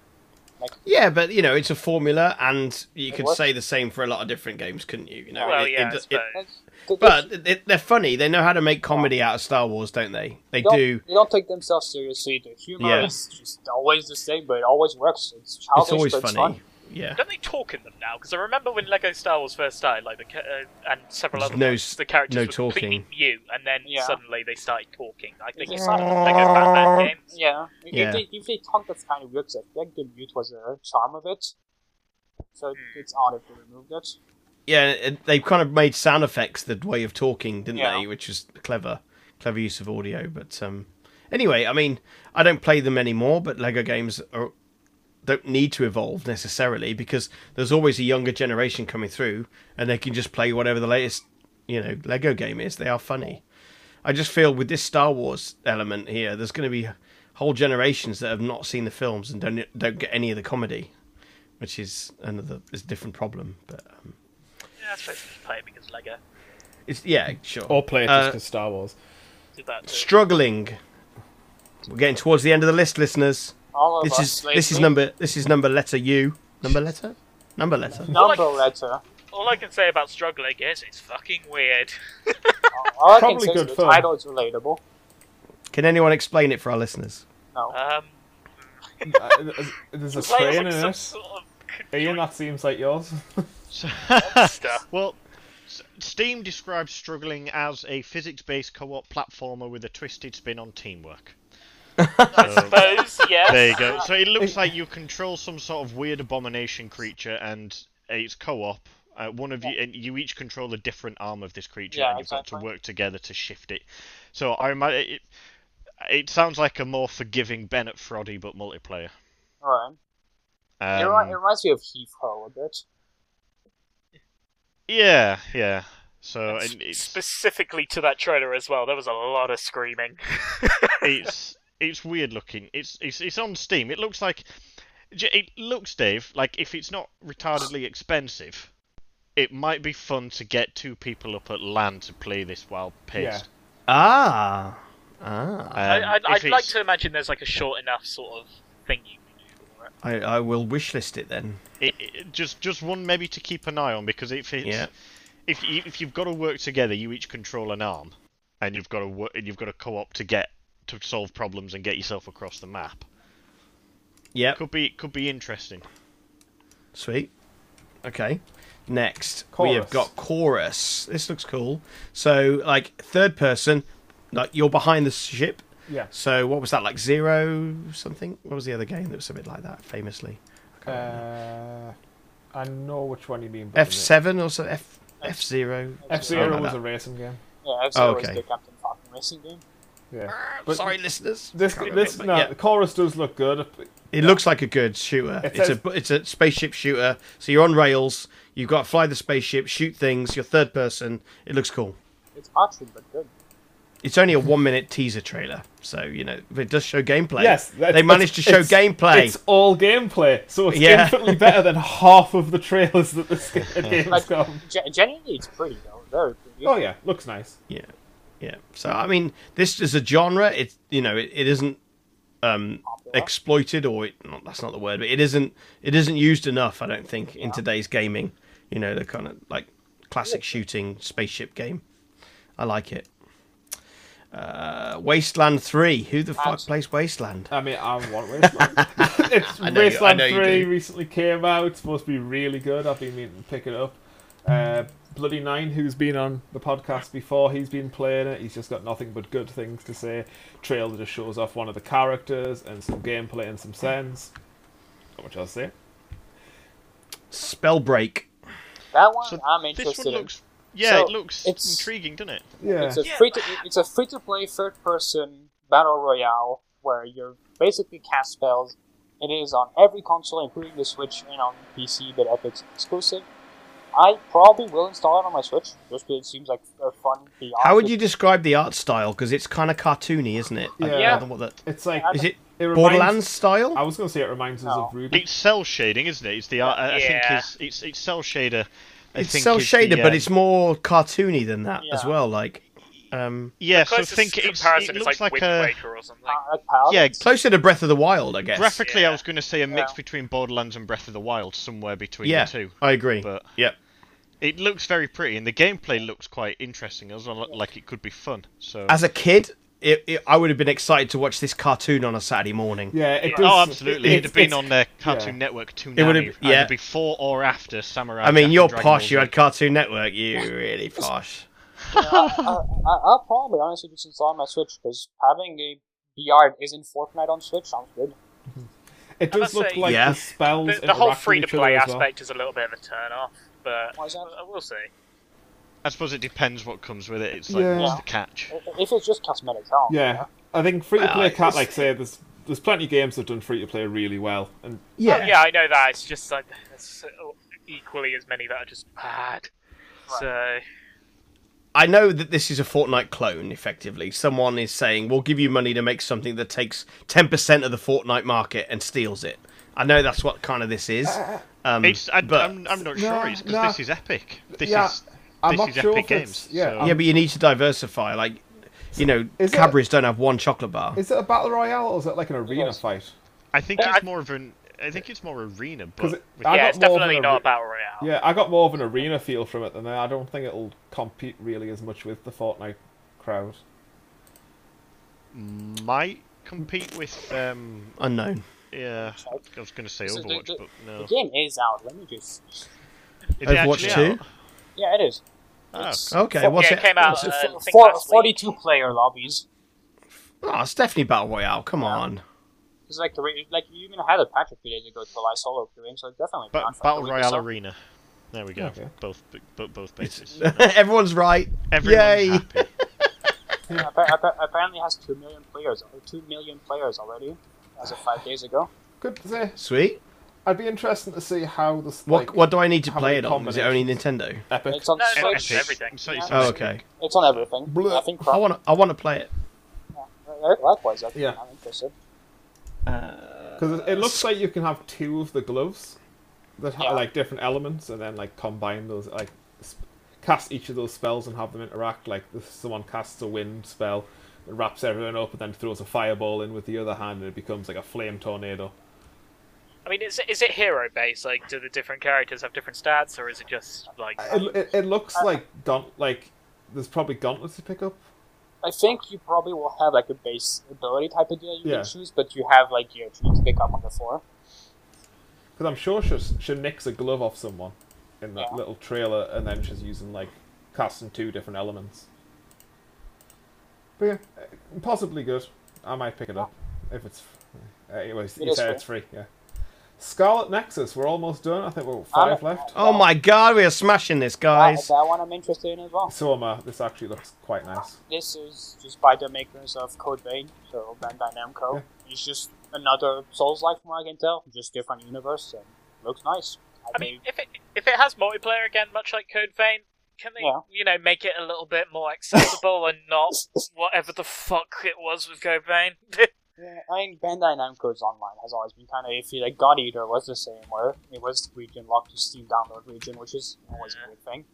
Speaker 4: Like
Speaker 2: Yeah, but you know, it's a formula, and you
Speaker 4: It
Speaker 2: could
Speaker 4: was.
Speaker 2: say the same for a lot of different games, couldn't you? You know,
Speaker 5: Well,
Speaker 2: it-
Speaker 5: yeah,
Speaker 2: it-
Speaker 5: I
Speaker 2: it-
Speaker 5: suppose.
Speaker 4: they,
Speaker 2: but it, they're funny. They know how to make comedy out of Star Wars, don't they? They
Speaker 4: they don't,
Speaker 2: do.
Speaker 4: They don't take themselves seriously. The humor
Speaker 2: Yeah.
Speaker 4: is just always the same, but it always works. It's childish,
Speaker 2: It's always
Speaker 4: but it's
Speaker 2: funny.
Speaker 4: fun.
Speaker 2: Yeah.
Speaker 5: Don't they talk in them now? Because I remember when Lego Star Wars first started, like the ca- uh, and several
Speaker 2: There's
Speaker 5: other
Speaker 2: no
Speaker 5: ones,
Speaker 2: s-
Speaker 5: the characters
Speaker 2: no
Speaker 5: were completely
Speaker 2: talking.
Speaker 5: mute, and then
Speaker 4: Yeah.
Speaker 5: suddenly they started talking. I think it's
Speaker 4: It's
Speaker 5: like
Speaker 4: not-
Speaker 5: Lego Batman games.
Speaker 4: Yeah.
Speaker 2: Yeah.
Speaker 4: If, they, if they talk, that's kind of weird. 'cause I think the mute was a charm of it. So it's odd if they removed it.
Speaker 2: Yeah, it- they kind of made sound effects the way of talking, didn't
Speaker 4: Yeah.
Speaker 2: they? Which is clever, clever use of audio. But um, anyway, I mean, I don't play them anymore, but Lego games are, don't need to evolve necessarily because there's always a younger generation coming through, and they can just play whatever the latest, you know, Lego game is. They are funny. I just feel with this Star Wars element here, there's going to be whole generations that have not seen the films and don't don't get any of the comedy, which is another is a different problem, but. Um,
Speaker 5: Yeah, I suppose you just play it because Lego
Speaker 2: it's yeah, sure.
Speaker 3: Or play it just
Speaker 2: Uh,
Speaker 3: because Star Wars.
Speaker 5: did that. Too.
Speaker 2: struggling. We're getting towards the end of the list, listeners.
Speaker 4: All of
Speaker 2: This
Speaker 4: us
Speaker 2: is this is
Speaker 4: lately-
Speaker 2: number this is number letter U. Number letter? Number letter.
Speaker 4: number
Speaker 5: Like-
Speaker 4: letter.
Speaker 5: All I can say about struggling is it's fucking weird.
Speaker 4: All I can
Speaker 3: Probably
Speaker 4: say is
Speaker 3: good
Speaker 4: the
Speaker 3: fun.
Speaker 4: title is relatable.
Speaker 2: Can anyone explain it for our listeners?
Speaker 4: No.
Speaker 5: Um,
Speaker 3: Uh, There's a
Speaker 5: play
Speaker 3: train
Speaker 5: like
Speaker 3: in
Speaker 5: some
Speaker 3: it.
Speaker 5: sort of
Speaker 3: Ian, that seems like yours.
Speaker 5: monster.
Speaker 1: Well, S- Steam describes struggling as a physics-based co-op platformer with a twisted spin on teamwork.
Speaker 5: I suppose, yes.
Speaker 1: There you go. So it looks like you control some sort of weird abomination creature, and it's co-op. Uh, one of you, and you each control a different arm of this creature,
Speaker 4: Yeah,
Speaker 1: and you've got to
Speaker 4: exactly.
Speaker 1: work together to shift it. So I imagine it, it sounds like a more forgiving Bennett Froddy, but multiplayer.
Speaker 4: Alright.
Speaker 1: Um,
Speaker 4: it, remi- it reminds me of Heath Ho a bit.
Speaker 1: Yeah, yeah. So
Speaker 5: S-
Speaker 1: and it's
Speaker 5: Specifically to that trailer as well, there was a lot of screaming.
Speaker 1: it's it's weird looking. It's it's it's on Steam. It looks like j- it looks, Dave. Like if it's not retardedly expensive, it might be fun to get two people up at LAN to play this while pissed.
Speaker 2: Ah. Ah.
Speaker 1: Um,
Speaker 5: I, I'd,
Speaker 1: if
Speaker 5: I'd like
Speaker 1: it's-
Speaker 5: to imagine there's like a short enough sort of thing you can do for it.
Speaker 2: I, I will wishlist it then.
Speaker 1: it, it- just just one maybe to keep an eye on because if it's
Speaker 2: Yeah.
Speaker 1: if you, if you've got to work together, you each control an arm, and you've got to work and you've got to co-op to get to solve problems and get yourself across the map.
Speaker 2: Yep.
Speaker 1: Could be could be interesting.
Speaker 2: Sweet. Okay. Next, we have
Speaker 3: Chorus.
Speaker 2: got chorus. This looks cool. So, like third person, like you're behind the ship.
Speaker 3: Yeah.
Speaker 2: So, what was that like? Zero something? What was the other game that was a bit like that? Famously,
Speaker 3: Uh, I know which one you mean.
Speaker 2: F seven or so. F F zero.
Speaker 3: F
Speaker 2: Something
Speaker 3: Zero
Speaker 2: like
Speaker 3: was
Speaker 2: that.
Speaker 3: a racing game.
Speaker 4: Yeah, F-Zero
Speaker 2: okay.
Speaker 4: is the Captain Falcon racing game.
Speaker 3: Yeah.
Speaker 2: Ah, Sorry, listeners.
Speaker 3: This
Speaker 2: Can't
Speaker 3: this
Speaker 2: remember,
Speaker 3: no,
Speaker 2: yeah.
Speaker 3: the chorus does look good.
Speaker 2: It looks like a good shooter.
Speaker 3: It
Speaker 2: it's
Speaker 3: says-
Speaker 2: a it's a spaceship shooter. So you're on rails. You've got to fly the spaceship, shoot things. You're third person. It looks cool.
Speaker 4: It's archery, but good.
Speaker 2: It's only a one minute teaser trailer, so you know but it does show gameplay.
Speaker 3: Yes, that's-
Speaker 2: they managed to show
Speaker 3: it's-
Speaker 2: gameplay.
Speaker 3: It's all gameplay, so it's
Speaker 2: Yeah.
Speaker 3: infinitely better than half of the trailers that this g- game has gone.
Speaker 4: Gen- genuinely, it's pretty though. Very pretty.
Speaker 3: Oh yeah, looks nice.
Speaker 2: Yeah, yeah. So I mean, this is a genre. It's you know, it, it isn't um, exploited, or it, not, that's not the word, but it isn't it isn't used enough. I don't think in today's gaming. You know, the kind of like classic shooting spaceship game. I like it. Uh, Wasteland Three. Who the fuck
Speaker 4: Absolutely.
Speaker 2: plays Wasteland?
Speaker 3: I mean, I want Wasteland. it's
Speaker 2: know you- I
Speaker 3: Wasteland
Speaker 2: know you
Speaker 3: Three
Speaker 2: do.
Speaker 3: recently came out. It's supposed to be really good. I've been meaning to pick it up. Uh, Bloody Nine, who's been on the podcast before, he's been playing it. He's just got nothing but good things to say. Trailer just shows off one of the characters and some gameplay and some sense. Not much else to say.
Speaker 2: Spellbreak.
Speaker 4: That one
Speaker 1: So
Speaker 4: I'm
Speaker 1: this
Speaker 4: interested
Speaker 1: one
Speaker 4: in.
Speaker 1: looks yeah,
Speaker 4: So
Speaker 1: it looks
Speaker 4: it's-
Speaker 1: intriguing, doesn't it?
Speaker 3: Yeah,
Speaker 4: It's a
Speaker 5: Yeah.
Speaker 4: free to it's a free to play third person battle royale where you basically cast spells. It is on every console, including the Switch and on PC, but Epic's exclusive. I probably will install it on my Switch just because it seems like a fun. VR
Speaker 2: How would
Speaker 4: to-
Speaker 2: you describe the art style? Because it's kind of cartoony, isn't it? I don't
Speaker 3: Yeah.
Speaker 2: know what the-
Speaker 3: it's like
Speaker 2: is it
Speaker 3: it reminds-
Speaker 2: Borderlands style?
Speaker 3: I was going to say it reminds us of
Speaker 4: No.
Speaker 3: Ruby.
Speaker 1: It's cell shading, isn't it? It's the I, I think
Speaker 5: Yeah.
Speaker 1: it's it's it's cell shader. I
Speaker 2: it's
Speaker 1: think
Speaker 2: cell
Speaker 1: is
Speaker 2: shaded,
Speaker 1: the,
Speaker 2: but
Speaker 1: um,
Speaker 2: it's more cartoony than that as
Speaker 4: Yeah.
Speaker 2: well. Like, um,
Speaker 1: yeah. So
Speaker 5: Closest
Speaker 1: think it's,
Speaker 5: comparison
Speaker 1: it
Speaker 5: is
Speaker 1: looks
Speaker 5: like,
Speaker 1: like,
Speaker 5: Wind
Speaker 1: a
Speaker 5: Waker or something.
Speaker 4: Uh, like palettes?
Speaker 1: yeah.
Speaker 2: closer to Breath of the Wild, I guess.
Speaker 1: Graphically,
Speaker 5: Yeah.
Speaker 1: I was going to say a mix
Speaker 4: Yeah.
Speaker 1: between Borderlands and Breath of the Wild, somewhere between
Speaker 2: yeah,
Speaker 1: the two.
Speaker 2: I agree.
Speaker 1: But
Speaker 2: Yep.
Speaker 1: it looks very pretty, and the gameplay looks quite interesting as well. Like it could be fun. So
Speaker 2: As a kid, it, it, I would have been excited to watch this cartoon on a Saturday morning.
Speaker 3: Yeah, it does.
Speaker 1: oh, absolutely, it'd
Speaker 3: it's-
Speaker 1: have been
Speaker 3: it's-
Speaker 1: on their Cartoon Network Toonami.
Speaker 2: It would've- yeah.
Speaker 1: either before or after Samurai.
Speaker 2: I
Speaker 1: Jack
Speaker 2: mean,
Speaker 1: and
Speaker 2: you're
Speaker 1: Dragon Ball
Speaker 2: posh.
Speaker 1: Z.
Speaker 2: You had Cartoon Network. You really posh.
Speaker 4: Uh, I, I'll probably honestly just install it on my Switch because having a VR that isn't Fortnite on Switch sounds good.
Speaker 3: It
Speaker 5: I
Speaker 3: does
Speaker 5: must
Speaker 3: look
Speaker 5: say-
Speaker 3: like
Speaker 2: Yeah.
Speaker 3: the spells.
Speaker 5: The, the whole
Speaker 3: interact with
Speaker 5: free to
Speaker 3: each other
Speaker 5: play
Speaker 3: as well.
Speaker 5: aspect is a little bit of a turn off, but
Speaker 4: Why is that?
Speaker 5: uh, we'll see.
Speaker 1: I suppose it depends what comes with it. It's like
Speaker 3: Yeah.
Speaker 1: what's the catch?
Speaker 4: I- If it's just cosmetics, I'll
Speaker 3: Yeah, I think free to
Speaker 2: Well,
Speaker 3: play cat like say there's there's plenty of games that've done free to play really well, and
Speaker 5: Oh, Yeah. I know that. It's just like there's so- equally as many that are just bad. So
Speaker 2: I know that this is a Fortnite clone, effectively. Someone is saying, we'll give you money to make something that takes 10% of the Fortnite market and steals it. I know that's what kind of this is. Um,
Speaker 1: It's I,
Speaker 2: but-
Speaker 1: I'm, I'm not
Speaker 3: Nah,
Speaker 1: sure. It's because
Speaker 3: nah.
Speaker 1: this is epic. This
Speaker 3: Yeah,
Speaker 1: is
Speaker 3: I'm
Speaker 1: this
Speaker 3: not
Speaker 1: is
Speaker 3: sure
Speaker 1: Epic
Speaker 3: if it's-
Speaker 1: Games.
Speaker 3: yeah,
Speaker 1: so-
Speaker 3: I'm-
Speaker 2: yeah, but you need to diversify. Like, you know,
Speaker 3: Is it-
Speaker 2: Cadbury's don't have one chocolate bar.
Speaker 3: is it a battle royale or is it like an arena
Speaker 4: Yes.
Speaker 3: fight?
Speaker 1: I think
Speaker 5: I-
Speaker 1: it's more of an. I think it's more arena,
Speaker 3: 'Cause
Speaker 1: but
Speaker 3: it-
Speaker 1: with-
Speaker 3: I
Speaker 5: yeah,
Speaker 3: got
Speaker 5: it's
Speaker 3: more of
Speaker 5: definitely
Speaker 3: an
Speaker 5: not
Speaker 3: arre-
Speaker 5: a battle royale.
Speaker 3: Yeah, I got more of an arena feel from it than that. I don't think it'll compete really as much with the Fortnite crowd.
Speaker 1: might compete with. Um,
Speaker 2: Unknown.
Speaker 1: yeah, I was going to say
Speaker 4: So the-
Speaker 1: Overwatch,
Speaker 4: the-
Speaker 1: but
Speaker 4: The
Speaker 1: no.
Speaker 4: game is out. Let me just.
Speaker 1: Is it
Speaker 2: Overwatch
Speaker 1: actually
Speaker 2: 2?
Speaker 1: out?
Speaker 4: Yeah, it is.
Speaker 1: Oh,
Speaker 4: It's
Speaker 2: Okay,
Speaker 4: Fuck
Speaker 2: what's
Speaker 5: yeah, it came out.
Speaker 2: what's
Speaker 5: Uh,
Speaker 2: it-
Speaker 5: I think
Speaker 4: Four,
Speaker 5: last week.
Speaker 4: 42 player lobbies.
Speaker 2: Oh, it's definitely Battle Royale. Come on.
Speaker 4: It's like the re- like you even had a patch a few days ago for like solo queuing, so it's definitely
Speaker 1: Ba-
Speaker 4: not for
Speaker 1: Battle
Speaker 4: the week or
Speaker 1: Royale
Speaker 4: so.
Speaker 1: Arena. There we go.
Speaker 3: Okay.
Speaker 1: Both, both, both bases.
Speaker 2: Everyone's right.
Speaker 1: Everyone's
Speaker 2: Yay.
Speaker 1: happy.
Speaker 4: Appa- appa- apparently has two million players, or two million players already, as of five days ago.
Speaker 3: Good to say.
Speaker 2: Sweet.
Speaker 3: I'd be interested to see how this.
Speaker 2: What
Speaker 3: like,
Speaker 2: what do I need to
Speaker 3: how
Speaker 2: play
Speaker 3: many
Speaker 2: it on? Is it only Nintendo?
Speaker 3: Epic.
Speaker 4: It's on
Speaker 5: No, no,
Speaker 4: Switch.
Speaker 5: it's everything.
Speaker 1: So you
Speaker 4: Yeah.
Speaker 1: said
Speaker 2: Oh,
Speaker 1: it's-
Speaker 2: okay.
Speaker 4: It's on everything.
Speaker 3: Blech.
Speaker 4: I think.
Speaker 2: I want to I want to play it.
Speaker 4: Uh, Likewise, I think
Speaker 3: Yeah.
Speaker 4: I'm interested.
Speaker 3: Because it looks like you can have two of the gloves that have
Speaker 4: Yeah.
Speaker 3: like different elements, and then like combine those, like sp- cast each of those spells and have them interact. Like if someone casts a wind spell, it wraps everyone up, and then throws a fireball in with the other hand, and it becomes like a flame tornado.
Speaker 5: I mean, is, is it hero based? Like, do the different characters have different stats, or is it just like?
Speaker 3: It, it, it looks like gaunt, like there's probably gauntlets to pick up.
Speaker 4: I think you probably will have like a base ability type of gear you
Speaker 3: Yeah.
Speaker 4: can choose, but you have like gear that you need to pick up on the floor.
Speaker 3: Because I'm sure she she nicks a glove off someone in that
Speaker 4: Yeah.
Speaker 3: little trailer, and then she's using like casting two different elements. But yeah, eh, possibly good. I might pick it up if it's. eh, Anyways,
Speaker 4: It
Speaker 3: you
Speaker 4: is
Speaker 3: say
Speaker 4: free.
Speaker 3: it's free. Yeah. Scarlet Nexus. We're almost done. I think we're five
Speaker 4: I'm-
Speaker 3: left.
Speaker 2: Oh my god, we are smashing this,
Speaker 4: That,
Speaker 2: guys.
Speaker 4: that one I'm interested in as well.
Speaker 3: Oh, So am I. This actually looks quite nice.
Speaker 4: This is just by the makers of Code Vein, so Bandai Namco. It's just another Souls-like, from what I can tell, just different universe and looks nice.
Speaker 5: I mean, if it if it has multiplayer again, much like Code Vein, can they
Speaker 4: Yeah.
Speaker 5: you know make it a little bit more accessible and not whatever the fuck it was with Code Vein?
Speaker 4: Yeah, I mean, Bandai Namco's online has always been kind of iffy. Like, God Eater was the same, where it was region locked to Steam download region, which is always a good thing.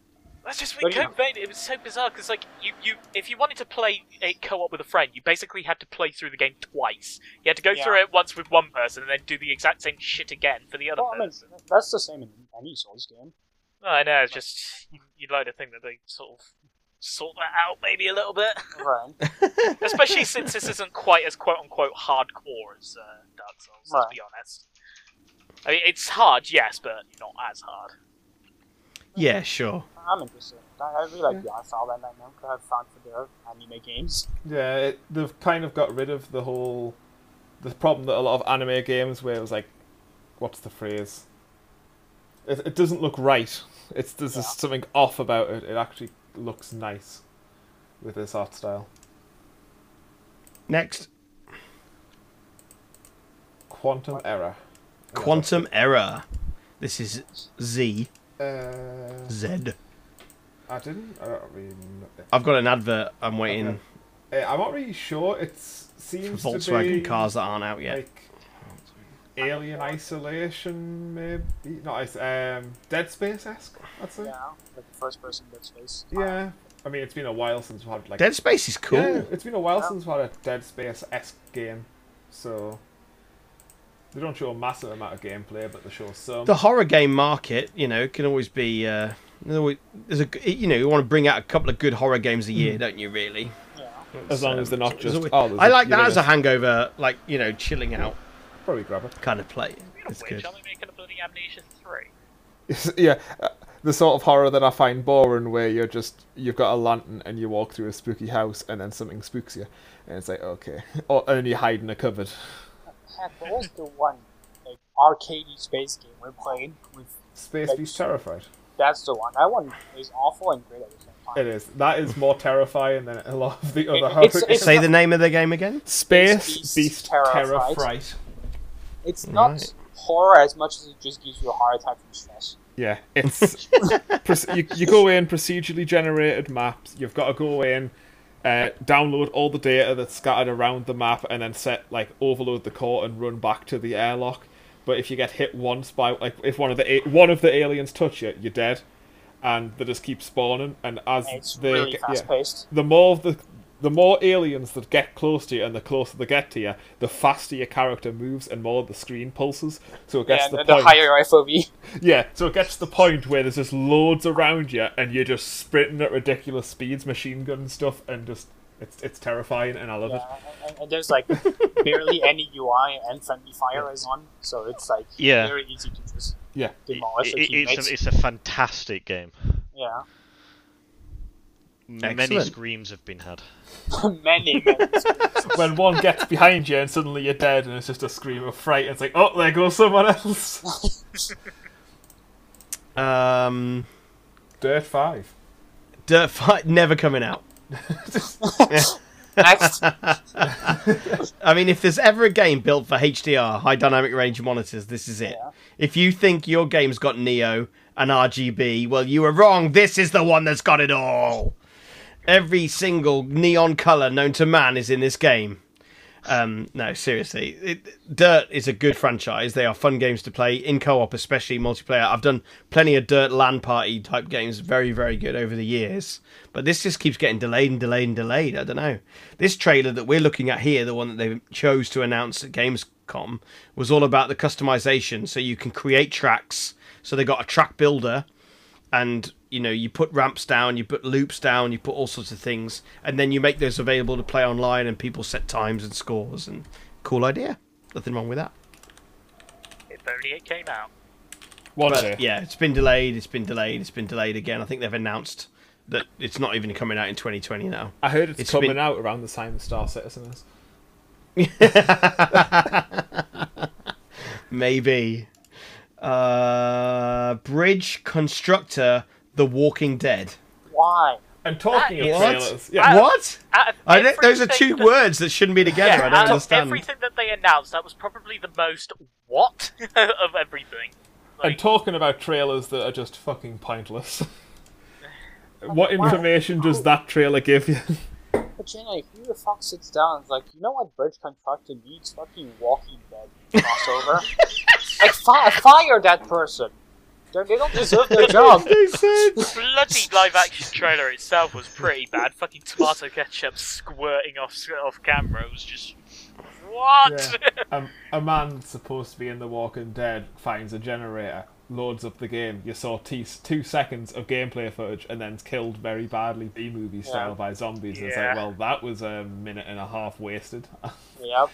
Speaker 5: That's just
Speaker 4: But
Speaker 5: with
Speaker 4: yeah.
Speaker 5: Code Vein. It was so bizarre because like you, you if you wanted to play a co-op with a friend, you basically had to play through the game twice. You had to go
Speaker 4: Yeah.
Speaker 5: through it once with one person and then do the exact same shit again for the other
Speaker 4: Well, I mean,
Speaker 5: person.
Speaker 4: that's the same in any Souls game.
Speaker 5: Oh, I know. It's just you- you'd like to think that they sort of sort that out maybe a little bit,
Speaker 4: Right.
Speaker 5: especially since this isn't quite as quote unquote hardcore as uh, Dark Souls. Let's
Speaker 4: Right.
Speaker 5: be honest. I mean, it's hard, yes, but not as hard.
Speaker 2: Yeah, sure.
Speaker 4: I'm interested. I, I really like the art style that Bandai Namco have found for their anime games.
Speaker 3: Yeah, it, they've kind of got rid of the whole the problem that a lot of anime games where it was like, what's the phrase? It, it doesn't look right. It's there's just something off about it. It actually looks nice with this art style.
Speaker 2: Next,
Speaker 3: Quantum Error.
Speaker 2: Quantum Error. This is Z
Speaker 3: Uh,
Speaker 2: Z.
Speaker 3: I didn't. I don't really. Know.
Speaker 2: I've got an advert. I'm waiting
Speaker 3: Okay. Eh, I'm not really sure. It
Speaker 2: for
Speaker 3: seems to be
Speaker 2: Volkswagen cars that aren't out yet.
Speaker 3: like Alien Isolation, maybe not. Is um, Dead Space esque. That's it.
Speaker 4: Yeah, like the first person Dead Space.
Speaker 3: Yeah, I mean it's been a while since we've had like
Speaker 2: Dead Space is cool.
Speaker 3: Yeah, it's been a while
Speaker 4: Yeah.
Speaker 3: since we've had a Dead Space esque game, so they don't show a massive amount of gameplay, but they show some.
Speaker 2: The horror game market, you know, can always be. Uh, there's always- there's a, g- you know, you want to bring out a couple of good horror games a year, don't you? Really.
Speaker 4: Yeah.
Speaker 3: Hmm. as long as they're not
Speaker 2: There's
Speaker 3: just.
Speaker 2: always-
Speaker 3: oh, there's
Speaker 2: I like that
Speaker 3: Uranus.
Speaker 2: as a hangover, like you know, chilling out
Speaker 3: Probably grab it.
Speaker 2: kind of play. It's
Speaker 5: Which
Speaker 2: good.
Speaker 5: are they making a bloody Amnesia three?
Speaker 3: yeah, uh, the sort of horror that I find boring, where you're just you've got a lantern and you walk through a spooky house and then something spooks you, and it's like okay, or and then you hide in a cupboard.
Speaker 4: Heck, what was the one like arcadey space game we played with?
Speaker 3: Space
Speaker 4: Like-
Speaker 3: Beast terrified.
Speaker 4: That's the one. That one is awful and great at the same time.
Speaker 3: It is. That is more terrifying than a lot of the other
Speaker 4: It-
Speaker 3: horror
Speaker 4: it's-
Speaker 3: games.
Speaker 4: it's
Speaker 2: Say the name of the game again.
Speaker 3: Space
Speaker 4: Beast
Speaker 3: Beast,
Speaker 4: Terror
Speaker 3: Terror
Speaker 4: Fright.
Speaker 3: Fright.
Speaker 4: It's not
Speaker 2: Right.
Speaker 4: horror as much as it just gives you a heart attack from stress.
Speaker 3: Yeah, it's proce- you, you go in procedurally generated maps. You've got to go in, uh, download all the data that's scattered around the map, and then set like overload the core and run back to the airlock. But if you get hit once by like if one of the a- one of the aliens touch you, you're dead, and they just keep spawning. And as
Speaker 4: And It's
Speaker 3: they
Speaker 4: really
Speaker 3: get- yeah
Speaker 4: fast paced.
Speaker 3: the more of the the more aliens that get close to you and the closer they get to you, the faster your character moves and more the screen pulses. So it gets
Speaker 4: Yeah,
Speaker 3: the,
Speaker 4: the, the
Speaker 3: point.
Speaker 4: higher FOV.
Speaker 3: Yeah, so it gets to the point where there's just loads around you and you're just sprinting at ridiculous speeds, machine gun stuff, and just it's it's terrifying and I love
Speaker 4: Yeah, and, and there's like barely any UI and friendly fire is on, so it's like
Speaker 1: Yeah.
Speaker 4: very easy to just
Speaker 3: it. Yeah.
Speaker 4: demolish
Speaker 1: It-
Speaker 4: your
Speaker 1: it's,
Speaker 4: teammates.
Speaker 1: a, it's a fantastic game.
Speaker 4: yeah,
Speaker 1: Many
Speaker 2: Excellent.
Speaker 1: screams have been had.
Speaker 4: many, many.
Speaker 3: When one gets behind you and suddenly you're dead and it's just a scream of fright, it's like, oh, there goes someone else.
Speaker 2: Um,
Speaker 3: Dirt 5.
Speaker 2: Dirt Fight never coming out.
Speaker 4: Next.
Speaker 2: I mean, if there's ever a game built for HDR, high dynamic range monitors, this is it.
Speaker 4: Yeah.
Speaker 2: If you think your game's got Neo and RGB, well, you were wrong. This is the one that's got it all. Every single neon color known to man is in this game. Um, no, seriously, it, Dirt is a good franchise. They are fun games to play in co-op, especially multiplayer. I've done plenty of Dirt LAN party type games, very, very good over the years. But this just keeps getting delayed and delayed and delayed. I don't know. This trailer that we're looking at here, the one that they chose to announce at Gamescom, was all about the customization. So you can create tracks. So they got a track builder and you know you put ramps down you put loops down you put all sorts of things and then you make those available to play online and people set times and scores and cool idea nothing wrong with that
Speaker 5: If only it came out.
Speaker 3: One
Speaker 2: but
Speaker 3: day.
Speaker 2: yeah it's been delayed it's been delayed it's been delayed again i think they've announced that it's not even coming out in 2020 now
Speaker 3: I heard it's,
Speaker 2: It's
Speaker 3: coming
Speaker 2: been-
Speaker 3: out around the time of Star Citizen is.
Speaker 2: maybe uh bridge constructor the walking dead
Speaker 4: Why?
Speaker 3: And talking
Speaker 5: That
Speaker 3: of
Speaker 5: is-
Speaker 3: trailers,
Speaker 2: what
Speaker 3: yeah,
Speaker 2: what
Speaker 5: Out of
Speaker 2: I think those are
Speaker 5: everything
Speaker 2: two
Speaker 5: that-
Speaker 2: words that shouldn't be together.
Speaker 5: Yeah,
Speaker 2: I
Speaker 5: out
Speaker 2: don't
Speaker 5: Of
Speaker 2: understand.
Speaker 5: everything that they announced, that was probably the most what of everything.
Speaker 3: and talking about trailers that are just fucking pointless. what information does that trailer give you?
Speaker 4: But generally, who the fuck sits down and is like, you know what Bridge Contractor needs? Fucking Walking Dead crossover. like, fi- fire that person. They're, they don't deserve their job.
Speaker 2: They said-
Speaker 5: Bloody live action trailer itself was pretty bad. Fucking tomato ketchup squirting off off camera was just what?
Speaker 3: a, Um, a man supposed to be in The Walking Dead finds a generator, loads up the game. You saw t- two seconds of gameplay footage and then killed very badly, B movie style,
Speaker 4: Yeah.
Speaker 3: by zombies. And it's
Speaker 5: Yeah.
Speaker 3: like, well, that was a minute and a half wasted.
Speaker 4: yep.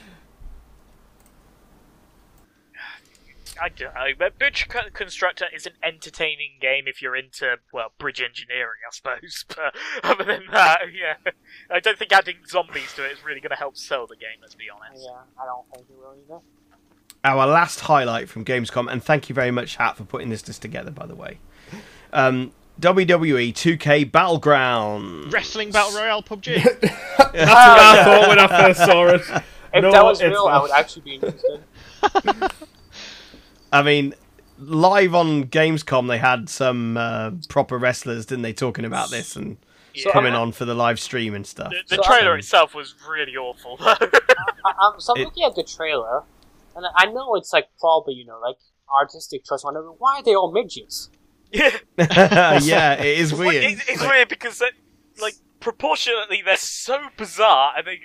Speaker 5: I don't know. But Bridge Co- Constructor is an entertaining game if you're into well bridge engineering, I suppose. But other than that, yeah, I don't think adding zombies to it is really going to help sell the game. Let's be honest.
Speaker 4: Yeah, I don't think it will either.
Speaker 2: our last highlight from Gamescom, and thank you very much, Hat, for putting this list together, by the way. Um, WWE 2K Battleground.
Speaker 1: Wrestling Battle Royale PUBG.
Speaker 3: I thought when I first saw it.
Speaker 4: Oh, If
Speaker 3: no,
Speaker 4: that was
Speaker 3: it's
Speaker 4: real, I
Speaker 3: not.
Speaker 4: would actually be interested.
Speaker 2: I mean, live on Gamescom, they had some uh, proper wrestlers, didn't they, talking about this and
Speaker 5: Yeah.
Speaker 2: coming on for the live stream and stuff.
Speaker 5: The, the
Speaker 4: So- um,
Speaker 5: trailer itself was really awful.
Speaker 4: I, I'm, so I'm
Speaker 2: It-
Speaker 4: looking at the trailer, and I know it's like probably, you know, like artistic choice. Wonder why are they all midgets?
Speaker 5: yeah.
Speaker 2: yeah, it is
Speaker 5: Well,
Speaker 2: weird.
Speaker 5: it- it's
Speaker 2: Like,
Speaker 5: weird because, that, like, proportionately, they're so bizarre, and they.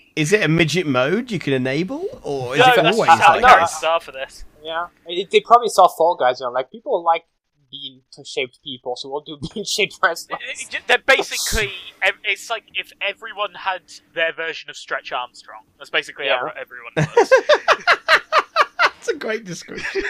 Speaker 2: is it a midget mode you can enable, or is
Speaker 5: no,
Speaker 2: it
Speaker 5: that's
Speaker 2: always
Speaker 5: just how
Speaker 2: like
Speaker 4: no,
Speaker 5: they're
Speaker 2: that?
Speaker 5: bizarre for this.
Speaker 4: Yeah, it, they probably saw Fall Guys. You know, like people like bean shaped people, so we'll do bean shaped wrestling.
Speaker 5: It- it ju- They're basically. ev- It's like if everyone had their version of Stretch Armstrong. That's basically
Speaker 4: Yeah.
Speaker 5: how everyone was.
Speaker 2: That's a great description.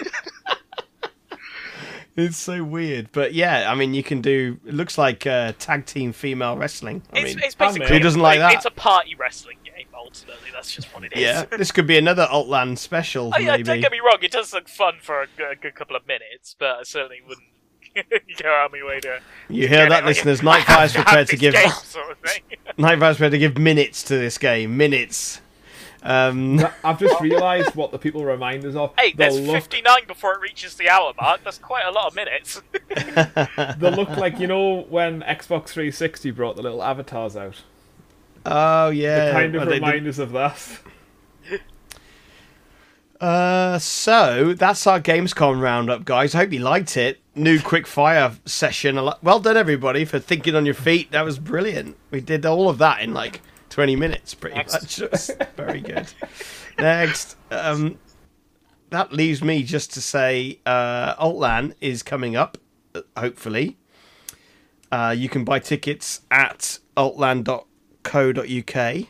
Speaker 2: it's so weird, but yeah, I mean, you can do. It looks like uh, tag team female wrestling. I
Speaker 5: it's,
Speaker 2: mean,
Speaker 5: it's basically.
Speaker 3: Who
Speaker 2: doesn't like that?
Speaker 5: It's a party wrestling game, ultimately. That's just what it is.
Speaker 2: yeah, this could be another Altland special.
Speaker 5: Oh, yeah, don't
Speaker 2: maybe.
Speaker 5: get me wrong, it does look fun for a, g- a good couple of minutes, but I certainly wouldn't go out of my way to.
Speaker 2: you hear
Speaker 5: get
Speaker 2: that,
Speaker 5: it.
Speaker 2: listeners?
Speaker 5: I have
Speaker 2: Nightfire's
Speaker 5: to have
Speaker 2: prepared to
Speaker 5: this
Speaker 2: give
Speaker 5: game sort of thing.
Speaker 2: Nightfire's prepared to give minutes to this game. Minutes. Um,
Speaker 3: I've just realised what the people remind us of.
Speaker 5: Hey,
Speaker 3: they
Speaker 5: there's
Speaker 3: look,
Speaker 5: 59 before it reaches the hour mark. That's quite a lot of minutes.
Speaker 3: they look like you know when Xbox 360 brought the little avatars out.
Speaker 2: oh yeah,
Speaker 3: kind of
Speaker 2: well, they did-
Speaker 3: remind us of that.
Speaker 2: Uh, so that's our Gamescom roundup, guys. I hope you liked it. New quick fire session. I li- Well done, everybody, for thinking on your feet. That was brilliant. We did all of that in like 20 minutes, pretty
Speaker 4: Next.
Speaker 2: much. That's Very good. Next. Um, that leaves me just to say uh, Altlan is coming up, uh, hopefully. Uh, you can buy tickets at altland.co.uk.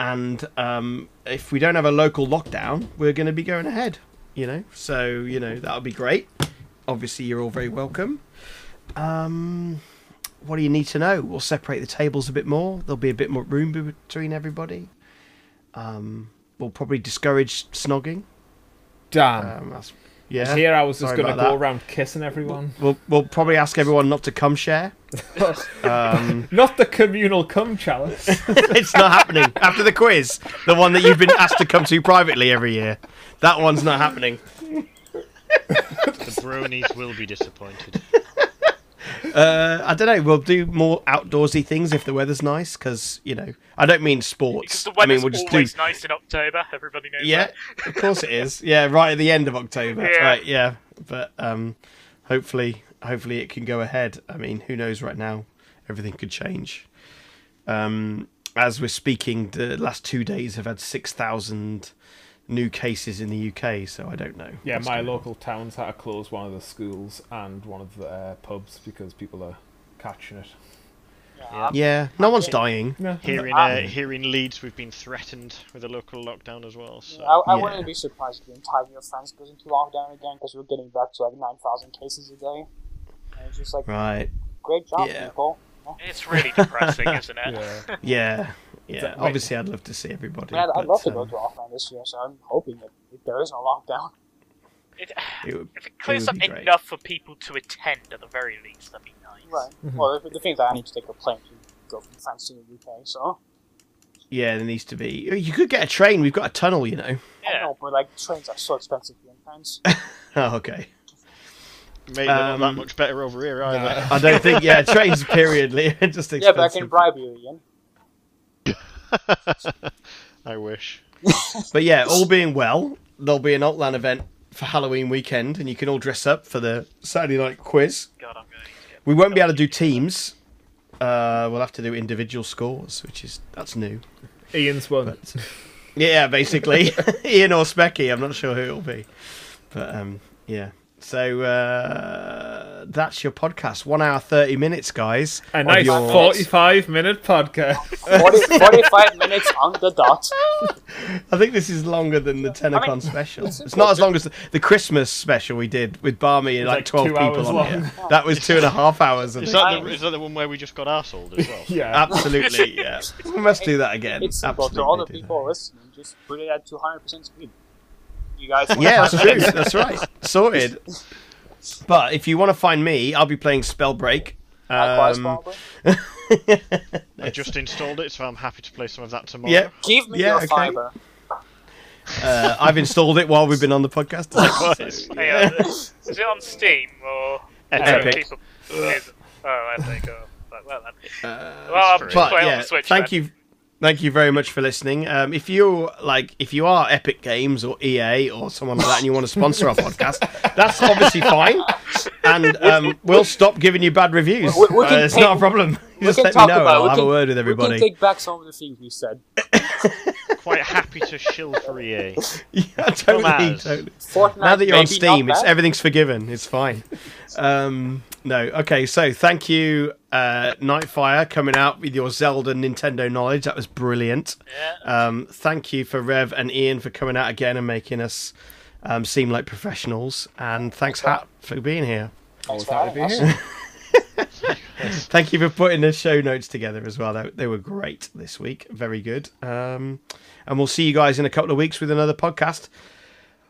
Speaker 2: And um, if we don't have a local lockdown, we're going to be going ahead, you know? So, you know, that'll be great. Obviously, you're all very welcome. Um, what do you need to know? We'll separate the tables a bit more. There'll be a bit more room be- between everybody. Um, we'll probably discourage snogging.
Speaker 3: Damn.
Speaker 2: Um, that's, yeah.
Speaker 3: Here I was just
Speaker 2: Sorry
Speaker 3: going to
Speaker 2: about
Speaker 3: go
Speaker 2: that.
Speaker 3: around kissing everyone.
Speaker 2: We'll, we'll probably ask everyone not to come share. Um,
Speaker 3: Not the communal cum chalice.
Speaker 2: it's not happening. After the quiz, the one that you've been asked to come to privately every year, that one's not happening.
Speaker 1: The bronies will be disappointed.
Speaker 2: Uh, I don't know. We'll do more outdoorsy things if the weather's nice, because you know. I don't mean
Speaker 5: Because
Speaker 2: sports.
Speaker 5: the
Speaker 2: I
Speaker 5: weather's
Speaker 2: mean we'll just do.
Speaker 5: always nice in October. Everybody knows
Speaker 2: Yeah,
Speaker 5: that.
Speaker 2: of course it is. Yeah, right at the end of October.
Speaker 5: Yeah.
Speaker 2: Right. Yeah, but um, hopefully, hopefully it can go ahead. I mean, who knows? Right now, everything could change. Um, as we're speaking, the last two days have had six thousand new cases in the UK. So I don't know.
Speaker 3: Yeah,
Speaker 2: what's
Speaker 3: my
Speaker 2: going on.
Speaker 3: local town's had to close one of the schools and one of the uh, pubs because people are catching it.
Speaker 4: Yeah.
Speaker 2: Yeah, no one's dying.
Speaker 3: No,
Speaker 1: Here in uh, here in Leeds, we've been threatened with a local lockdown as well. So
Speaker 4: I, I
Speaker 2: Yeah.
Speaker 4: wouldn't be surprised if the entire of France goes into lockdown again because we're getting back to like 9,000 cases a day. And it's just like,
Speaker 2: Right.
Speaker 4: great job,
Speaker 2: Yeah.
Speaker 4: people.
Speaker 5: It's really depressing, isn't it?
Speaker 3: Yeah.
Speaker 2: Yeah. Yeah.
Speaker 3: that- wait.
Speaker 2: Obviously, I'd love to see everybody.
Speaker 4: Man, I'd
Speaker 2: but,
Speaker 4: love to go
Speaker 2: um,
Speaker 4: to offline this year, so I'm hoping that if there is no lockdown.
Speaker 5: It,
Speaker 2: it would-
Speaker 5: if it clears
Speaker 2: would
Speaker 5: up
Speaker 2: be great.
Speaker 5: enough for people to attend at the very least, that'd be nice.
Speaker 4: Right.
Speaker 2: Mm-hmm.
Speaker 4: Well, the, the thing is that I need to take a plane to go from France to the UK, so.
Speaker 2: Yeah, there needs to be. You could get a train. We've got a tunnel, you know.
Speaker 4: I
Speaker 5: Yeah.
Speaker 4: know, but like trains are so expensive here in France.
Speaker 2: Oh, okay.
Speaker 1: maybe they're not
Speaker 2: um,
Speaker 1: that much better over here either.
Speaker 2: I don't think. Yeah, trains. Period. Leah, Just expensive.
Speaker 4: yeah, but I can bribe you, Ian.
Speaker 1: I wish.
Speaker 2: But yeah, all being well, there'll be an Altland event for Halloween weekend, and you can all dress up for the Saturday night quiz.
Speaker 5: God, I'm going to get
Speaker 2: We won't be able to do teams. Uh, we'll have to do individual scores, which is that's new.
Speaker 3: Ian's one.
Speaker 2: Yeah, basically, Ian or Specky. I'm not sure who it'll be, but um, yeah. So uh, that's your podcast. One hour thirty minutes, guys.
Speaker 3: A
Speaker 2: of
Speaker 3: nice
Speaker 2: your-
Speaker 3: 45 minute podcast.
Speaker 4: 40, 45 minutes on the dot.
Speaker 2: I think this is longer than the Tenacon
Speaker 4: I mean,
Speaker 2: special.
Speaker 4: it's
Speaker 2: It's, not as long as the, the Christmas special we did with Barmy, like,
Speaker 3: like
Speaker 2: twelve
Speaker 3: two
Speaker 2: people
Speaker 3: hours
Speaker 2: on
Speaker 3: long.
Speaker 2: here. That was two and a half hours. I
Speaker 1: Is
Speaker 2: think.
Speaker 1: that the, is that the one where we just got arseholed as well?
Speaker 3: yeah.
Speaker 2: Absolutely, yeah. We must do that again.
Speaker 4: It's simple.
Speaker 2: Absolutely.
Speaker 4: To all the
Speaker 2: do that.
Speaker 4: people listening, just put it at 200% speed. You guys.
Speaker 2: Yeah, that's true. That's right. Sorted. But if you want to find me, I'll be playing Spellbreak.
Speaker 4: Likewise,
Speaker 2: Um,
Speaker 4: probably.
Speaker 1: I just installed it, so I'm happy to play some of that tomorrow.
Speaker 2: yeah,
Speaker 4: Give me
Speaker 2: yeah,
Speaker 4: your
Speaker 2: okay.
Speaker 4: fiber.
Speaker 2: uh, I've installed it while we've been on the podcast.
Speaker 1: Likewise.
Speaker 5: Hang on, uh, Is it on Steam or?
Speaker 1: Epic.
Speaker 5: People- is- Oh, I think. Oh, right, well, then.
Speaker 2: Uh,
Speaker 5: well, I'm
Speaker 1: free.
Speaker 5: just
Speaker 2: but
Speaker 5: playing
Speaker 2: yeah,
Speaker 5: on the Switch.
Speaker 2: thank
Speaker 5: then.
Speaker 2: you, thank you very much for listening. Um, if you like, if you are Epic Games or EA or someone like that, and you want to sponsor our podcast, that's obviously fine, and um, we'll stop giving you bad reviews.
Speaker 4: We- we can
Speaker 2: uh, it's
Speaker 4: take-
Speaker 2: not a problem. You
Speaker 4: We
Speaker 2: just
Speaker 4: can
Speaker 2: let me
Speaker 4: talk
Speaker 2: know, and
Speaker 4: about it.
Speaker 2: I'll
Speaker 4: We
Speaker 2: have
Speaker 4: can-
Speaker 2: a word with
Speaker 4: We
Speaker 2: everybody.
Speaker 4: can take back some of the things we said.
Speaker 1: Quite happy to shill for E EA.
Speaker 2: yeah, totally,
Speaker 1: Ours.
Speaker 2: totally.
Speaker 4: Fortnite,
Speaker 2: Now that you're on
Speaker 4: maybe
Speaker 2: Steam,
Speaker 4: not
Speaker 2: it's
Speaker 4: bad.
Speaker 2: everything's forgiven. It's fine. Um, no, okay. So thank you, uh, Nightfire, coming out with your Zelda Nintendo knowledge. That was brilliant.
Speaker 5: Yeah.
Speaker 2: Um, thank you for Rev and Ian for coming out again and making us um, seem like professionals. And thanks, Hat, for being here.
Speaker 4: Thanks for
Speaker 3: That would
Speaker 4: having
Speaker 3: be
Speaker 4: us.
Speaker 3: it.
Speaker 2: Thank you for putting the show notes together as well. They, they were great this week. Very good. Um, and we'll see you guys in a couple of weeks with another podcast.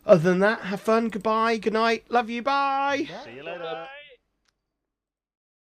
Speaker 2: Other than that, have fun. Goodbye. Good night. Love you. Bye.
Speaker 1: See you later.